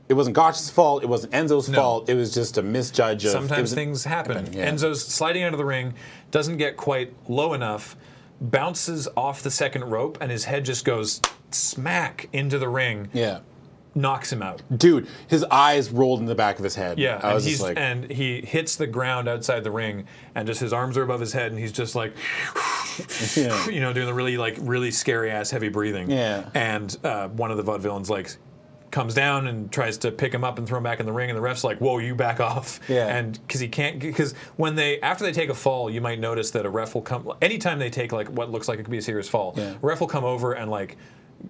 it wasn't Gotch's fault. It wasn't Enzo's fault. It was just a misjudge of it Sometimes was- things happen. yeah. Enzo's sliding out of the ring, doesn't get quite low enough, bounces off the second rope, and his head just goes smack into the ring, Yeah, knocks him out. dude, his eyes rolled in the back of his head. Yeah, I and was he's just like, and he hits the ground outside the ring, and just his arms are above his head, and he's just like, Yeah. you know, doing the really like really scary ass heavy breathing. Yeah. And uh, one of the vaudevillains like comes down and tries to pick him up and throw him back in the ring, and the ref's like, "Whoa, you back off!" Yeah. And because he can't, because when they after they take a fall, you might notice that a ref will come anytime they take like what looks like it could be a serious fall. Yeah. A ref will come over and like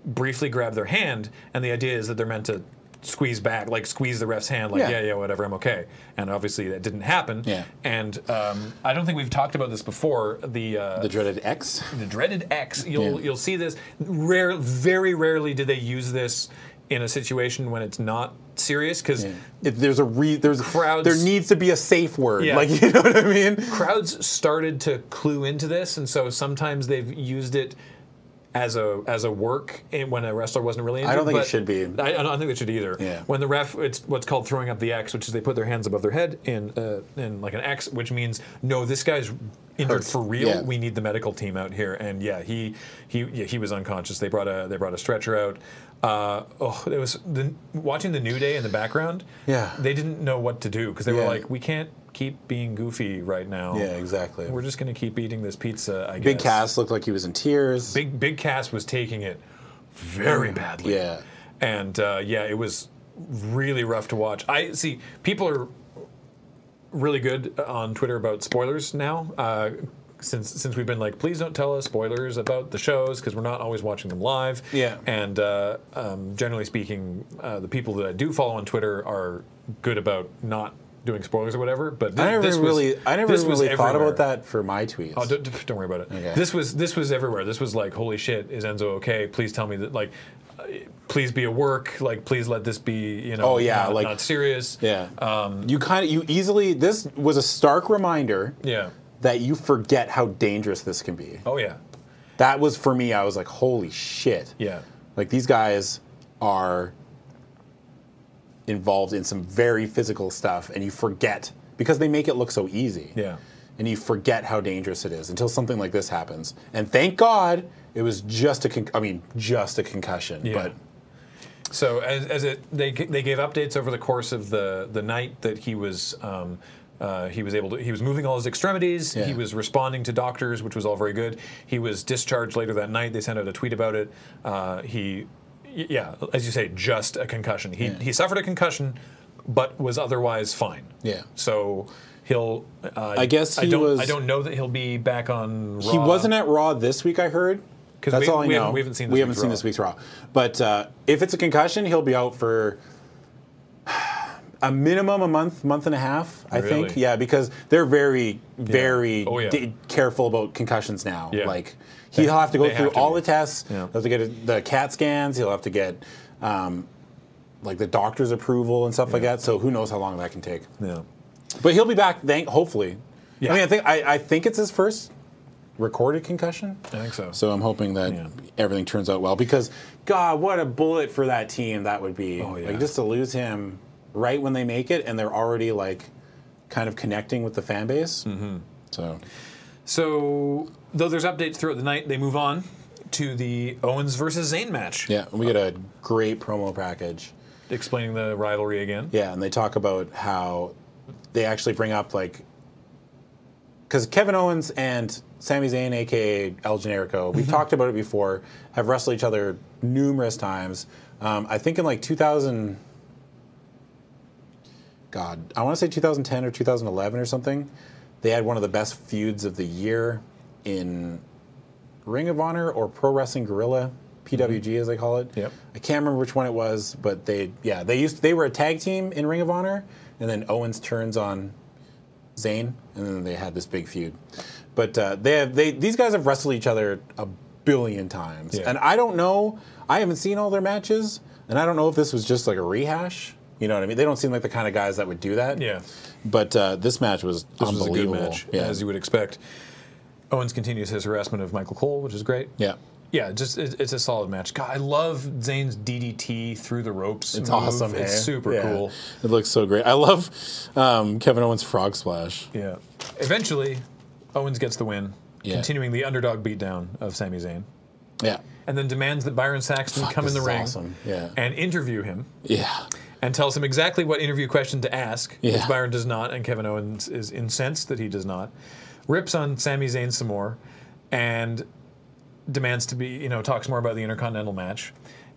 briefly grab their hand, and the idea is that they're meant to squeeze back, like squeeze the ref's hand, like Yeah. yeah, yeah, whatever, I'm okay. And obviously that didn't happen. Yeah. And um, I don't think we've talked about this before. The uh, the dreaded X. the dreaded X. You'll Yeah. you'll see this. Rare, very rarely do they use this in a situation when it's not serious because. If there's a re, there's Crowds- There needs to be a safe word. Yeah. Like you know what I mean? crowds started to clue into this, and so sometimes they've used it as a as a work in- when a wrestler wasn't really. Injured, don't think it but should be. I, I don't think it should either. Yeah. When the ref, it's what's called throwing up the X, which is they put their hands above their head in uh, in like an X, which means no, this guy's injured Hurts. for real. Yeah. We need the medical team out here, and yeah, he he yeah, he was unconscious. They brought a they brought a stretcher out. Uh, oh, it was the, watching the New Day in the background. Yeah. They didn't know what to do because they were Yeah. like, we can't keep being goofy right now. Yeah, exactly. We're just gonna keep eating this pizza, I guess. Big Cass looked like he was in tears. Big Big Cass was taking it very badly. Yeah. And uh, yeah, it was really rough to watch. I see people are really good on Twitter about spoilers now. Uh, since since we've been like, please don't tell us spoilers about the shows because we're not always watching them live. Yeah. And uh, um, generally speaking, uh, the people that I do follow on Twitter are good about not doing spoilers or whatever. But thi- I never this was- really, I never this was really thought everywhere. about that for my tweets. Oh, don't, don't worry about it. Okay. This was this was everywhere. This was like, holy shit, is Enzo okay? Please tell me that, like, uh, please be a work. Like, please let this be, you know, Oh, yeah, not, like- not serious. yeah. Um, you kind of, you easily. This was a stark reminder yeah, that you forget how dangerous this can be. oh yeah, That was for me. I was like, holy shit. yeah. Like these guys are involved in some very physical stuff, and you forget because they make it look so easy. Yeah. And you forget how dangerous it is until something like this happens. And thank God it was just a con- I mean, just a concussion. Yeah. But So as, as it they g- they gave updates over the course of the the night that he was. Um, uh, he was able to. He was moving all his extremities. Yeah. He was responding to doctors, which was all very good. He was discharged later that night. They sent out a tweet about it. Uh, he, y- yeah, as you say, just a concussion. He he suffered a concussion, but was otherwise fine. Yeah. So he'll. Uh, I guess I he don't. was- I don't know that he'll be back on. Raw. He wasn't at Raw this week, I heard. 'Cause That's we- all I we know. haven't- we haven't seen this we haven't week's seen Raw. this week's Raw. But uh, if it's a concussion, he'll be out for a minimum a month, month and a half, I think. Really? Yeah, because they're very, very Oh, yeah. d- careful about concussions now. Yeah. Like he'll have to go they through have to all be. the tests. Yeah. He'll have to get a- the CAT scans. He'll have to get um, like the doctor's approval and stuff like that. So who knows how long that can take. Yeah. But he'll be back. Thank hopefully. Yeah. I mean, I think I, I think it's his first recorded concussion. I think so. So I'm hoping that Yeah. everything turns out well because God, what a bullet for that team that would be. Oh, yeah. Like just to lose him right when they make it, and they're already like kind of connecting with the fan base. Mm-hmm. So So, though there's updates throughout the night, they move on to the Owens versus Zayn match, yeah, and we get a great promo package. explaining the rivalry again. Yeah, and they talk about how they actually bring up like because Kevin Owens and Sami Zayn, aka El Generico, we've talked about it before, have wrestled each other numerous times. Um, I think in like 2000, God, I want to say 2010 or 2011 or something. They had one of the best feuds of the year in Ring of Honor or Pro Wrestling Guerrilla, PWG as they call it. Yep. I can't remember which one it was, but they yeah they used they were a tag team in Ring of Honor, and then Owens turns on Zayn, and then they had this big feud. But uh, they have they these guys have wrestled each other a billion times, Yeah. and I don't know. I haven't seen all their matches, and I don't know if this was just like a rehash. You know what I mean? They don't seem like the kind of guys that would do that. Yeah. But uh, this match was This was a good unbelievable. match, Yeah. as you would expect. Owens continues his harassment of Michael Cole, which is great. yeah. Yeah, just it, it's a solid match. God, I love Zayn's DDT through the ropes. It's move. awesome. It's eh? super Yeah. cool. It looks so great. I love um, Kevin Owens' frog splash. Yeah. Eventually, Owens gets the win, Yeah. continuing the underdog beatdown of Sami Zayn, Yeah. and then demands that Byron Saxton come in this the is ring awesome. Yeah. and interview him, Yeah. and tells him exactly what interview question to ask, which Yeah. Byron does not, and Kevin Owens is incensed that he does not. Rips on Sami Zayn some more, and demands to be, you know, talks more about the Intercontinental match.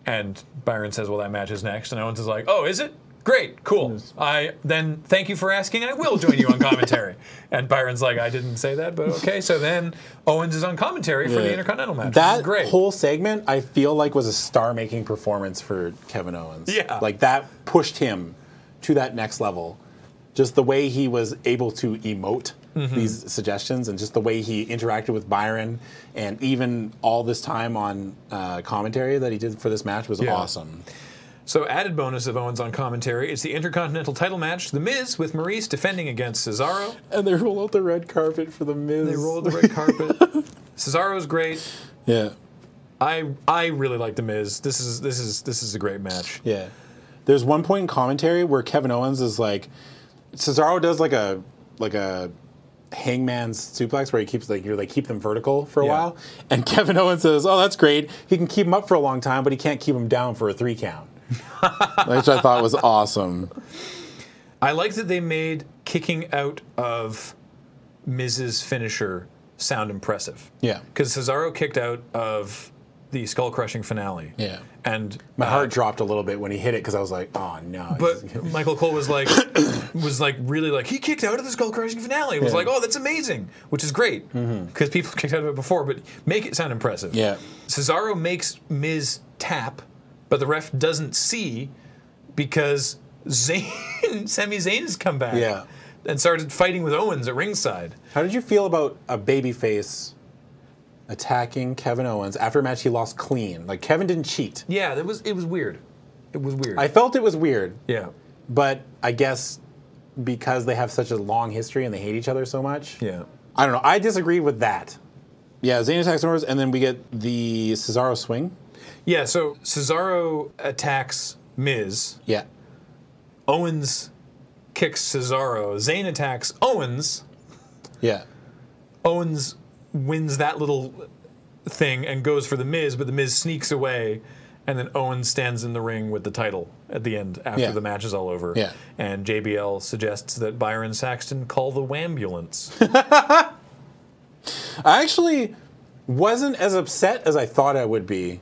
And Byron says, "Well, that match is next." And Owens is like, "Oh, is it? Great, cool. I then thank you for asking. I will join you on commentary." and Byron's like, "I didn't say that, but okay." So then Owens is on commentary for the Yeah. Intercontinental match. which is That great. whole segment, I feel like, was a star making performance for Kevin Owens. Yeah. Like, that pushed him to that next level. Just the way he was able to emote Mm-hmm. these suggestions and just the way he interacted with Byron and even all this time on uh, commentary that he did for this match was Yeah. awesome. So, added bonus of Owens on commentary, it's the Intercontinental title match, The Miz with Maurice defending against Cesaro. And they roll out the red carpet for the Miz. They roll the red carpet. Cesaro's great. Yeah. I I really like The Miz. This is this is this is a great match. Yeah. There's one point in commentary where Kevin Owens is like Cesaro does like a like a hangman's suplex where he keeps like you're like keep them vertical for a Yeah. while. And Kevin Owens says, Oh, that's great. He can keep him up for a long time, but he can't keep him down for a three count. Which I thought was awesome. I like that they made kicking out of Miz's finisher sound impressive. Yeah. Because Cesaro kicked out of the skull crushing finale. Yeah. And My heart dropped a little bit when he hit it because I was like, oh no. But Michael Cole was like, was like really like he kicked out of the skull crushing finale. It was like, oh, that's amazing, which is great because people kicked out of it before, but make it sound impressive. Mm-hmm. Yeah. Cesaro makes Miz tap, but the ref doesn't see because Zayn, Sami Zayn's come back. Yeah. And started fighting with Owens at ringside. How did you feel about a babyface attacking Kevin Owens after a match he lost clean? Like Kevin didn't cheat. Yeah, that was it was weird. It was weird. I felt it was weird. yeah. But I guess because they have such a long history and they hate each other so much, Yeah. I don't know. I disagree with that. Yeah, Zayn attacks Norris, and then we get the Cesaro swing. Yeah, so Cesaro attacks Miz. Yeah, Owens kicks Cesaro. Zayn attacks Owens. yeah, Owens wins that little thing and goes for the Miz, but the Miz sneaks away. And then Owens stands in the ring with the title at the end after Yeah. the match is all over. Yeah. And JBL suggests that Byron Saxton call the Wambulance. I actually wasn't as upset as I thought I would be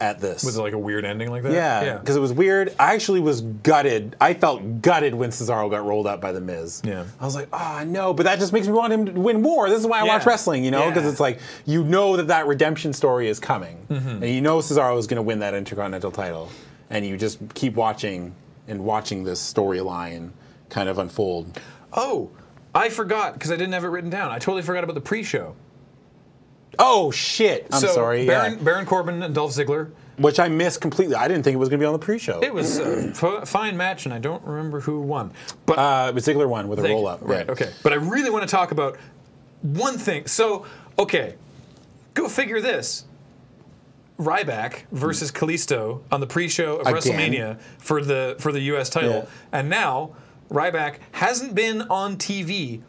at this. Was it like a weird ending like that? yeah, because it was weird. I actually was gutted. I felt gutted when Cesaro got rolled up by the Miz. Yeah. I was like, oh no, but that just makes me want him to win more. This is why I Yeah. watch wrestling, you know, because Yeah. it's like you know that that redemption story is coming, Mm-hmm. and you know Cesaro is going to win that Intercontinental title, and you just keep watching and watching this storyline kind of unfold. Oh, I forgot because I didn't have it written down. I totally forgot about the pre show. Oh shit! I'm so sorry. Baron, yeah. Baron Corbin and Dolph Ziggler Which I missed completely. I didn't think it was going to be on the pre-show. It was a f- fine match, and I don't remember who won. But uh, but Ziggler won with a Thank you. roll-up. right? Okay, but I really want to talk about one thing. So, okay, go figure this: Ryback versus Kalisto on the pre-show of Again. WrestleMania for the for the U.S. title, Yeah. and now Ryback hasn't been on TV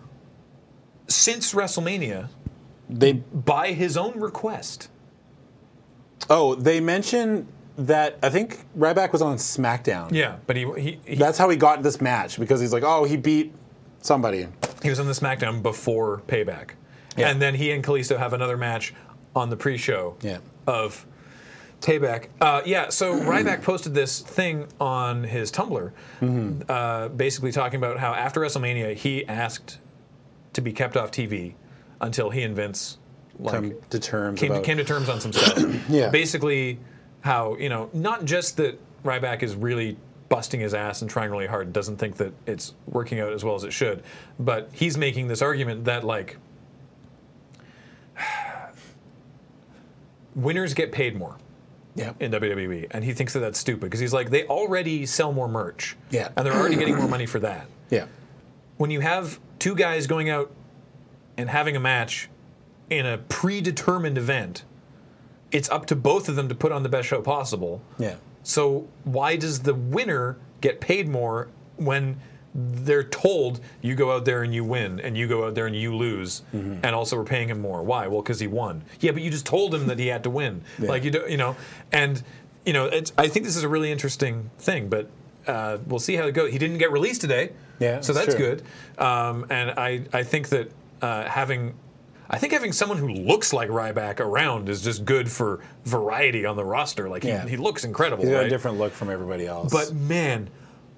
since WrestleMania They by his own request. Oh, they mentioned that I think Ryback was on SmackDown. Yeah, but he he, he That's how he got this match because he's like, oh, he beat Somebody. He was on the SmackDown before Payback, and then he and Kalisto have another match on the pre-show Yeah. of Payback. Uh, yeah, so Ryback posted this thing on his Tumblr, uh, Mm-hmm. basically talking about how after WrestleMania he asked to be kept off TV until he and Vince like Come to terms came, about. came to terms on some stuff. Yeah. Basically, how, you know, not just that Ryback is really busting his ass and trying really hard and doesn't think that it's working out as well as it should, but he's making this argument that, like, winners get paid more yeah. in WWE, and he thinks that that's stupid because he's like, they already sell more merch, Yeah. and they're already getting more money for that Yeah. when you have two guys going out and having a match in a predetermined event, it's up to both of them to put on the best show possible. Yeah. So why does the winner get paid more when they're told you go out there and you win and you go out there and you lose Mm-hmm. and also we're paying him more? Why? Well, because he won. Yeah, but you just told him that he had to win. Like you do, you know, and you know, it's, I think this is a really interesting thing, but uh, we'll see how it goes. He didn't get released today, Yeah, so that's that's true. good. Um, and I I think that uh, having I think having someone who looks like Ryback around is just good for variety on the roster. Like he, Yeah. he looks incredible, He's got a right? different look from everybody else. But man,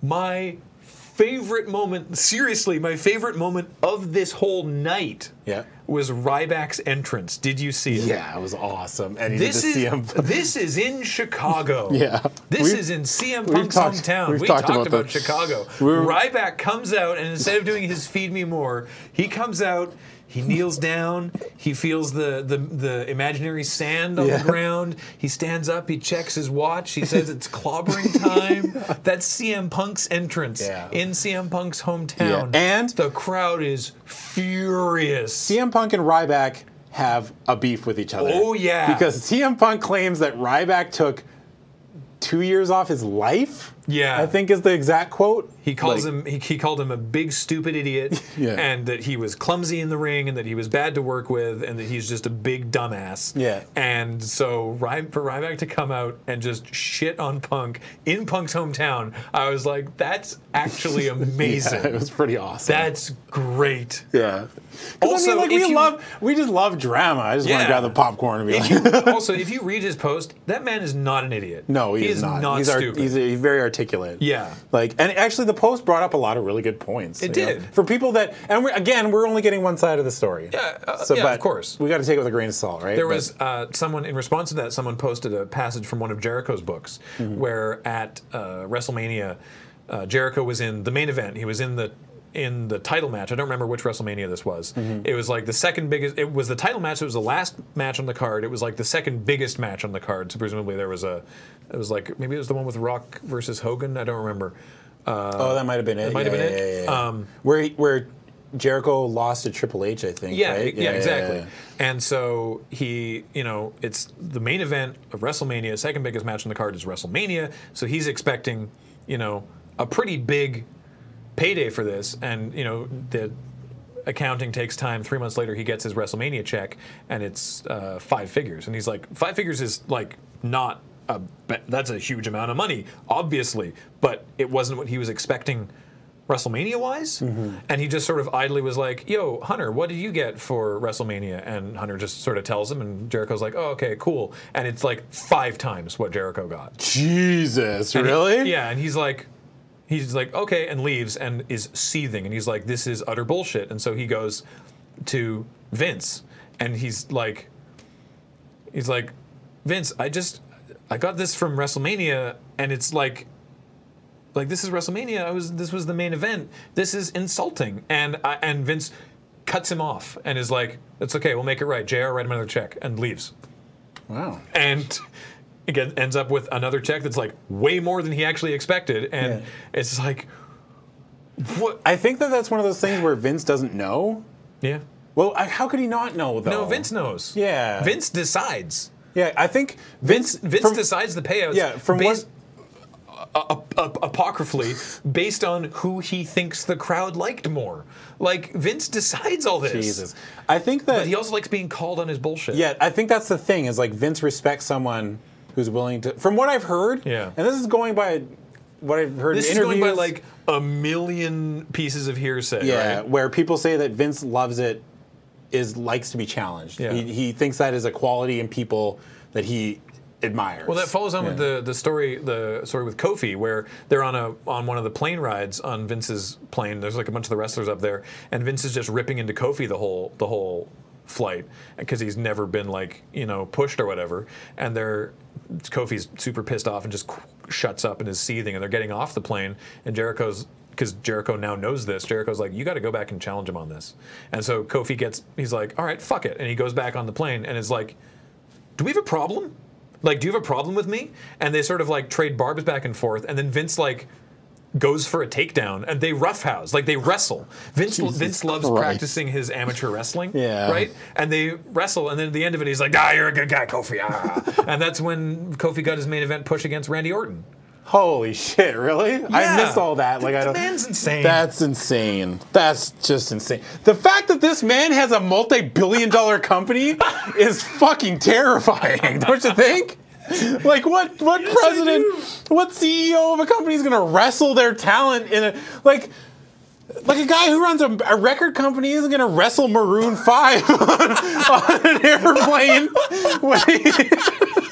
my favorite moment, seriously, my favorite moment of this whole night Yeah. was Ryback's entrance. Did you see it? yeah, it was awesome. And he This did is the CM Punk- this is in Chicago. Yeah. This We've- is in CM we've Punk's talked- hometown. we've we talked talked, about about, that. Chicago. We're- Ryback comes out and instead of doing his feed me more, he comes out, he kneels down, he feels the the, the imaginary sand on Yeah. the ground, he stands up, he checks his watch, he says it's clobbering time. That's CM Punk's entrance Yeah. in CM Punk's hometown. Yeah. And- the crowd is furious. CM Punk and Ryback have a beef with each other. Oh, yeah. Because CM Punk claims that Ryback took two years off his life. Yeah. I think is the exact quote. He calls Like, him he, he called him a big stupid idiot Yeah. and that he was clumsy in the ring and that he was bad to work with and that he's just a big dumbass. Yeah. And so Ry- for Ryback to come out and just shit on Punk in Punk's hometown, I was like, that's actually amazing. Yeah, it was pretty awesome. That's great. yeah. Also, I Also, mean, like if we you- love, we just love drama. I just want Yeah. to grab the popcorn and be like, also, if you read his post, that man is not an idiot. no, he, is, not. he's, art- stupid. he's, he's very articulate. Yeah. Like, and actually, the post brought up a lot of really good points. It you know, did. for people that, and we're, again, we're only getting one side of the story. Yeah, uh, yeah, of course. We got to take it with a grain of salt, right? There But- was uh, someone in response to that. Someone posted a passage from one of Jericho's books, Mm-hmm. where at uh, WrestleMania, uh, Jericho was in the main event. He was in the in the title match. I don't remember which WrestleMania this was. Mm-hmm. It was like the second biggest. It was the title match. It was the last match on the card. It was like the second biggest match on the card. So presumably there was a. It was like maybe it was the one with Rock versus Hogan. I don't remember. Oh, that might have been it. might yeah, have been yeah, it. Um, yeah, yeah. where where Jericho lost to Triple H, I think. Yeah, right? yeah, exactly. yeah. And so he, you know, it's the main event of WrestleMania. Second biggest match on the card is WrestleMania. So he's expecting, you know, a pretty big payday for this. And you know, the accounting takes time. Three months later, he gets his WrestleMania check, and it's uh, five figures. And he's like, five figures is like not a ba- that's a huge amount of money, obviously, but it wasn't what he was expecting. WrestleMania wise, and he just sort of idly was like, "Yo, Hunter, what did you get for WrestleMania?" And Hunter just sort of tells him, and Jericho's like, "Oh, okay, cool." And it's like five times what Jericho got. Jesus, And he- really? yeah, and he's like, he's like, okay, and leaves and is seething, and he's like, this is utter bullshit. And so he goes to Vince, and he's like, he's like, Vince, I just, I got this from WrestleMania, and it's like, like this is WrestleMania. I was, this was the main event. This is insulting, and I, and Vince cuts him off and is like, it's okay, we'll make it right. Jr. Write him another check and leaves Wow. and it get- ends up with another check that's like way more than he actually expected and Yeah. it's like what I think that that's one of those things where Vince doesn't know. yeah Well, I, how could he not know though? no vince knows Yeah. vince decides Yeah, I think Vince. vince from- decides the payouts Yeah, from based, uh, a- a- apocryphally based on who he thinks the crowd liked more like vince decides all this Jesus, I think that. but he also likes being called on his bullshit yeah, I think that's the thing is like Vince respects someone who's willing to. From what I've heard, Yeah. and this is going by what I've heard This is in going interviews. by like a million pieces of hearsay. yeah, right? where people say that Vince loves it, is likes to be challenged. Yeah. He, he thinks that is a quality in people that he admires. Well, that follows on with Yeah. the, the story the story with Kofi, where they're on a on one of the plane rides on Vince's plane. There's like a bunch of the wrestlers up there, and Vince is just ripping into Kofi the whole the whole flight because he's never been like you know pushed or whatever. And they're Kofi's super pissed off and just qu- shuts up and is seething, and they're getting off the plane, and Jericho's. Because Jericho now knows this, Jericho's like, "You got to go back and challenge him on this." And so Kofi gets, he's like, "All right, fuck it," and he goes back on the plane and is like, do we have a problem? Like, do you have a problem with me? And they sort of like trade barbs back and forth, and then Vince like goes for a takedown, and they roughhouse, like they wrestle. Vince Jesus Vince loves Christ. practicing his amateur wrestling, Yeah. right? And they wrestle, and then at the end of it, he's like, "Ah, you're a good guy, Kofi." Ah. and that's when Kofi got his main event push against Randy Orton. Holy shit! Really? I Yeah. missed all that. The- Like I the don't. man's insane. That's insane. That's just insane. The fact that this man has a multi-billion-dollar company is fucking terrifying. Don't you think? Like what? What I president? What CEO of a company is gonna wrestle their talent in a like? Like a guy who runs a, a record company isn't gonna wrestle Maroon Five on, on an airplane. when he-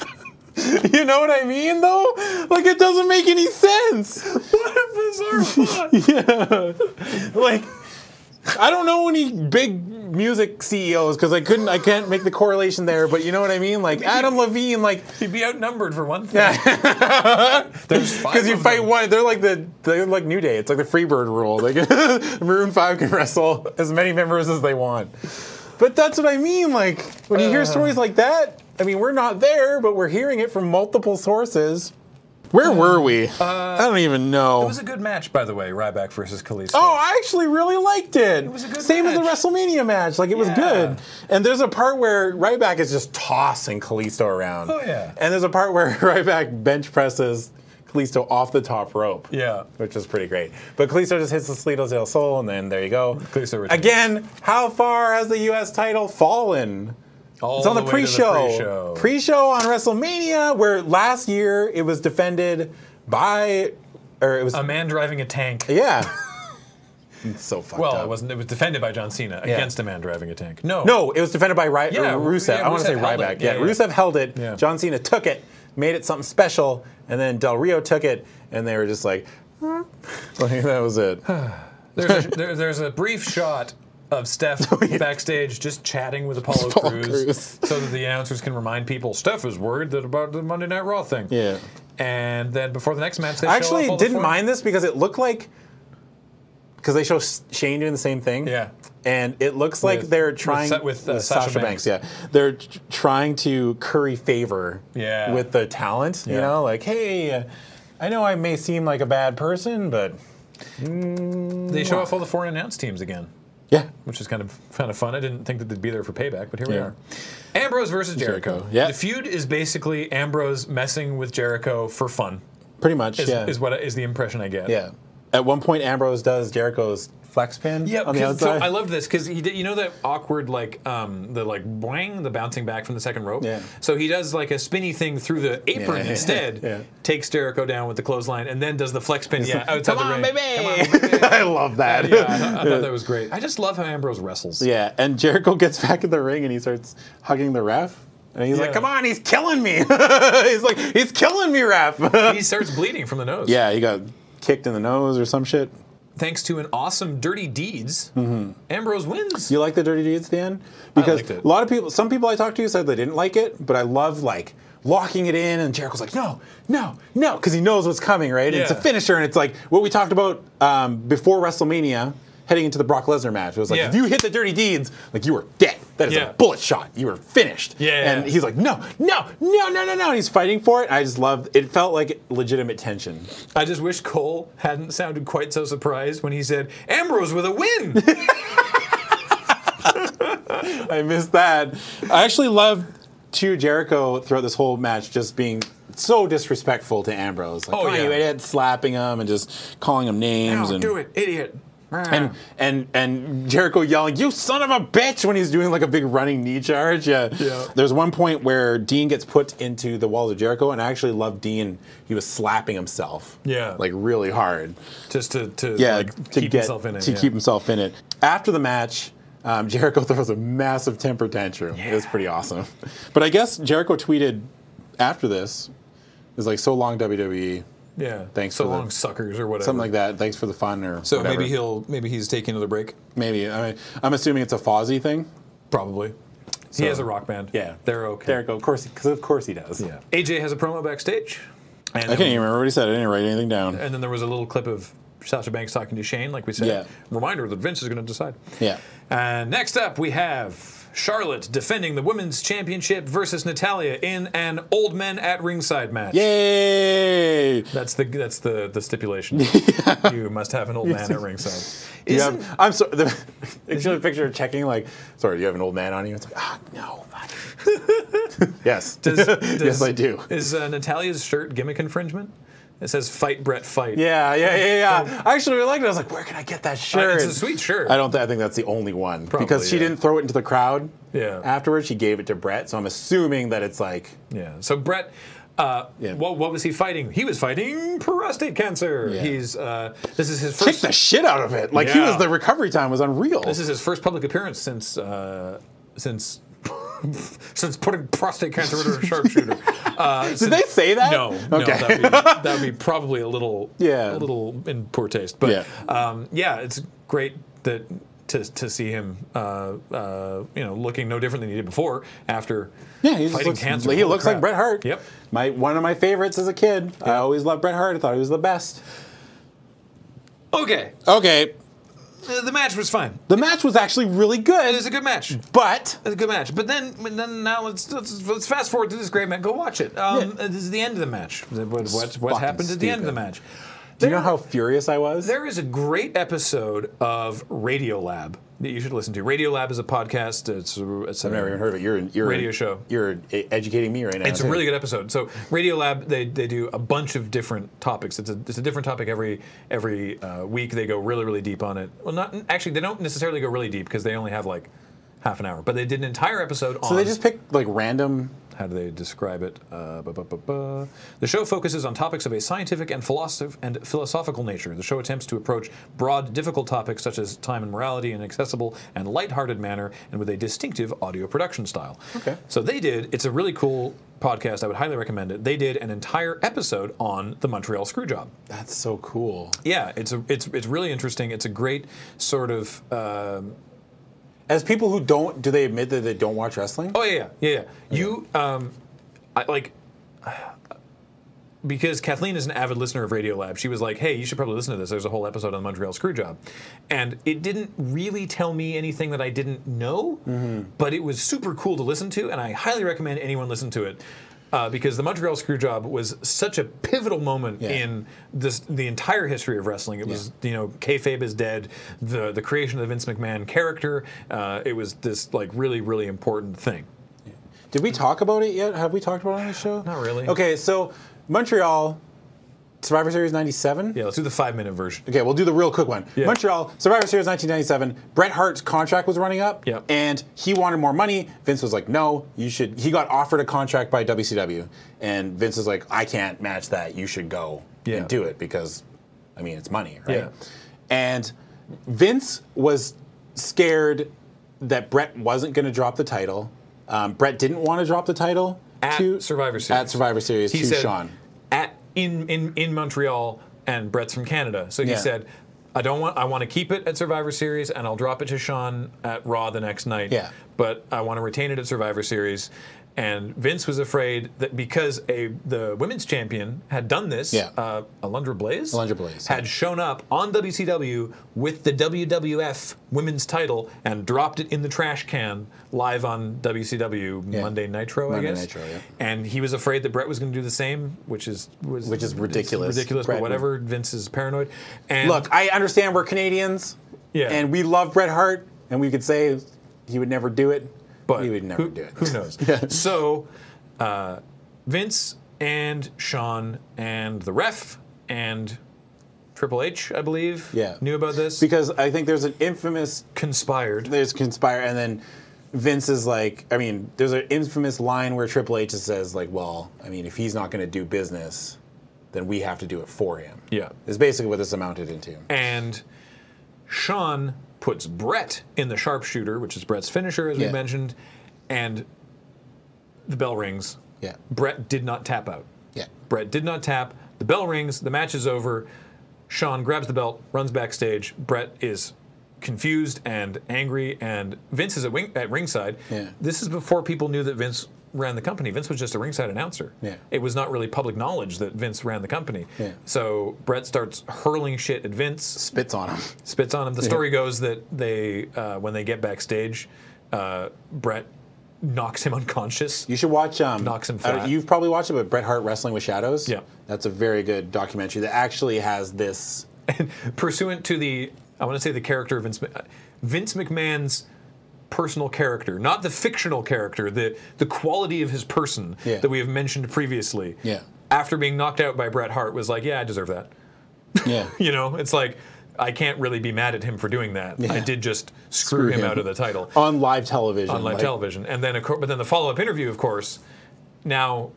you know what I mean, though? Like, it doesn't make any sense. What a bizarre thought! Yeah. like, I don't know any big music CEOs because I couldn't, I can't make the correlation there. But you know what I mean? Like Adam Levine, like He'd be outnumbered for one thing. There's five because you of fight them. one, they're like the, they're like New Day. It's like the Freebird rule. Like Maroon Five can wrestle as many members as they want. But that's what I mean. Like when you hear stories like that, I mean we're not there, but we're hearing it from multiple sources. Uh, Where were we? I don't even know. It was a good match, by the way, Ryback versus Kalisto. Oh, I actually really liked it. It was a good Same match. as the WrestleMania match. Like it was Yeah. good. And there's a part where Ryback is just tossing Kalisto around. Oh, yeah. And there's a part where Ryback bench presses Kalisto off the top rope. yeah. Which is pretty great. But Kalisto just hits the Slitos del Sol, and then there you go. Kalisto retains. Again, how far has the U.S. title fallen? All It's on the, way to pre-show. pre-show. Pre-show on WrestleMania, where last year it was defended by, or it was a man driving a tank. yeah. it's so fucked Well, up. it wasn't. It was defended by John Cena against a man driving a tank. No, No, it was defended by Ry- Yeah, or Rusev. yeah, I want Rusev to say held Ryback. it. Yeah, Yeah, yeah. Rusev held it. Yeah. John Cena took it, made it something special, and then Del Rio took it, and they were just like, "Hmm." like that was it. There's a, there, there's a brief shot of Steph backstage just chatting with Apollo Oh, Apollo Crews, Crews. so that the announcers can remind people Steph is worried that about the Monday Night Raw thing. Yeah. And then before the next match, they show I off actually all the didn't foreign- mind this because it looked like because they show S- Shane doing the same thing. Yeah. And it looks like With- they're with trying Sa- with, uh, Sasha Banks. Yeah, they're t- trying to curry favor. Yeah. With the talent, you Yeah. know, like hey, uh, I know I may seem like a bad person, but They show off all the foreign announced teams again, yeah, which is kind of kind of fun. I didn't think that they'd be there for payback, but here we Yeah. are. Ambrose versus Jericho. Jericho, yeah. The feud is basically Ambrose messing with Jericho for fun. pretty much. Is, yeah. is what is the impression I get. Yeah. At one point, Ambrose does Jericho's flex pin Yeah, on the 'cause- so outside. I loved this because he did. You know that awkward like um, the like boing, the bouncing back from the second rope. Yeah. So he does like a spinny thing through the apron Yeah. instead. Yeah. Takes Jericho down with the clothesline and then does the flex pin. Yeah, outside Come the on, ring. baby! Come on, baby. I love that. yeah, I, thought- I thought that was great. I just love how Ambrose wrestles. Yeah, and Jericho gets back in the ring and he starts hugging the ref. And he's like, Yeah. come on, he's killing me. he's like, he's killing me, ref. He starts bleeding from the nose. yeah, he got kicked in the nose or some shit. Thanks to an awesome Dirty Deeds, Mm-hmm. Ambrose wins. Do you like the Dirty Deeds, Dan? Because liked it. a lot of people, some people I talked to said they didn't like it, but I love like locking it in, and Jericho's like, no, no, no, because he knows what's coming, right? And it's a Yeah. finisher, and it's like what we talked about um, before WrestleMania, heading into the Brock Lesnar match. It was like Yeah. if you hit the Dirty Deeds, like you are dead. That is Yeah. a bullet shot. You are finished. Yeah. And he's like, no, no, no, no, no, no. And he's fighting for it. I just love. It felt like legitimate tension. I just wish Cole hadn't sounded quite so surprised when he said Ambrose with a win. I missed that. I actually love to Jericho throughout this whole match just being so disrespectful to Ambrose. Like, Oh, oh, yeah. you idiot, slapping him and just calling him names. Now and do it, idiot. and and and Jericho yelling, "You son of a bitch!" when he's doing like a big running knee charge. Yeah. Yeah. There's one point where Dean gets put into the walls of Jericho, and I actually love Dean. He was slapping himself. Yeah. Like really hard. just to, to Yeah. like, to keep get himself in it. to yeah. keep himself in it. After the match. Um, Jericho throws a massive temper tantrum. It was pretty awesome. But I guess Jericho tweeted after this, it was like, so long WWE, yeah. Thanks so for the- long, suckers, or whatever. something like that. Thanks for the fun or So whatever. maybe he'll maybe he's taking another break. Maybe. I mean, I'm assuming it's a Fozzy thing. Probably. So- he has a rock band. They're okay. Jericho, of course, because of course he does. Yeah. AJ has a promo backstage. And I then- can't even remember what he said. I didn't write anything down. and then there was a little clip of Sasha Banks talking to Shane, like we said. Yeah. Reminder that Vince is going to decide. Yeah. And next up, we have Charlotte defending the women's championship versus Natalia in an old men at ringside match. Yay! That's the that's the the stipulation. you must have an old man at ringside. You Isn't- have, I'm sorry. The, actually, the picture of checking, like, sorry, do you have an old man on you? It's like, ah, no. fuck." yes. does- yes, does- I do. Is uh, Natalia's shirt gimmick infringement? It says "Fight Brett, Fight." Yeah, yeah, yeah, yeah. I actually really liked it. I was like, where can I get that Uh, shirt? it's a sweet shirt. I don't. Th- I think that's the only one because she yeah. didn't throw it into the crowd. Yeah. Afterwards, she gave it to Brett, so I'm assuming that it's like Yeah. So Brett, uh, Yeah. what what was he fighting? He was fighting prostate cancer. Yeah. He's uh, this is his kick first. the shit out of it. Like he Yeah. was the recovery time was unreal. This is his first public appearance since uh, since since putting prostate cancer into a sharpshooter. Uh, Did they say that? No, no, Okay. that'd, be, that'd be probably a little, Yeah. a little in poor taste. But Yeah. yeah, um, yeah it's great that to, to see him, uh, uh, you know, looking no different than he did before after yeah, he just fighting looks, cancer. He Holy looks like crap. Bret Hart. Yep. My one of my favorites as a kid. I always loved Bret Hart. I thought he was the best. Okay, Okay. the, the match was fine. The match was actually really It was good, a good match. but It's a good match. But then, but then now let's, let's let's fast forward to this great match. Go watch it. Um, This is the end of the match. What, what, what fucking happened at the end of the stupid. match? do you know how furious I was? There is a great episode of Radiolab that you should listen to. Radiolab is a podcast. It's, it's I've never even heard of it. You're you're Radio show. You're eh, educating me right now. It's a really good episode. So Radiolab, they, they do a bunch of different topics. It's a, it's a different topic every every uh, week. They go really really deep on it. Well, not actually, they don't necessarily go really deep because they only have like half an hour. But they did an entire episode on. So they just picked like random. how do they describe it? Uh, ba, ba, ba, ba. The show focuses on topics of a scientific and philosoph- and philosophical nature. The show attempts to approach broad, difficult topics such as time and morality in an accessible and lighthearted manner, and with a distinctive audio production style. Okay. So they did. It's a really cool podcast. I would highly recommend it. They did an entire episode on the Montreal Screwjob. That's so cool. Yeah, it's a, it's it's really interesting. It's a great sort of. Um, As people who don't, do they admit that they don't watch wrestling? Oh yeah, yeah, yeah. yeah. You um, I, like because Kathleen is an avid listener of Radio Lab. She was like, "Hey, you should probably listen to this. There's a whole episode on the Montreal Screwjob," and it didn't really tell me anything that I didn't know, but it was super cool to listen to, and I highly recommend anyone listen to it. Uh, because the Montreal Screwjob was such a pivotal moment Yeah. in this, the entire history of wrestling. It was, you know, kayfabe is dead, the the creation of the Vince McMahon character. Uh, it was this like really really important thing. Did we talk about it yet? Have we talked about it on the show? Not really. Okay, so Montreal, Survivor Series 97. Yeah, let's do the five minute version. Okay, we'll do the real quick one. Yeah. Montreal, Survivor Series 1997. Bret Hart's contract was running up, Yep. and he wanted more money. Vince was like, "No, you should." He got offered a contract by WCW, and Vince was like, "I can't match that. You should go Yeah. and do it because, I mean, it's money, right?" Yeah. And Vince was scared that Bret wasn't going to drop the title. Um, Bret didn't want to drop the title At to Survivor Series. At Survivor Series He to said Sean. at in, in in Montreal, and Brett's from Canada, so he Yeah. said, "I don't want. I want to keep it at Survivor Series, and I'll drop it to Sean at Raw the next night. Yeah. but I want to retain it at Survivor Series." And Vince was afraid that because a the women's champion had done this, Yeah. uh, Alundra Blaze, Alundra Blaze, had shown up on WCW with the WWF women's title and dropped it in the trash can live on WCW Monday Nitro, Monday I guess. Nitro, yeah. And he was afraid that Brett was going to do the same, which is was Which is it's ridiculous. ridiculous, Brett but whatever. Vince is paranoid. And Look, I understand we're Canadians, Yeah. and we love Bret Hart, and we could say he would never do it, but he would never who, do it. Who knows? So, uh, Vince and Sean and the ref and Triple H, I believe, Yeah. knew about this. because I think there's an infamous conspired. there's conspire and then Vince is like I mean there's an infamous line where Triple H says like well I mean if he's not going to do business then we have to do it for him Yeah. is basically what this amounted into and Sean puts Brett in the sharpshooter, which is Brett's finisher, as we Yeah. mentioned, and the bell rings. yeah Brett did not tap out. yeah Brett did not tap. The bell rings. The match is over. Sean grabs the belt, runs backstage. Brett is confused and angry, and Vince is at, wing, at ringside. Yeah. This is before people knew that Vince ran the company. Vince was just a ringside announcer. Yeah. It was not really public knowledge that Vince ran the company. Yeah. So Brett starts hurling shit at Vince spits on him spits on him. The story goes that they, uh, when they get backstage, uh, Brett knocks him unconscious. You should watch. Um, Knocks him I don't- flat. you've probably watched it, but Bret Hart Wrestling with Shadows. Yeah. that's a very good documentary that actually has this. Pursuant to the, I want to say the character of Vince, Mc- Vince McMahon's personal character, not the fictional character, the the quality of his person Yeah. that we have mentioned previously. Yeah. After being knocked out by Bret Hart, was like, yeah, I deserve that. Yeah, You know, it's like. I can't really be mad at him for doing that. I did just screw, him, him. out of the title. on live television. on live like- television. And then, of cour- but then the follow-up interview, of course, now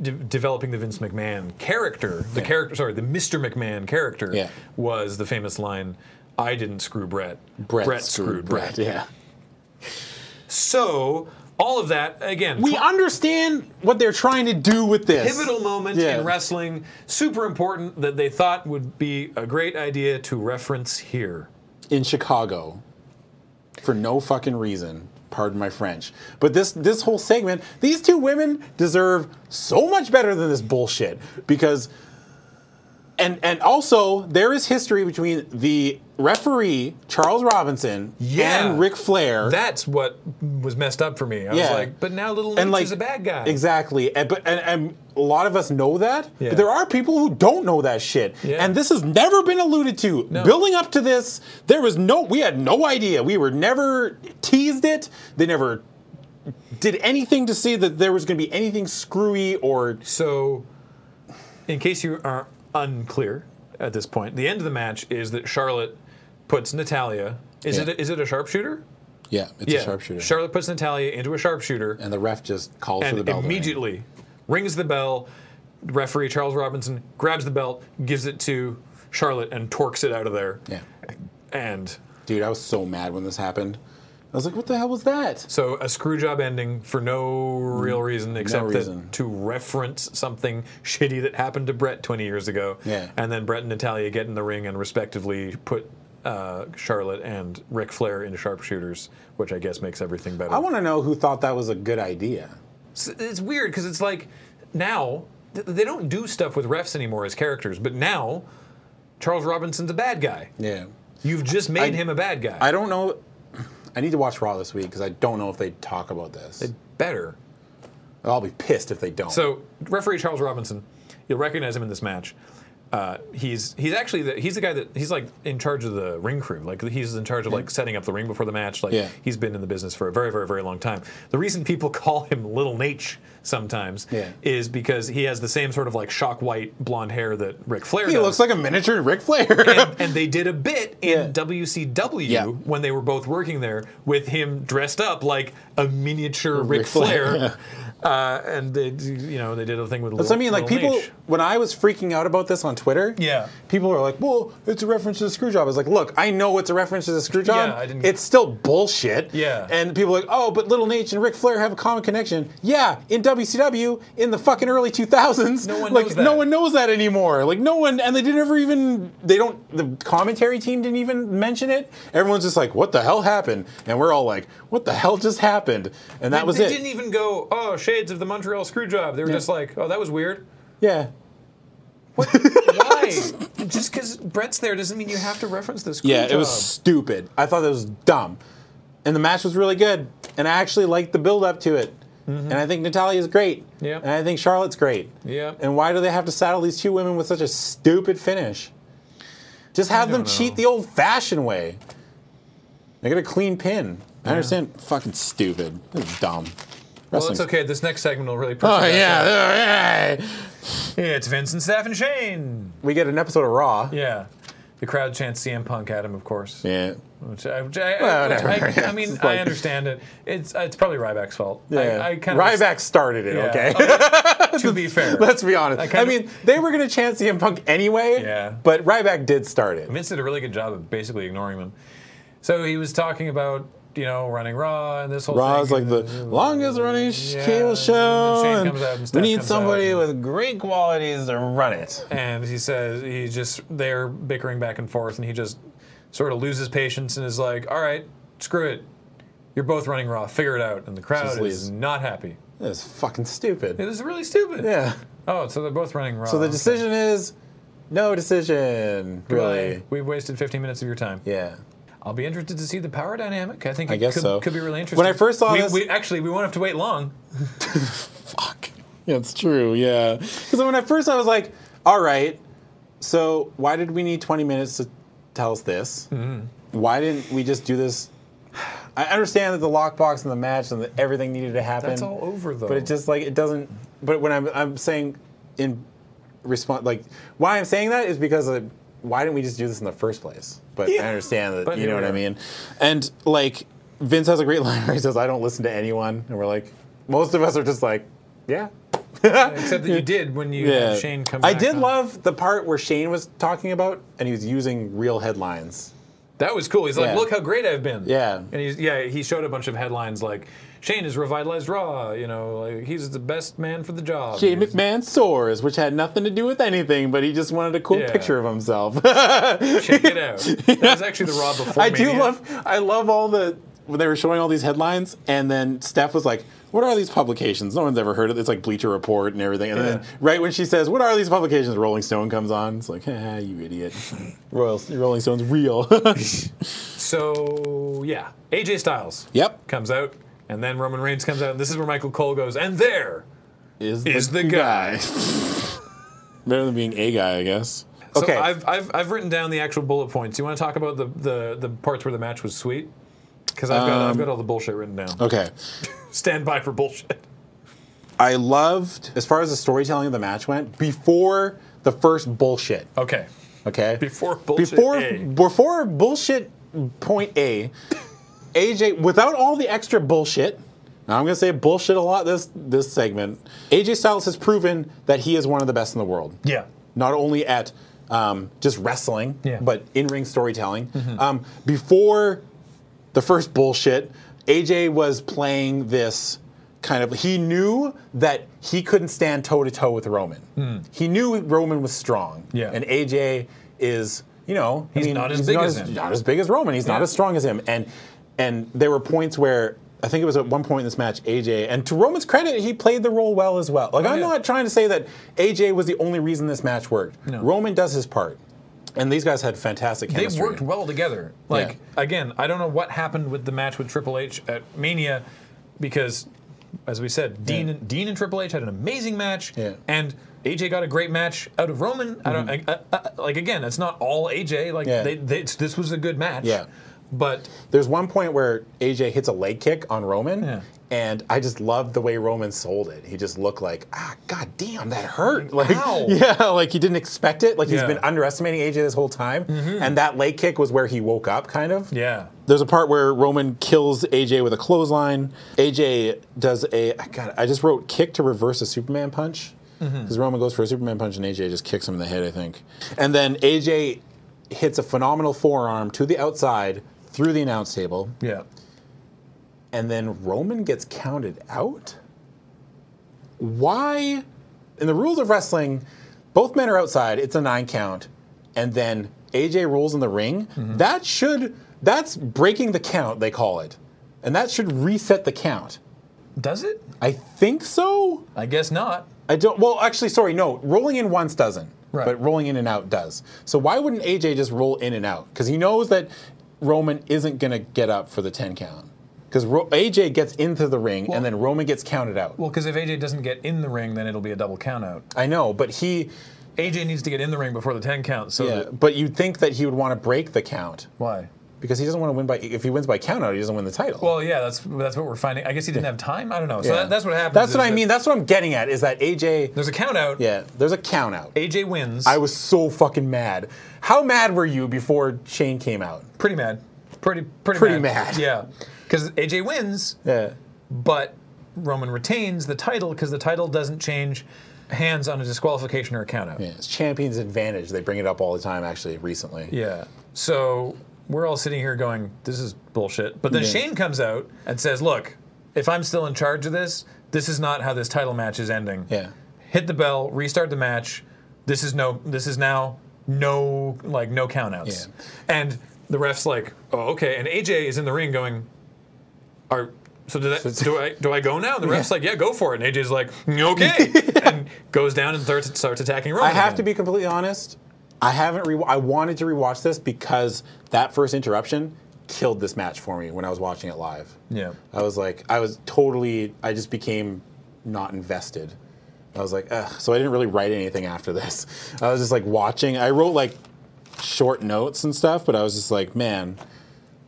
de- developing the Vince McMahon character, the character, sorry, the Mr. McMahon character, Yeah. was the famous line, "I didn't screw Brett. Bret, screwed, Bret. Yeah, So all of that again. we tw- understand what they're trying to do with this. Pivotal moment Yeah. in wrestling, super important that they thought would be a great idea to reference here. in Chicago for no fucking reason. Pardon my French, but this this whole segment, these two women deserve so much better than this bullshit because. And, and also, there is history between the referee, Charles Robinson, Yeah. and Ric Flair. That's what was messed up for me. I was like, but now Little Nate is a bad guy. Exactly. And, but, and, and a lot of us know that, Yeah. but there are people who don't know that shit. Yeah. And this has never been alluded to. Building up to this, there was no, we had no idea. We were never teased it. They never did anything to see that there was going to be anything screwy or, So, in case you are unclear at this point, the end of the match is that Charlotte puts Natalia. Is Yeah. it a, is it a sharpshooter? yeah, it's Charlotte puts Natalia into a sharpshooter and the ref just calls for and the bell. to ring. immediately rings the bell. Referee Charles Robinson grabs the belt, gives it to Charlotte, and torques it out of there. Yeah. And Dude, I was so mad when this happened. I was like, what the hell was that? so a screw job ending for Mm, no real reason except reason. That to reference something shitty that happened to Brett 20 years ago. Yeah. And then Brett and Natalia get in the ring and respectively put uh, Charlotte and Ric Flair into sharpshooters, which I guess makes everything better. I want to know who thought that was a good idea. it's, it's weird because it's like now th- they don't do stuff with refs anymore as characters, but now Charles Robinson's a bad guy. Yeah. You've just made him a bad guy. I don't know. I need to watch Raw this week because I don't know if they talk about this. Better. I'll be pissed if they don't. So referee Charles Robinson, you'll recognize him in this match. Uh, he's he's actually the, he's the guy that he's like in charge of the ring crew. Like he's in charge of like setting up the ring before the match. Like Yeah. he's been in the business for a very very very long time. The reason people call him Little Nate sometimes Yeah. is because he has the same sort of like shock white blonde hair that Ric Flair he does. looks like a miniature Ric Flair. and, and they did a bit in Yeah. WCW Yeah. when they were both working there with him dressed up like a miniature Ric, Ric Flair. Flair, Uh, and they, d- you know, they did a thing with. so I mean, like people. When I was freaking out about this on Twitter, Yeah. people are like, "Well, it's a reference to the screw job." I was like, "Look, I know it's a reference to the screw job. Yeah, I didn't- It's still bullshit." Yeah. And people are like, "Oh, but Little Nate and Ric Flair have a common connection." Yeah, in WCW in the fucking early 2000s, No one like knows no that. one knows that anymore. Like no one, and they didn't ever even. They don't. The commentary team didn't even mention it. Everyone's just like, "What the hell happened?" And we're all like, "What the hell just happened?" And that was they it. didn't even go, oh, shades of the Montreal screw job. They were just like, oh, that was weird. yeah. Why? just because Brett's there doesn't mean you have to reference this. Yeah, it was stupid. I thought that was dumb. And the match was really good. And I actually liked the build up to it. Mm-hmm. And I think Natalia's great. Yeah. And I think Charlotte's great. Yeah. And why do they have to saddle these two women with such a stupid finish? Just have them don't know. cheat the old fashioned way. They get a clean pin. I understand. Fucking stupid. This is Well, dumb. it's Wrestling's- okay. This next segment will really. push Oh, it back up. yeah. It's Vince and Staff and Shane. We get an episode of Raw. Yeah. The crowd chants CM Punk at him, of course. Yeah. Which I, which I, Well, which I- whatever, yeah, I mean, it's I like- understand it. It's uh, it's probably Ryback's fault. I- yeah. I, kind of Ryback started it, okay? to be fair, Let's be honest. I I, kind of- mean, they were going to chant CM Punk anyway, Yeah. but Ryback did start it. Vince did a really good job of basically ignoring them. So he was talking about you know running Raw and this whole Raw's thing. like the longest running sh uh, Yeah, cable and show. Shane and comes out and we Steph need comes somebody out with great qualities to run it. and he says he just they're bickering back and forth, and he just sort of loses patience and is like, "All right, screw it, you're both running Raw, figure it out." And the crowd Just is leaves. not happy. That's fucking stupid. It is really stupid. Yeah. Oh, so they're both running Raw. So the Okay. decision is no decision, really. We've wasted 15 minutes of your time. Yeah. I'll be interested to see the power dynamic. I think I it guess could, so. could be really interesting. When I first saw we, this- we, actually, we won't have to wait long. Fuck. Yeah, it's true. Yeah. Because when at first I was like, all right, so why did we need 20 minutes to tell us this? Mm-hmm. Why didn't we just do this? I understand that the lockbox and the match and that everything needed to happen. That's all over, though. But it just like it doesn't. But when I'm I'm saying in response, like why I'm saying that is because like, why didn't we just do this in the first place? But I understand that But you know here what we I are. mean. And like Vince has a great line where he says, "I don't listen to anyone," and we're like, most of us are just like, yeah. Except that you did when you had Shane come. I back did on. love the part where Shane was talking about, and he was using real headlines. that was cool. He's like, Yeah. look how great I've been. Yeah. and he's yeah. He showed a bunch of headlines like Shane has revitalized Raw. You know, like he's the best man for the job. Jay He's- McMahon soars, which had nothing to do with anything, but he just wanted a cool Yeah. picture of himself. check it out. That was actually the Raw before. I do Mania. love I love all the when they were showing all these headlines and then Steph was like, What are these publications? No one's ever heard of it. It's like Bleacher Report and everything. And then Yeah. right when she says, What are these publications? Rolling Stone comes on. It's like, ah, you idiot. Royal Rolling Stone's real. So yeah, AJ Styles yep. comes out, and then Roman Reigns comes out, and this is where Michael Cole goes, and there Is, is the guy. Better than being a guy, I guess. So Okay. I've, I've, I've written down the actual bullet points. You want to talk about the, the, the parts where the match was sweet? Because I've, got I've got all the bullshit written down. Um, okay. Stand by for bullshit. I loved as far as the storytelling of the match went, before the first bullshit. Okay. Okay. Before bullshit Before A. before bullshit point A, AJ without all the extra bullshit. now I'm gonna say bullshit a lot this this segment. AJ Styles has proven that he is one of the best in the world. Yeah. Not only at um, just wrestling, Yeah. Mm-hmm. but in ring storytelling. Um, before the first bullshit, AJ was playing this kind of. He knew that he couldn't stand toe to toe with Roman. He knew Roman was strong. Hmm. Yeah. And AJ is, you know, He's I mean, not as he's big not as him. Not as big as Roman. He's not Yeah. as strong as him. And and there were points where. I think it was at one point in this match, AJ, and to Roman's credit, he played the role well as well. Like, I'm yeah. not trying to say that AJ was the only reason this match worked. No. Roman does his part. And these guys had fantastic They chemistry. worked well together. Like, again, I don't know what happened with the match with Triple H at Mania because, as we said, Dean, and, Dean and Triple H had an amazing match. Yeah. Mm-hmm. And AJ got a great match out of Roman. I don't, I, I, I- like, again, it's not all AJ. Like, Yeah. they, they, it's, this was a good match. Yeah. But There's one point where AJ hits a leg kick on Roman, Yeah. and I just loved the way Roman sold it. He just looked like, ah, god damn, that hurt. Like, Ow. yeah, like he didn't expect it. Like Yeah. Mm-hmm. he's been underestimating AJ this whole time, and that leg kick was where he woke up, kind of. yeah. There's a part where Roman kills AJ with a clothesline. AJ does a God, I just wrote kick to reverse a Superman punch because Roman goes for a Superman punch and AJ just kicks him in the head, I think. And then AJ hits a phenomenal forearm to the outside through the announce table, Yeah. and then Roman gets counted out. Why? In the rules of wrestling, both men are outside. It's a nine count, and then AJ rolls in the ring. That should that's breaking the count. They call it, and that should reset the count. Does it? I think so. I guess not. I don't. Well, actually, sorry, no. Rolling in once doesn't, Right. but rolling in and out does. So why wouldn't AJ just roll in and out? Because he knows that Roman isn't gonna get up for the ten count. Because Ro- AJ gets into the ring and then Roman gets counted out. Well, because if AJ doesn't get in the ring, then it'll be a double count out. I know, but he. AJ needs to get in the ring before the 10 count, so Yeah, that, but you'd think that he would want to break the count. why? because he doesn't want to win by if he wins by countout, he doesn't win the title. Well, yeah, that's that's what we're finding. I guess he didn't have time. I don't know. So Yeah. that, that's what happens. That's what is I that mean. That's what I'm getting at is that AJ. There's a count out. Yeah, there's a count out. AJ wins. I was so fucking mad. How mad were you before Shane came out? pretty mad. Pretty pretty Pretty mad. Yeah, because AJ wins, Yeah. but Roman retains the title because the title doesn't change hands on a disqualification or a count out. Yeah, it's champions advantage. They bring it up all the time. Actually, recently. Yeah. So we're all sitting here going, this is bullshit. But then Yeah. Shane comes out and says, look, if I'm still in charge of this, this is not how this title match is ending. Yeah. Hit the bell, restart the match. This is no this is now no like no countouts. Yeah. And the ref's like, oh okay. And AJ is in the ring going, Are so do, that, do I do I go now? And the ref's Yeah. like, yeah, go for it. And AJ's like, "Mm, okay, and goes down and starts, starts attacking Roman. I have to again. be completely honest. I haven't. Re- I wanted to rewatch this because that first interruption killed this match for me when I was watching it live. Yeah. I was like, I was totally. I just became not invested. I was like, ugh. So I didn't really write anything after this. I was just like watching. I wrote like short notes and stuff, but I was just like, man,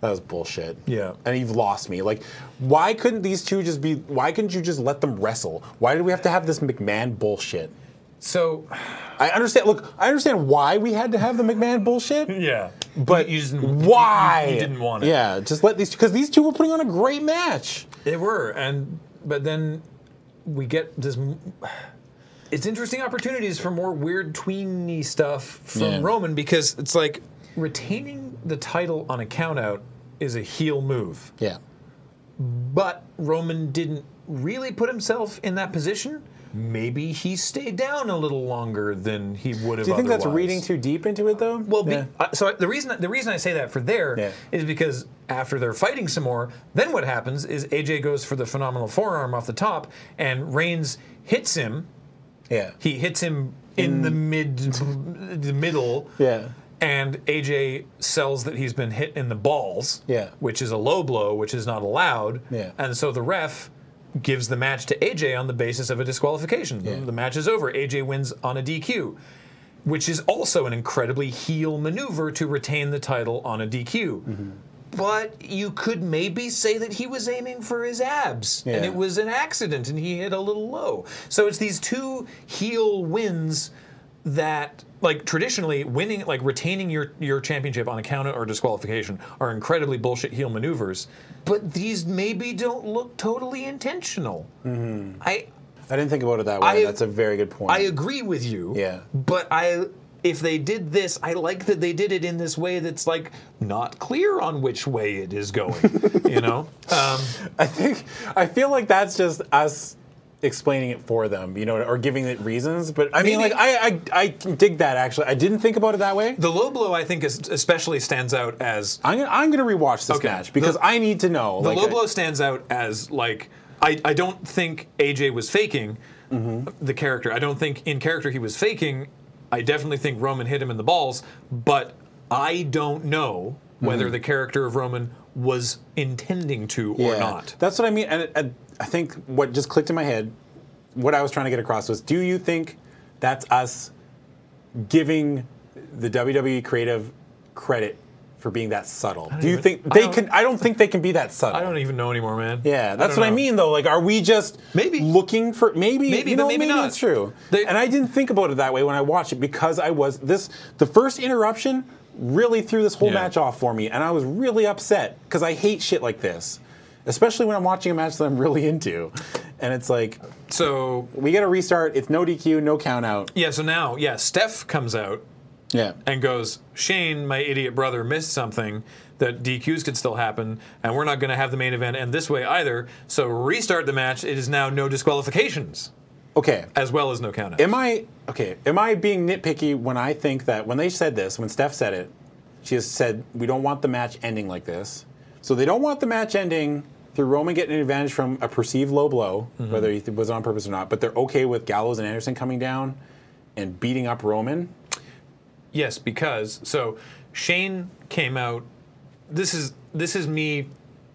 that was bullshit. Yeah. And you've lost me. Like, why couldn't these two just be? Why couldn't you just let them wrestle? Why did we have to have this McMahon bullshit? So I understand. Look, I understand why we had to have the McMahon bullshit, Yeah, but you just- why? you, you didn't want it? Yeah, just let these because these two were putting on a great match. they were, and but then we get this. m- It's interesting opportunities for more weird tweeny stuff from Yeah. Roman because it's like retaining the title on a countout is a heel move, Yeah. but Roman didn't really put himself in that position. Maybe he stayed down a little longer than he would have. Do you think that's otherwise. reading too deep into it though? Well, be, yeah. uh, so the reason the reason I say that for there is Yeah. because after they're fighting some more, then what happens is AJ goes for the phenomenal forearm off the top, and Reigns hits him. yeah, He hits him in the mid the middle. yeah, And AJ sells that he's been hit in the balls, Yeah. which is a low blow, which is not allowed. Yeah. And so the ref gives the match to AJ on the basis of a disqualification. Yeah. The match is over. AJ wins on a DQ, which is also an incredibly heel maneuver to retain the title on a DQ. But you could maybe say that he was aiming for his abs, and Yeah. it was an accident, and he hit a little low. So it's these two heel wins that, like traditionally, winning, like retaining your your championship on a count or disqualification, are incredibly bullshit heel maneuvers. But these maybe don't look totally intentional. I I didn't think about it that way. I- that's a very good point. I agree with you. Yeah. But I if they did this, I like that they did it in this way that's like not clear on which way it is going. you know? Um, I think I feel like that's just us explaining it for them, you know, or giving it reasons. But I mean, Maybe- like I, I I dig that actually. I didn't think about it that way. the low blow I think is especially stands out as I'm gonna, I'm gonna rewatch this Okay. match because The- I need to know. the like, low I- blow stands out as like I, I don't think AJ was faking Mm-hmm. the character. I don't think in character he was faking. I definitely think Roman hit him in the balls, but I don't know whether Mm-hmm. the character of Roman was intending to or Yeah. not. That's what I mean. And, and I think what just clicked in my head, what I was trying to get across was do you think that's us giving the WWE creative credit for being that subtle? Do you even- think I they don't- can? I don't think they can be that subtle. I don't even know anymore, man. yeah, that's don't what I know. mean though. Like, are we just Maybe. looking for maybe? Maybe, you but know, maybe maybe, not. it's true. They- and I didn't think about it that way when I watched it because I was this the first interruption really threw this whole Yeah. match off for me, and I was really upset because I hate shit like this, especially when I'm watching a match that I'm really into, and it's like So we got to restart. It's no DQ, no count out. yeah, so now yeah, Steph comes out Yeah, and goes, Shane, my idiot brother, missed something that DQs could still happen, and we're not going to have the main event end this way either. So restart the match. It is now no disqualifications okay. as well as no count. Am I okay? Am I being nitpicky when I think that when they said this, when Steph said it, she has said we don't want the match ending like this. So they don't want the match ending through Roman getting an advantage from a perceived low blow, Mm-hmm. whether it was on purpose or not. But they're okay with Gallows and Anderson coming down and beating up Roman. Yes, because so Shane came out. This is this is me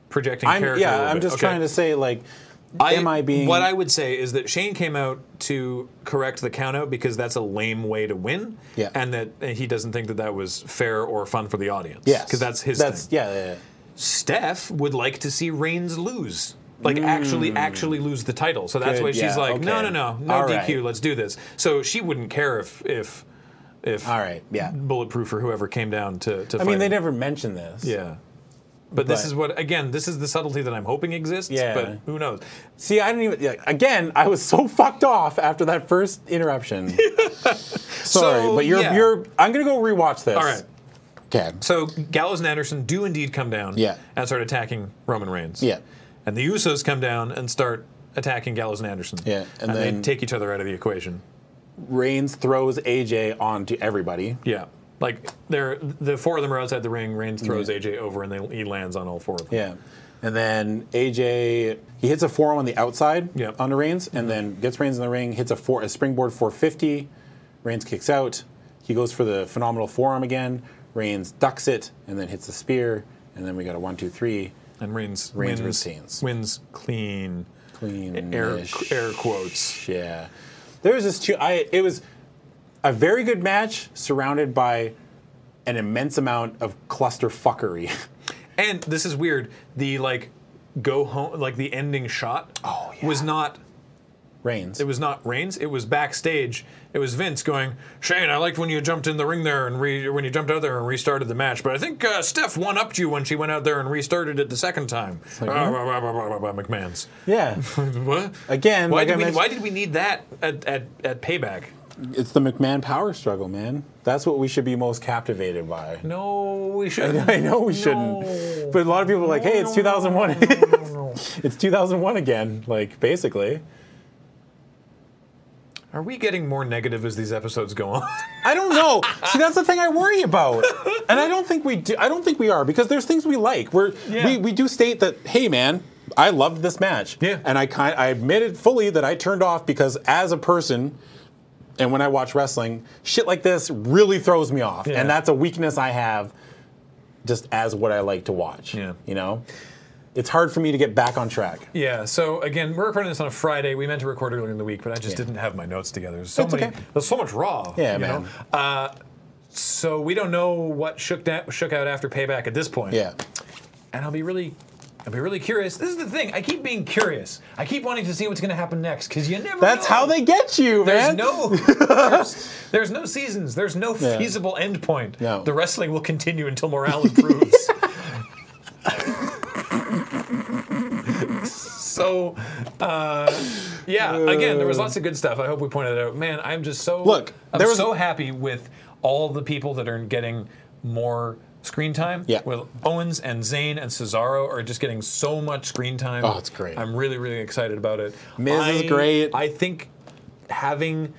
projecting I'm character. a yeah. little I'm bit, just okay? trying to say like I, Am I being- What I would say is that Shane came out to correct the countout because that's a lame way to win, Yeah. and that uh, he doesn't think that that was fair or fun for the audience. Yes. because that's his That's thing. yeah, yeah, yeah. Steph would like to see Reigns lose. Like actually, actually lose the title. So that's Good, why she's yeah, like, no, okay. no, no, no All DQ. right. Let's do this. So she wouldn't care if if if All right, yeah. bulletproof or whoever came down to to. I fight mean, they him. never mentioned this. Yeah. But, this But- is what again. This is the subtlety that I'm hoping exists. Yeah. But who knows? See, I didn't even. Yeah, again, I was so fucked off after that first interruption. Sorry, So, but you're yeah. you're. I'm gonna go rewatch this. All right. Okay. So Gallows and Anderson do indeed come down. Yeah. And start attacking Roman Reigns. Yeah. And the Usos come down and start attacking Gallows and Anderson. Yeah, And, and they then- take each other out of the equation. Reigns throws AJ onto everybody. Yeah. Like they're the four of them are outside the ring. Reigns throws AJ over and they, he lands on all four of them. Yeah. And then AJ he hits a forearm on the outside Yep. Mm-hmm. onto Reigns, and then gets Reigns in the ring, hits a four a springboard 450. Reigns kicks out. He goes for the phenomenal forearm again. Reigns ducks it, and then hits the spear, and then we got a one, two, three, And Reigns Reigns wins, retains. wins clean. clean. Air air quotes. Yeah. There was this two I it was a very good match surrounded by an immense amount of cluster fuckery. And this is weird. The like go home like the ending shot Oh, yeah. was not Reigns. it was not Reigns. It was backstage. It was Vince going, Shane, I liked when you jumped in the ring there and re- when you jumped out there and restarted the match. But I think uh, Steph one upped you when she went out there and restarted it the second time. like, Ah, huh? rah, rah, rah, rah, rah, rah, McMahon's. yeah. what? Again, Why, like I did we, mentioned- why did we need that at, at, at payback? It's the McMahon power struggle, man. That's what we should be most captivated by. No, we shouldn't. I know we No. shouldn't. But a lot of people are like, hey, it's 2001. it's 2001 again, like, basically. Are we getting more negative as these episodes go on? I don't know. See, that's the thing I worry about. And I don't think we do. I don't think we are because there's things we like. We're, Yeah. we, we do state that, hey, man, I loved this match. Yeah. And I, kind, I admit it fully that I turned off because as a person, and when I watch wrestling, shit like this really throws me off. Yeah. And that's a weakness I have just as what I like to watch. Yeah. You know? It's hard for me to get back on track. Yeah. So again, we're recording this on a Friday. We meant to record earlier in the week, but I just didn't have my notes together. There's so It's many. okay. There's so much raw. Yeah, you man. Know? Uh, so we don't know what shook that shook out after payback at this point. Yeah. And I'll be really. I'll be really curious. This is the thing. I keep being curious. I keep wanting to see what's going to happen next because you never. That's know. how they get you, There's man. no, there's, there's no seasons. There's no Yeah. feasible end point. No. The wrestling will continue until morale improves. so, uh, yeah. Again, there was lots of good stuff. I hope we pointed it out. Man, I'm just so Look, I'm there was- so happy with all the people that are getting more screen time. Yeah. Well, Owens and Zayn and Cesaro are just getting so much screen time. Oh, it's great. I'm really, really excited about it. Miz is I- great. I think having,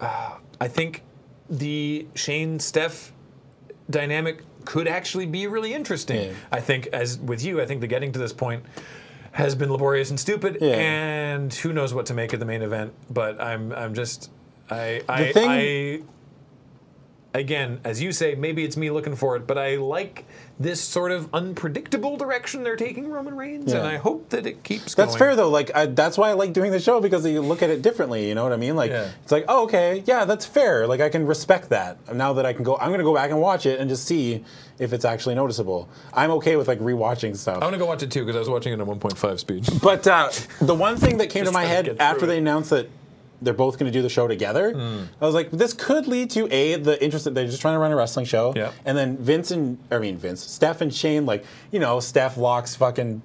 uh, I think the Shane Steph dynamic could actually be really interesting. Yeah. I think, as with you, I think the getting to this point has been laborious and stupid, Yeah. and who knows what to make of the main event. But I'm, I'm just, I, I, thing- I, again, as you say, maybe it's me looking for it, but I like this sort of unpredictable direction they're taking Roman Reigns, and Yeah. I hope that it keeps. That's going. fair though. Like I, that's why I like doing the show because you look at it differently. You know what I mean? Like Yeah. it's like, oh, okay, yeah, that's fair. Like I can respect that. Now that I can go, I'm gonna go back and watch it and just see if it's actually noticeable. I'm okay with like rewatching stuff. I'm gonna go watch it too because I was watching it on 1.5 speed. But uh, the one thing that came to Just my trying to head get through after it. Hmm. they announced that they're both going to do the show together, I was like, this could lead to a the interest that they're just trying to run a wrestling show, Yep. and then Vince and I mean Vince, Steph and Shane, like you know, Steph locks fucking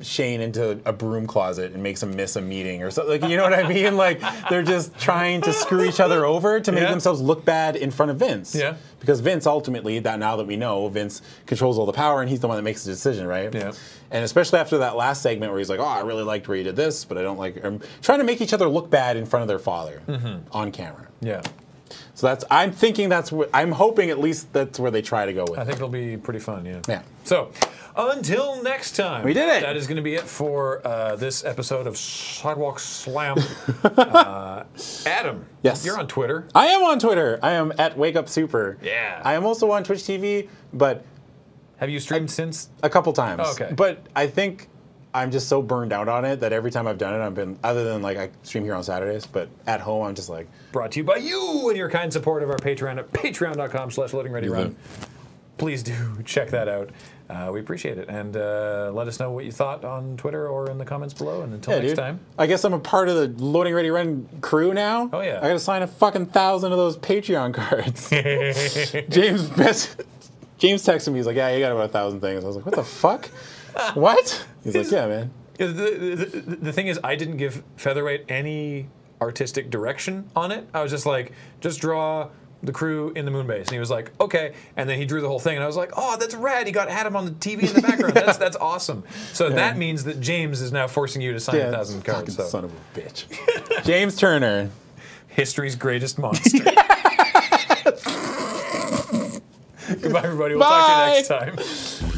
Shane into a broom closet and makes him miss a meeting or something. Like you know what I mean? Like they're just trying to screw each other over to make Yeah. themselves look bad in front of Vince. Yeah. Because Vince ultimately, that now that we know, Vince controls all the power and he's the one that makes the decision, right? Yeah. And especially after that last segment where he's like, "Oh, I really liked where you did this, but I don't like," or trying to make each other look bad in front of their father Mm-hmm. on camera. yeah, So that's I'm thinking that's what I'm hoping at least that's where they try to go with. I it. think it'll be pretty fun. Yeah. Yeah. So, until next time, We did it. That is going to be it for uh, this episode of Sidewalk Slam. uh, Adam. Yes. You're on Twitter. I am on Twitter. I am at Wake Up Super. Yeah. I am also on Twitch TV, but Have you streamed since? a couple times. Oh, Okay. But I think I'm just so burned out on it that every time I've done it, I've been other than like I stream here on Saturdays, but at home I'm just like Brought to you by you and your kind support of our Patreon at patreon.com slash letting ready run. Please do check that out. Uh, we appreciate it. And uh, let us know what you thought on Twitter or in the comments below. And until yeah, next dude. time, I guess I'm a part of the loading ready run crew now. Oh, yeah. I gotta sign a fucking thousand of those Patreon cards. James mess- James texted me. He's like, yeah, you got about a thousand things. I was like, what the fuck? what? He's like, yeah, man. the, the, the, the thing is, I didn't give Featherweight any artistic direction on it. I was just like, just draw the crew in the moon base. And he was like, okay. And then he drew the whole thing. And I was like, oh, that's rad. He got Adam on the TV in the background. that's, that's awesome. So that means that James is now forcing you to sign Yeah, a thousand fucking cards. So. son of a bitch. James Turner. history's greatest monster. Goodbye, everybody. We'll talk to you next time.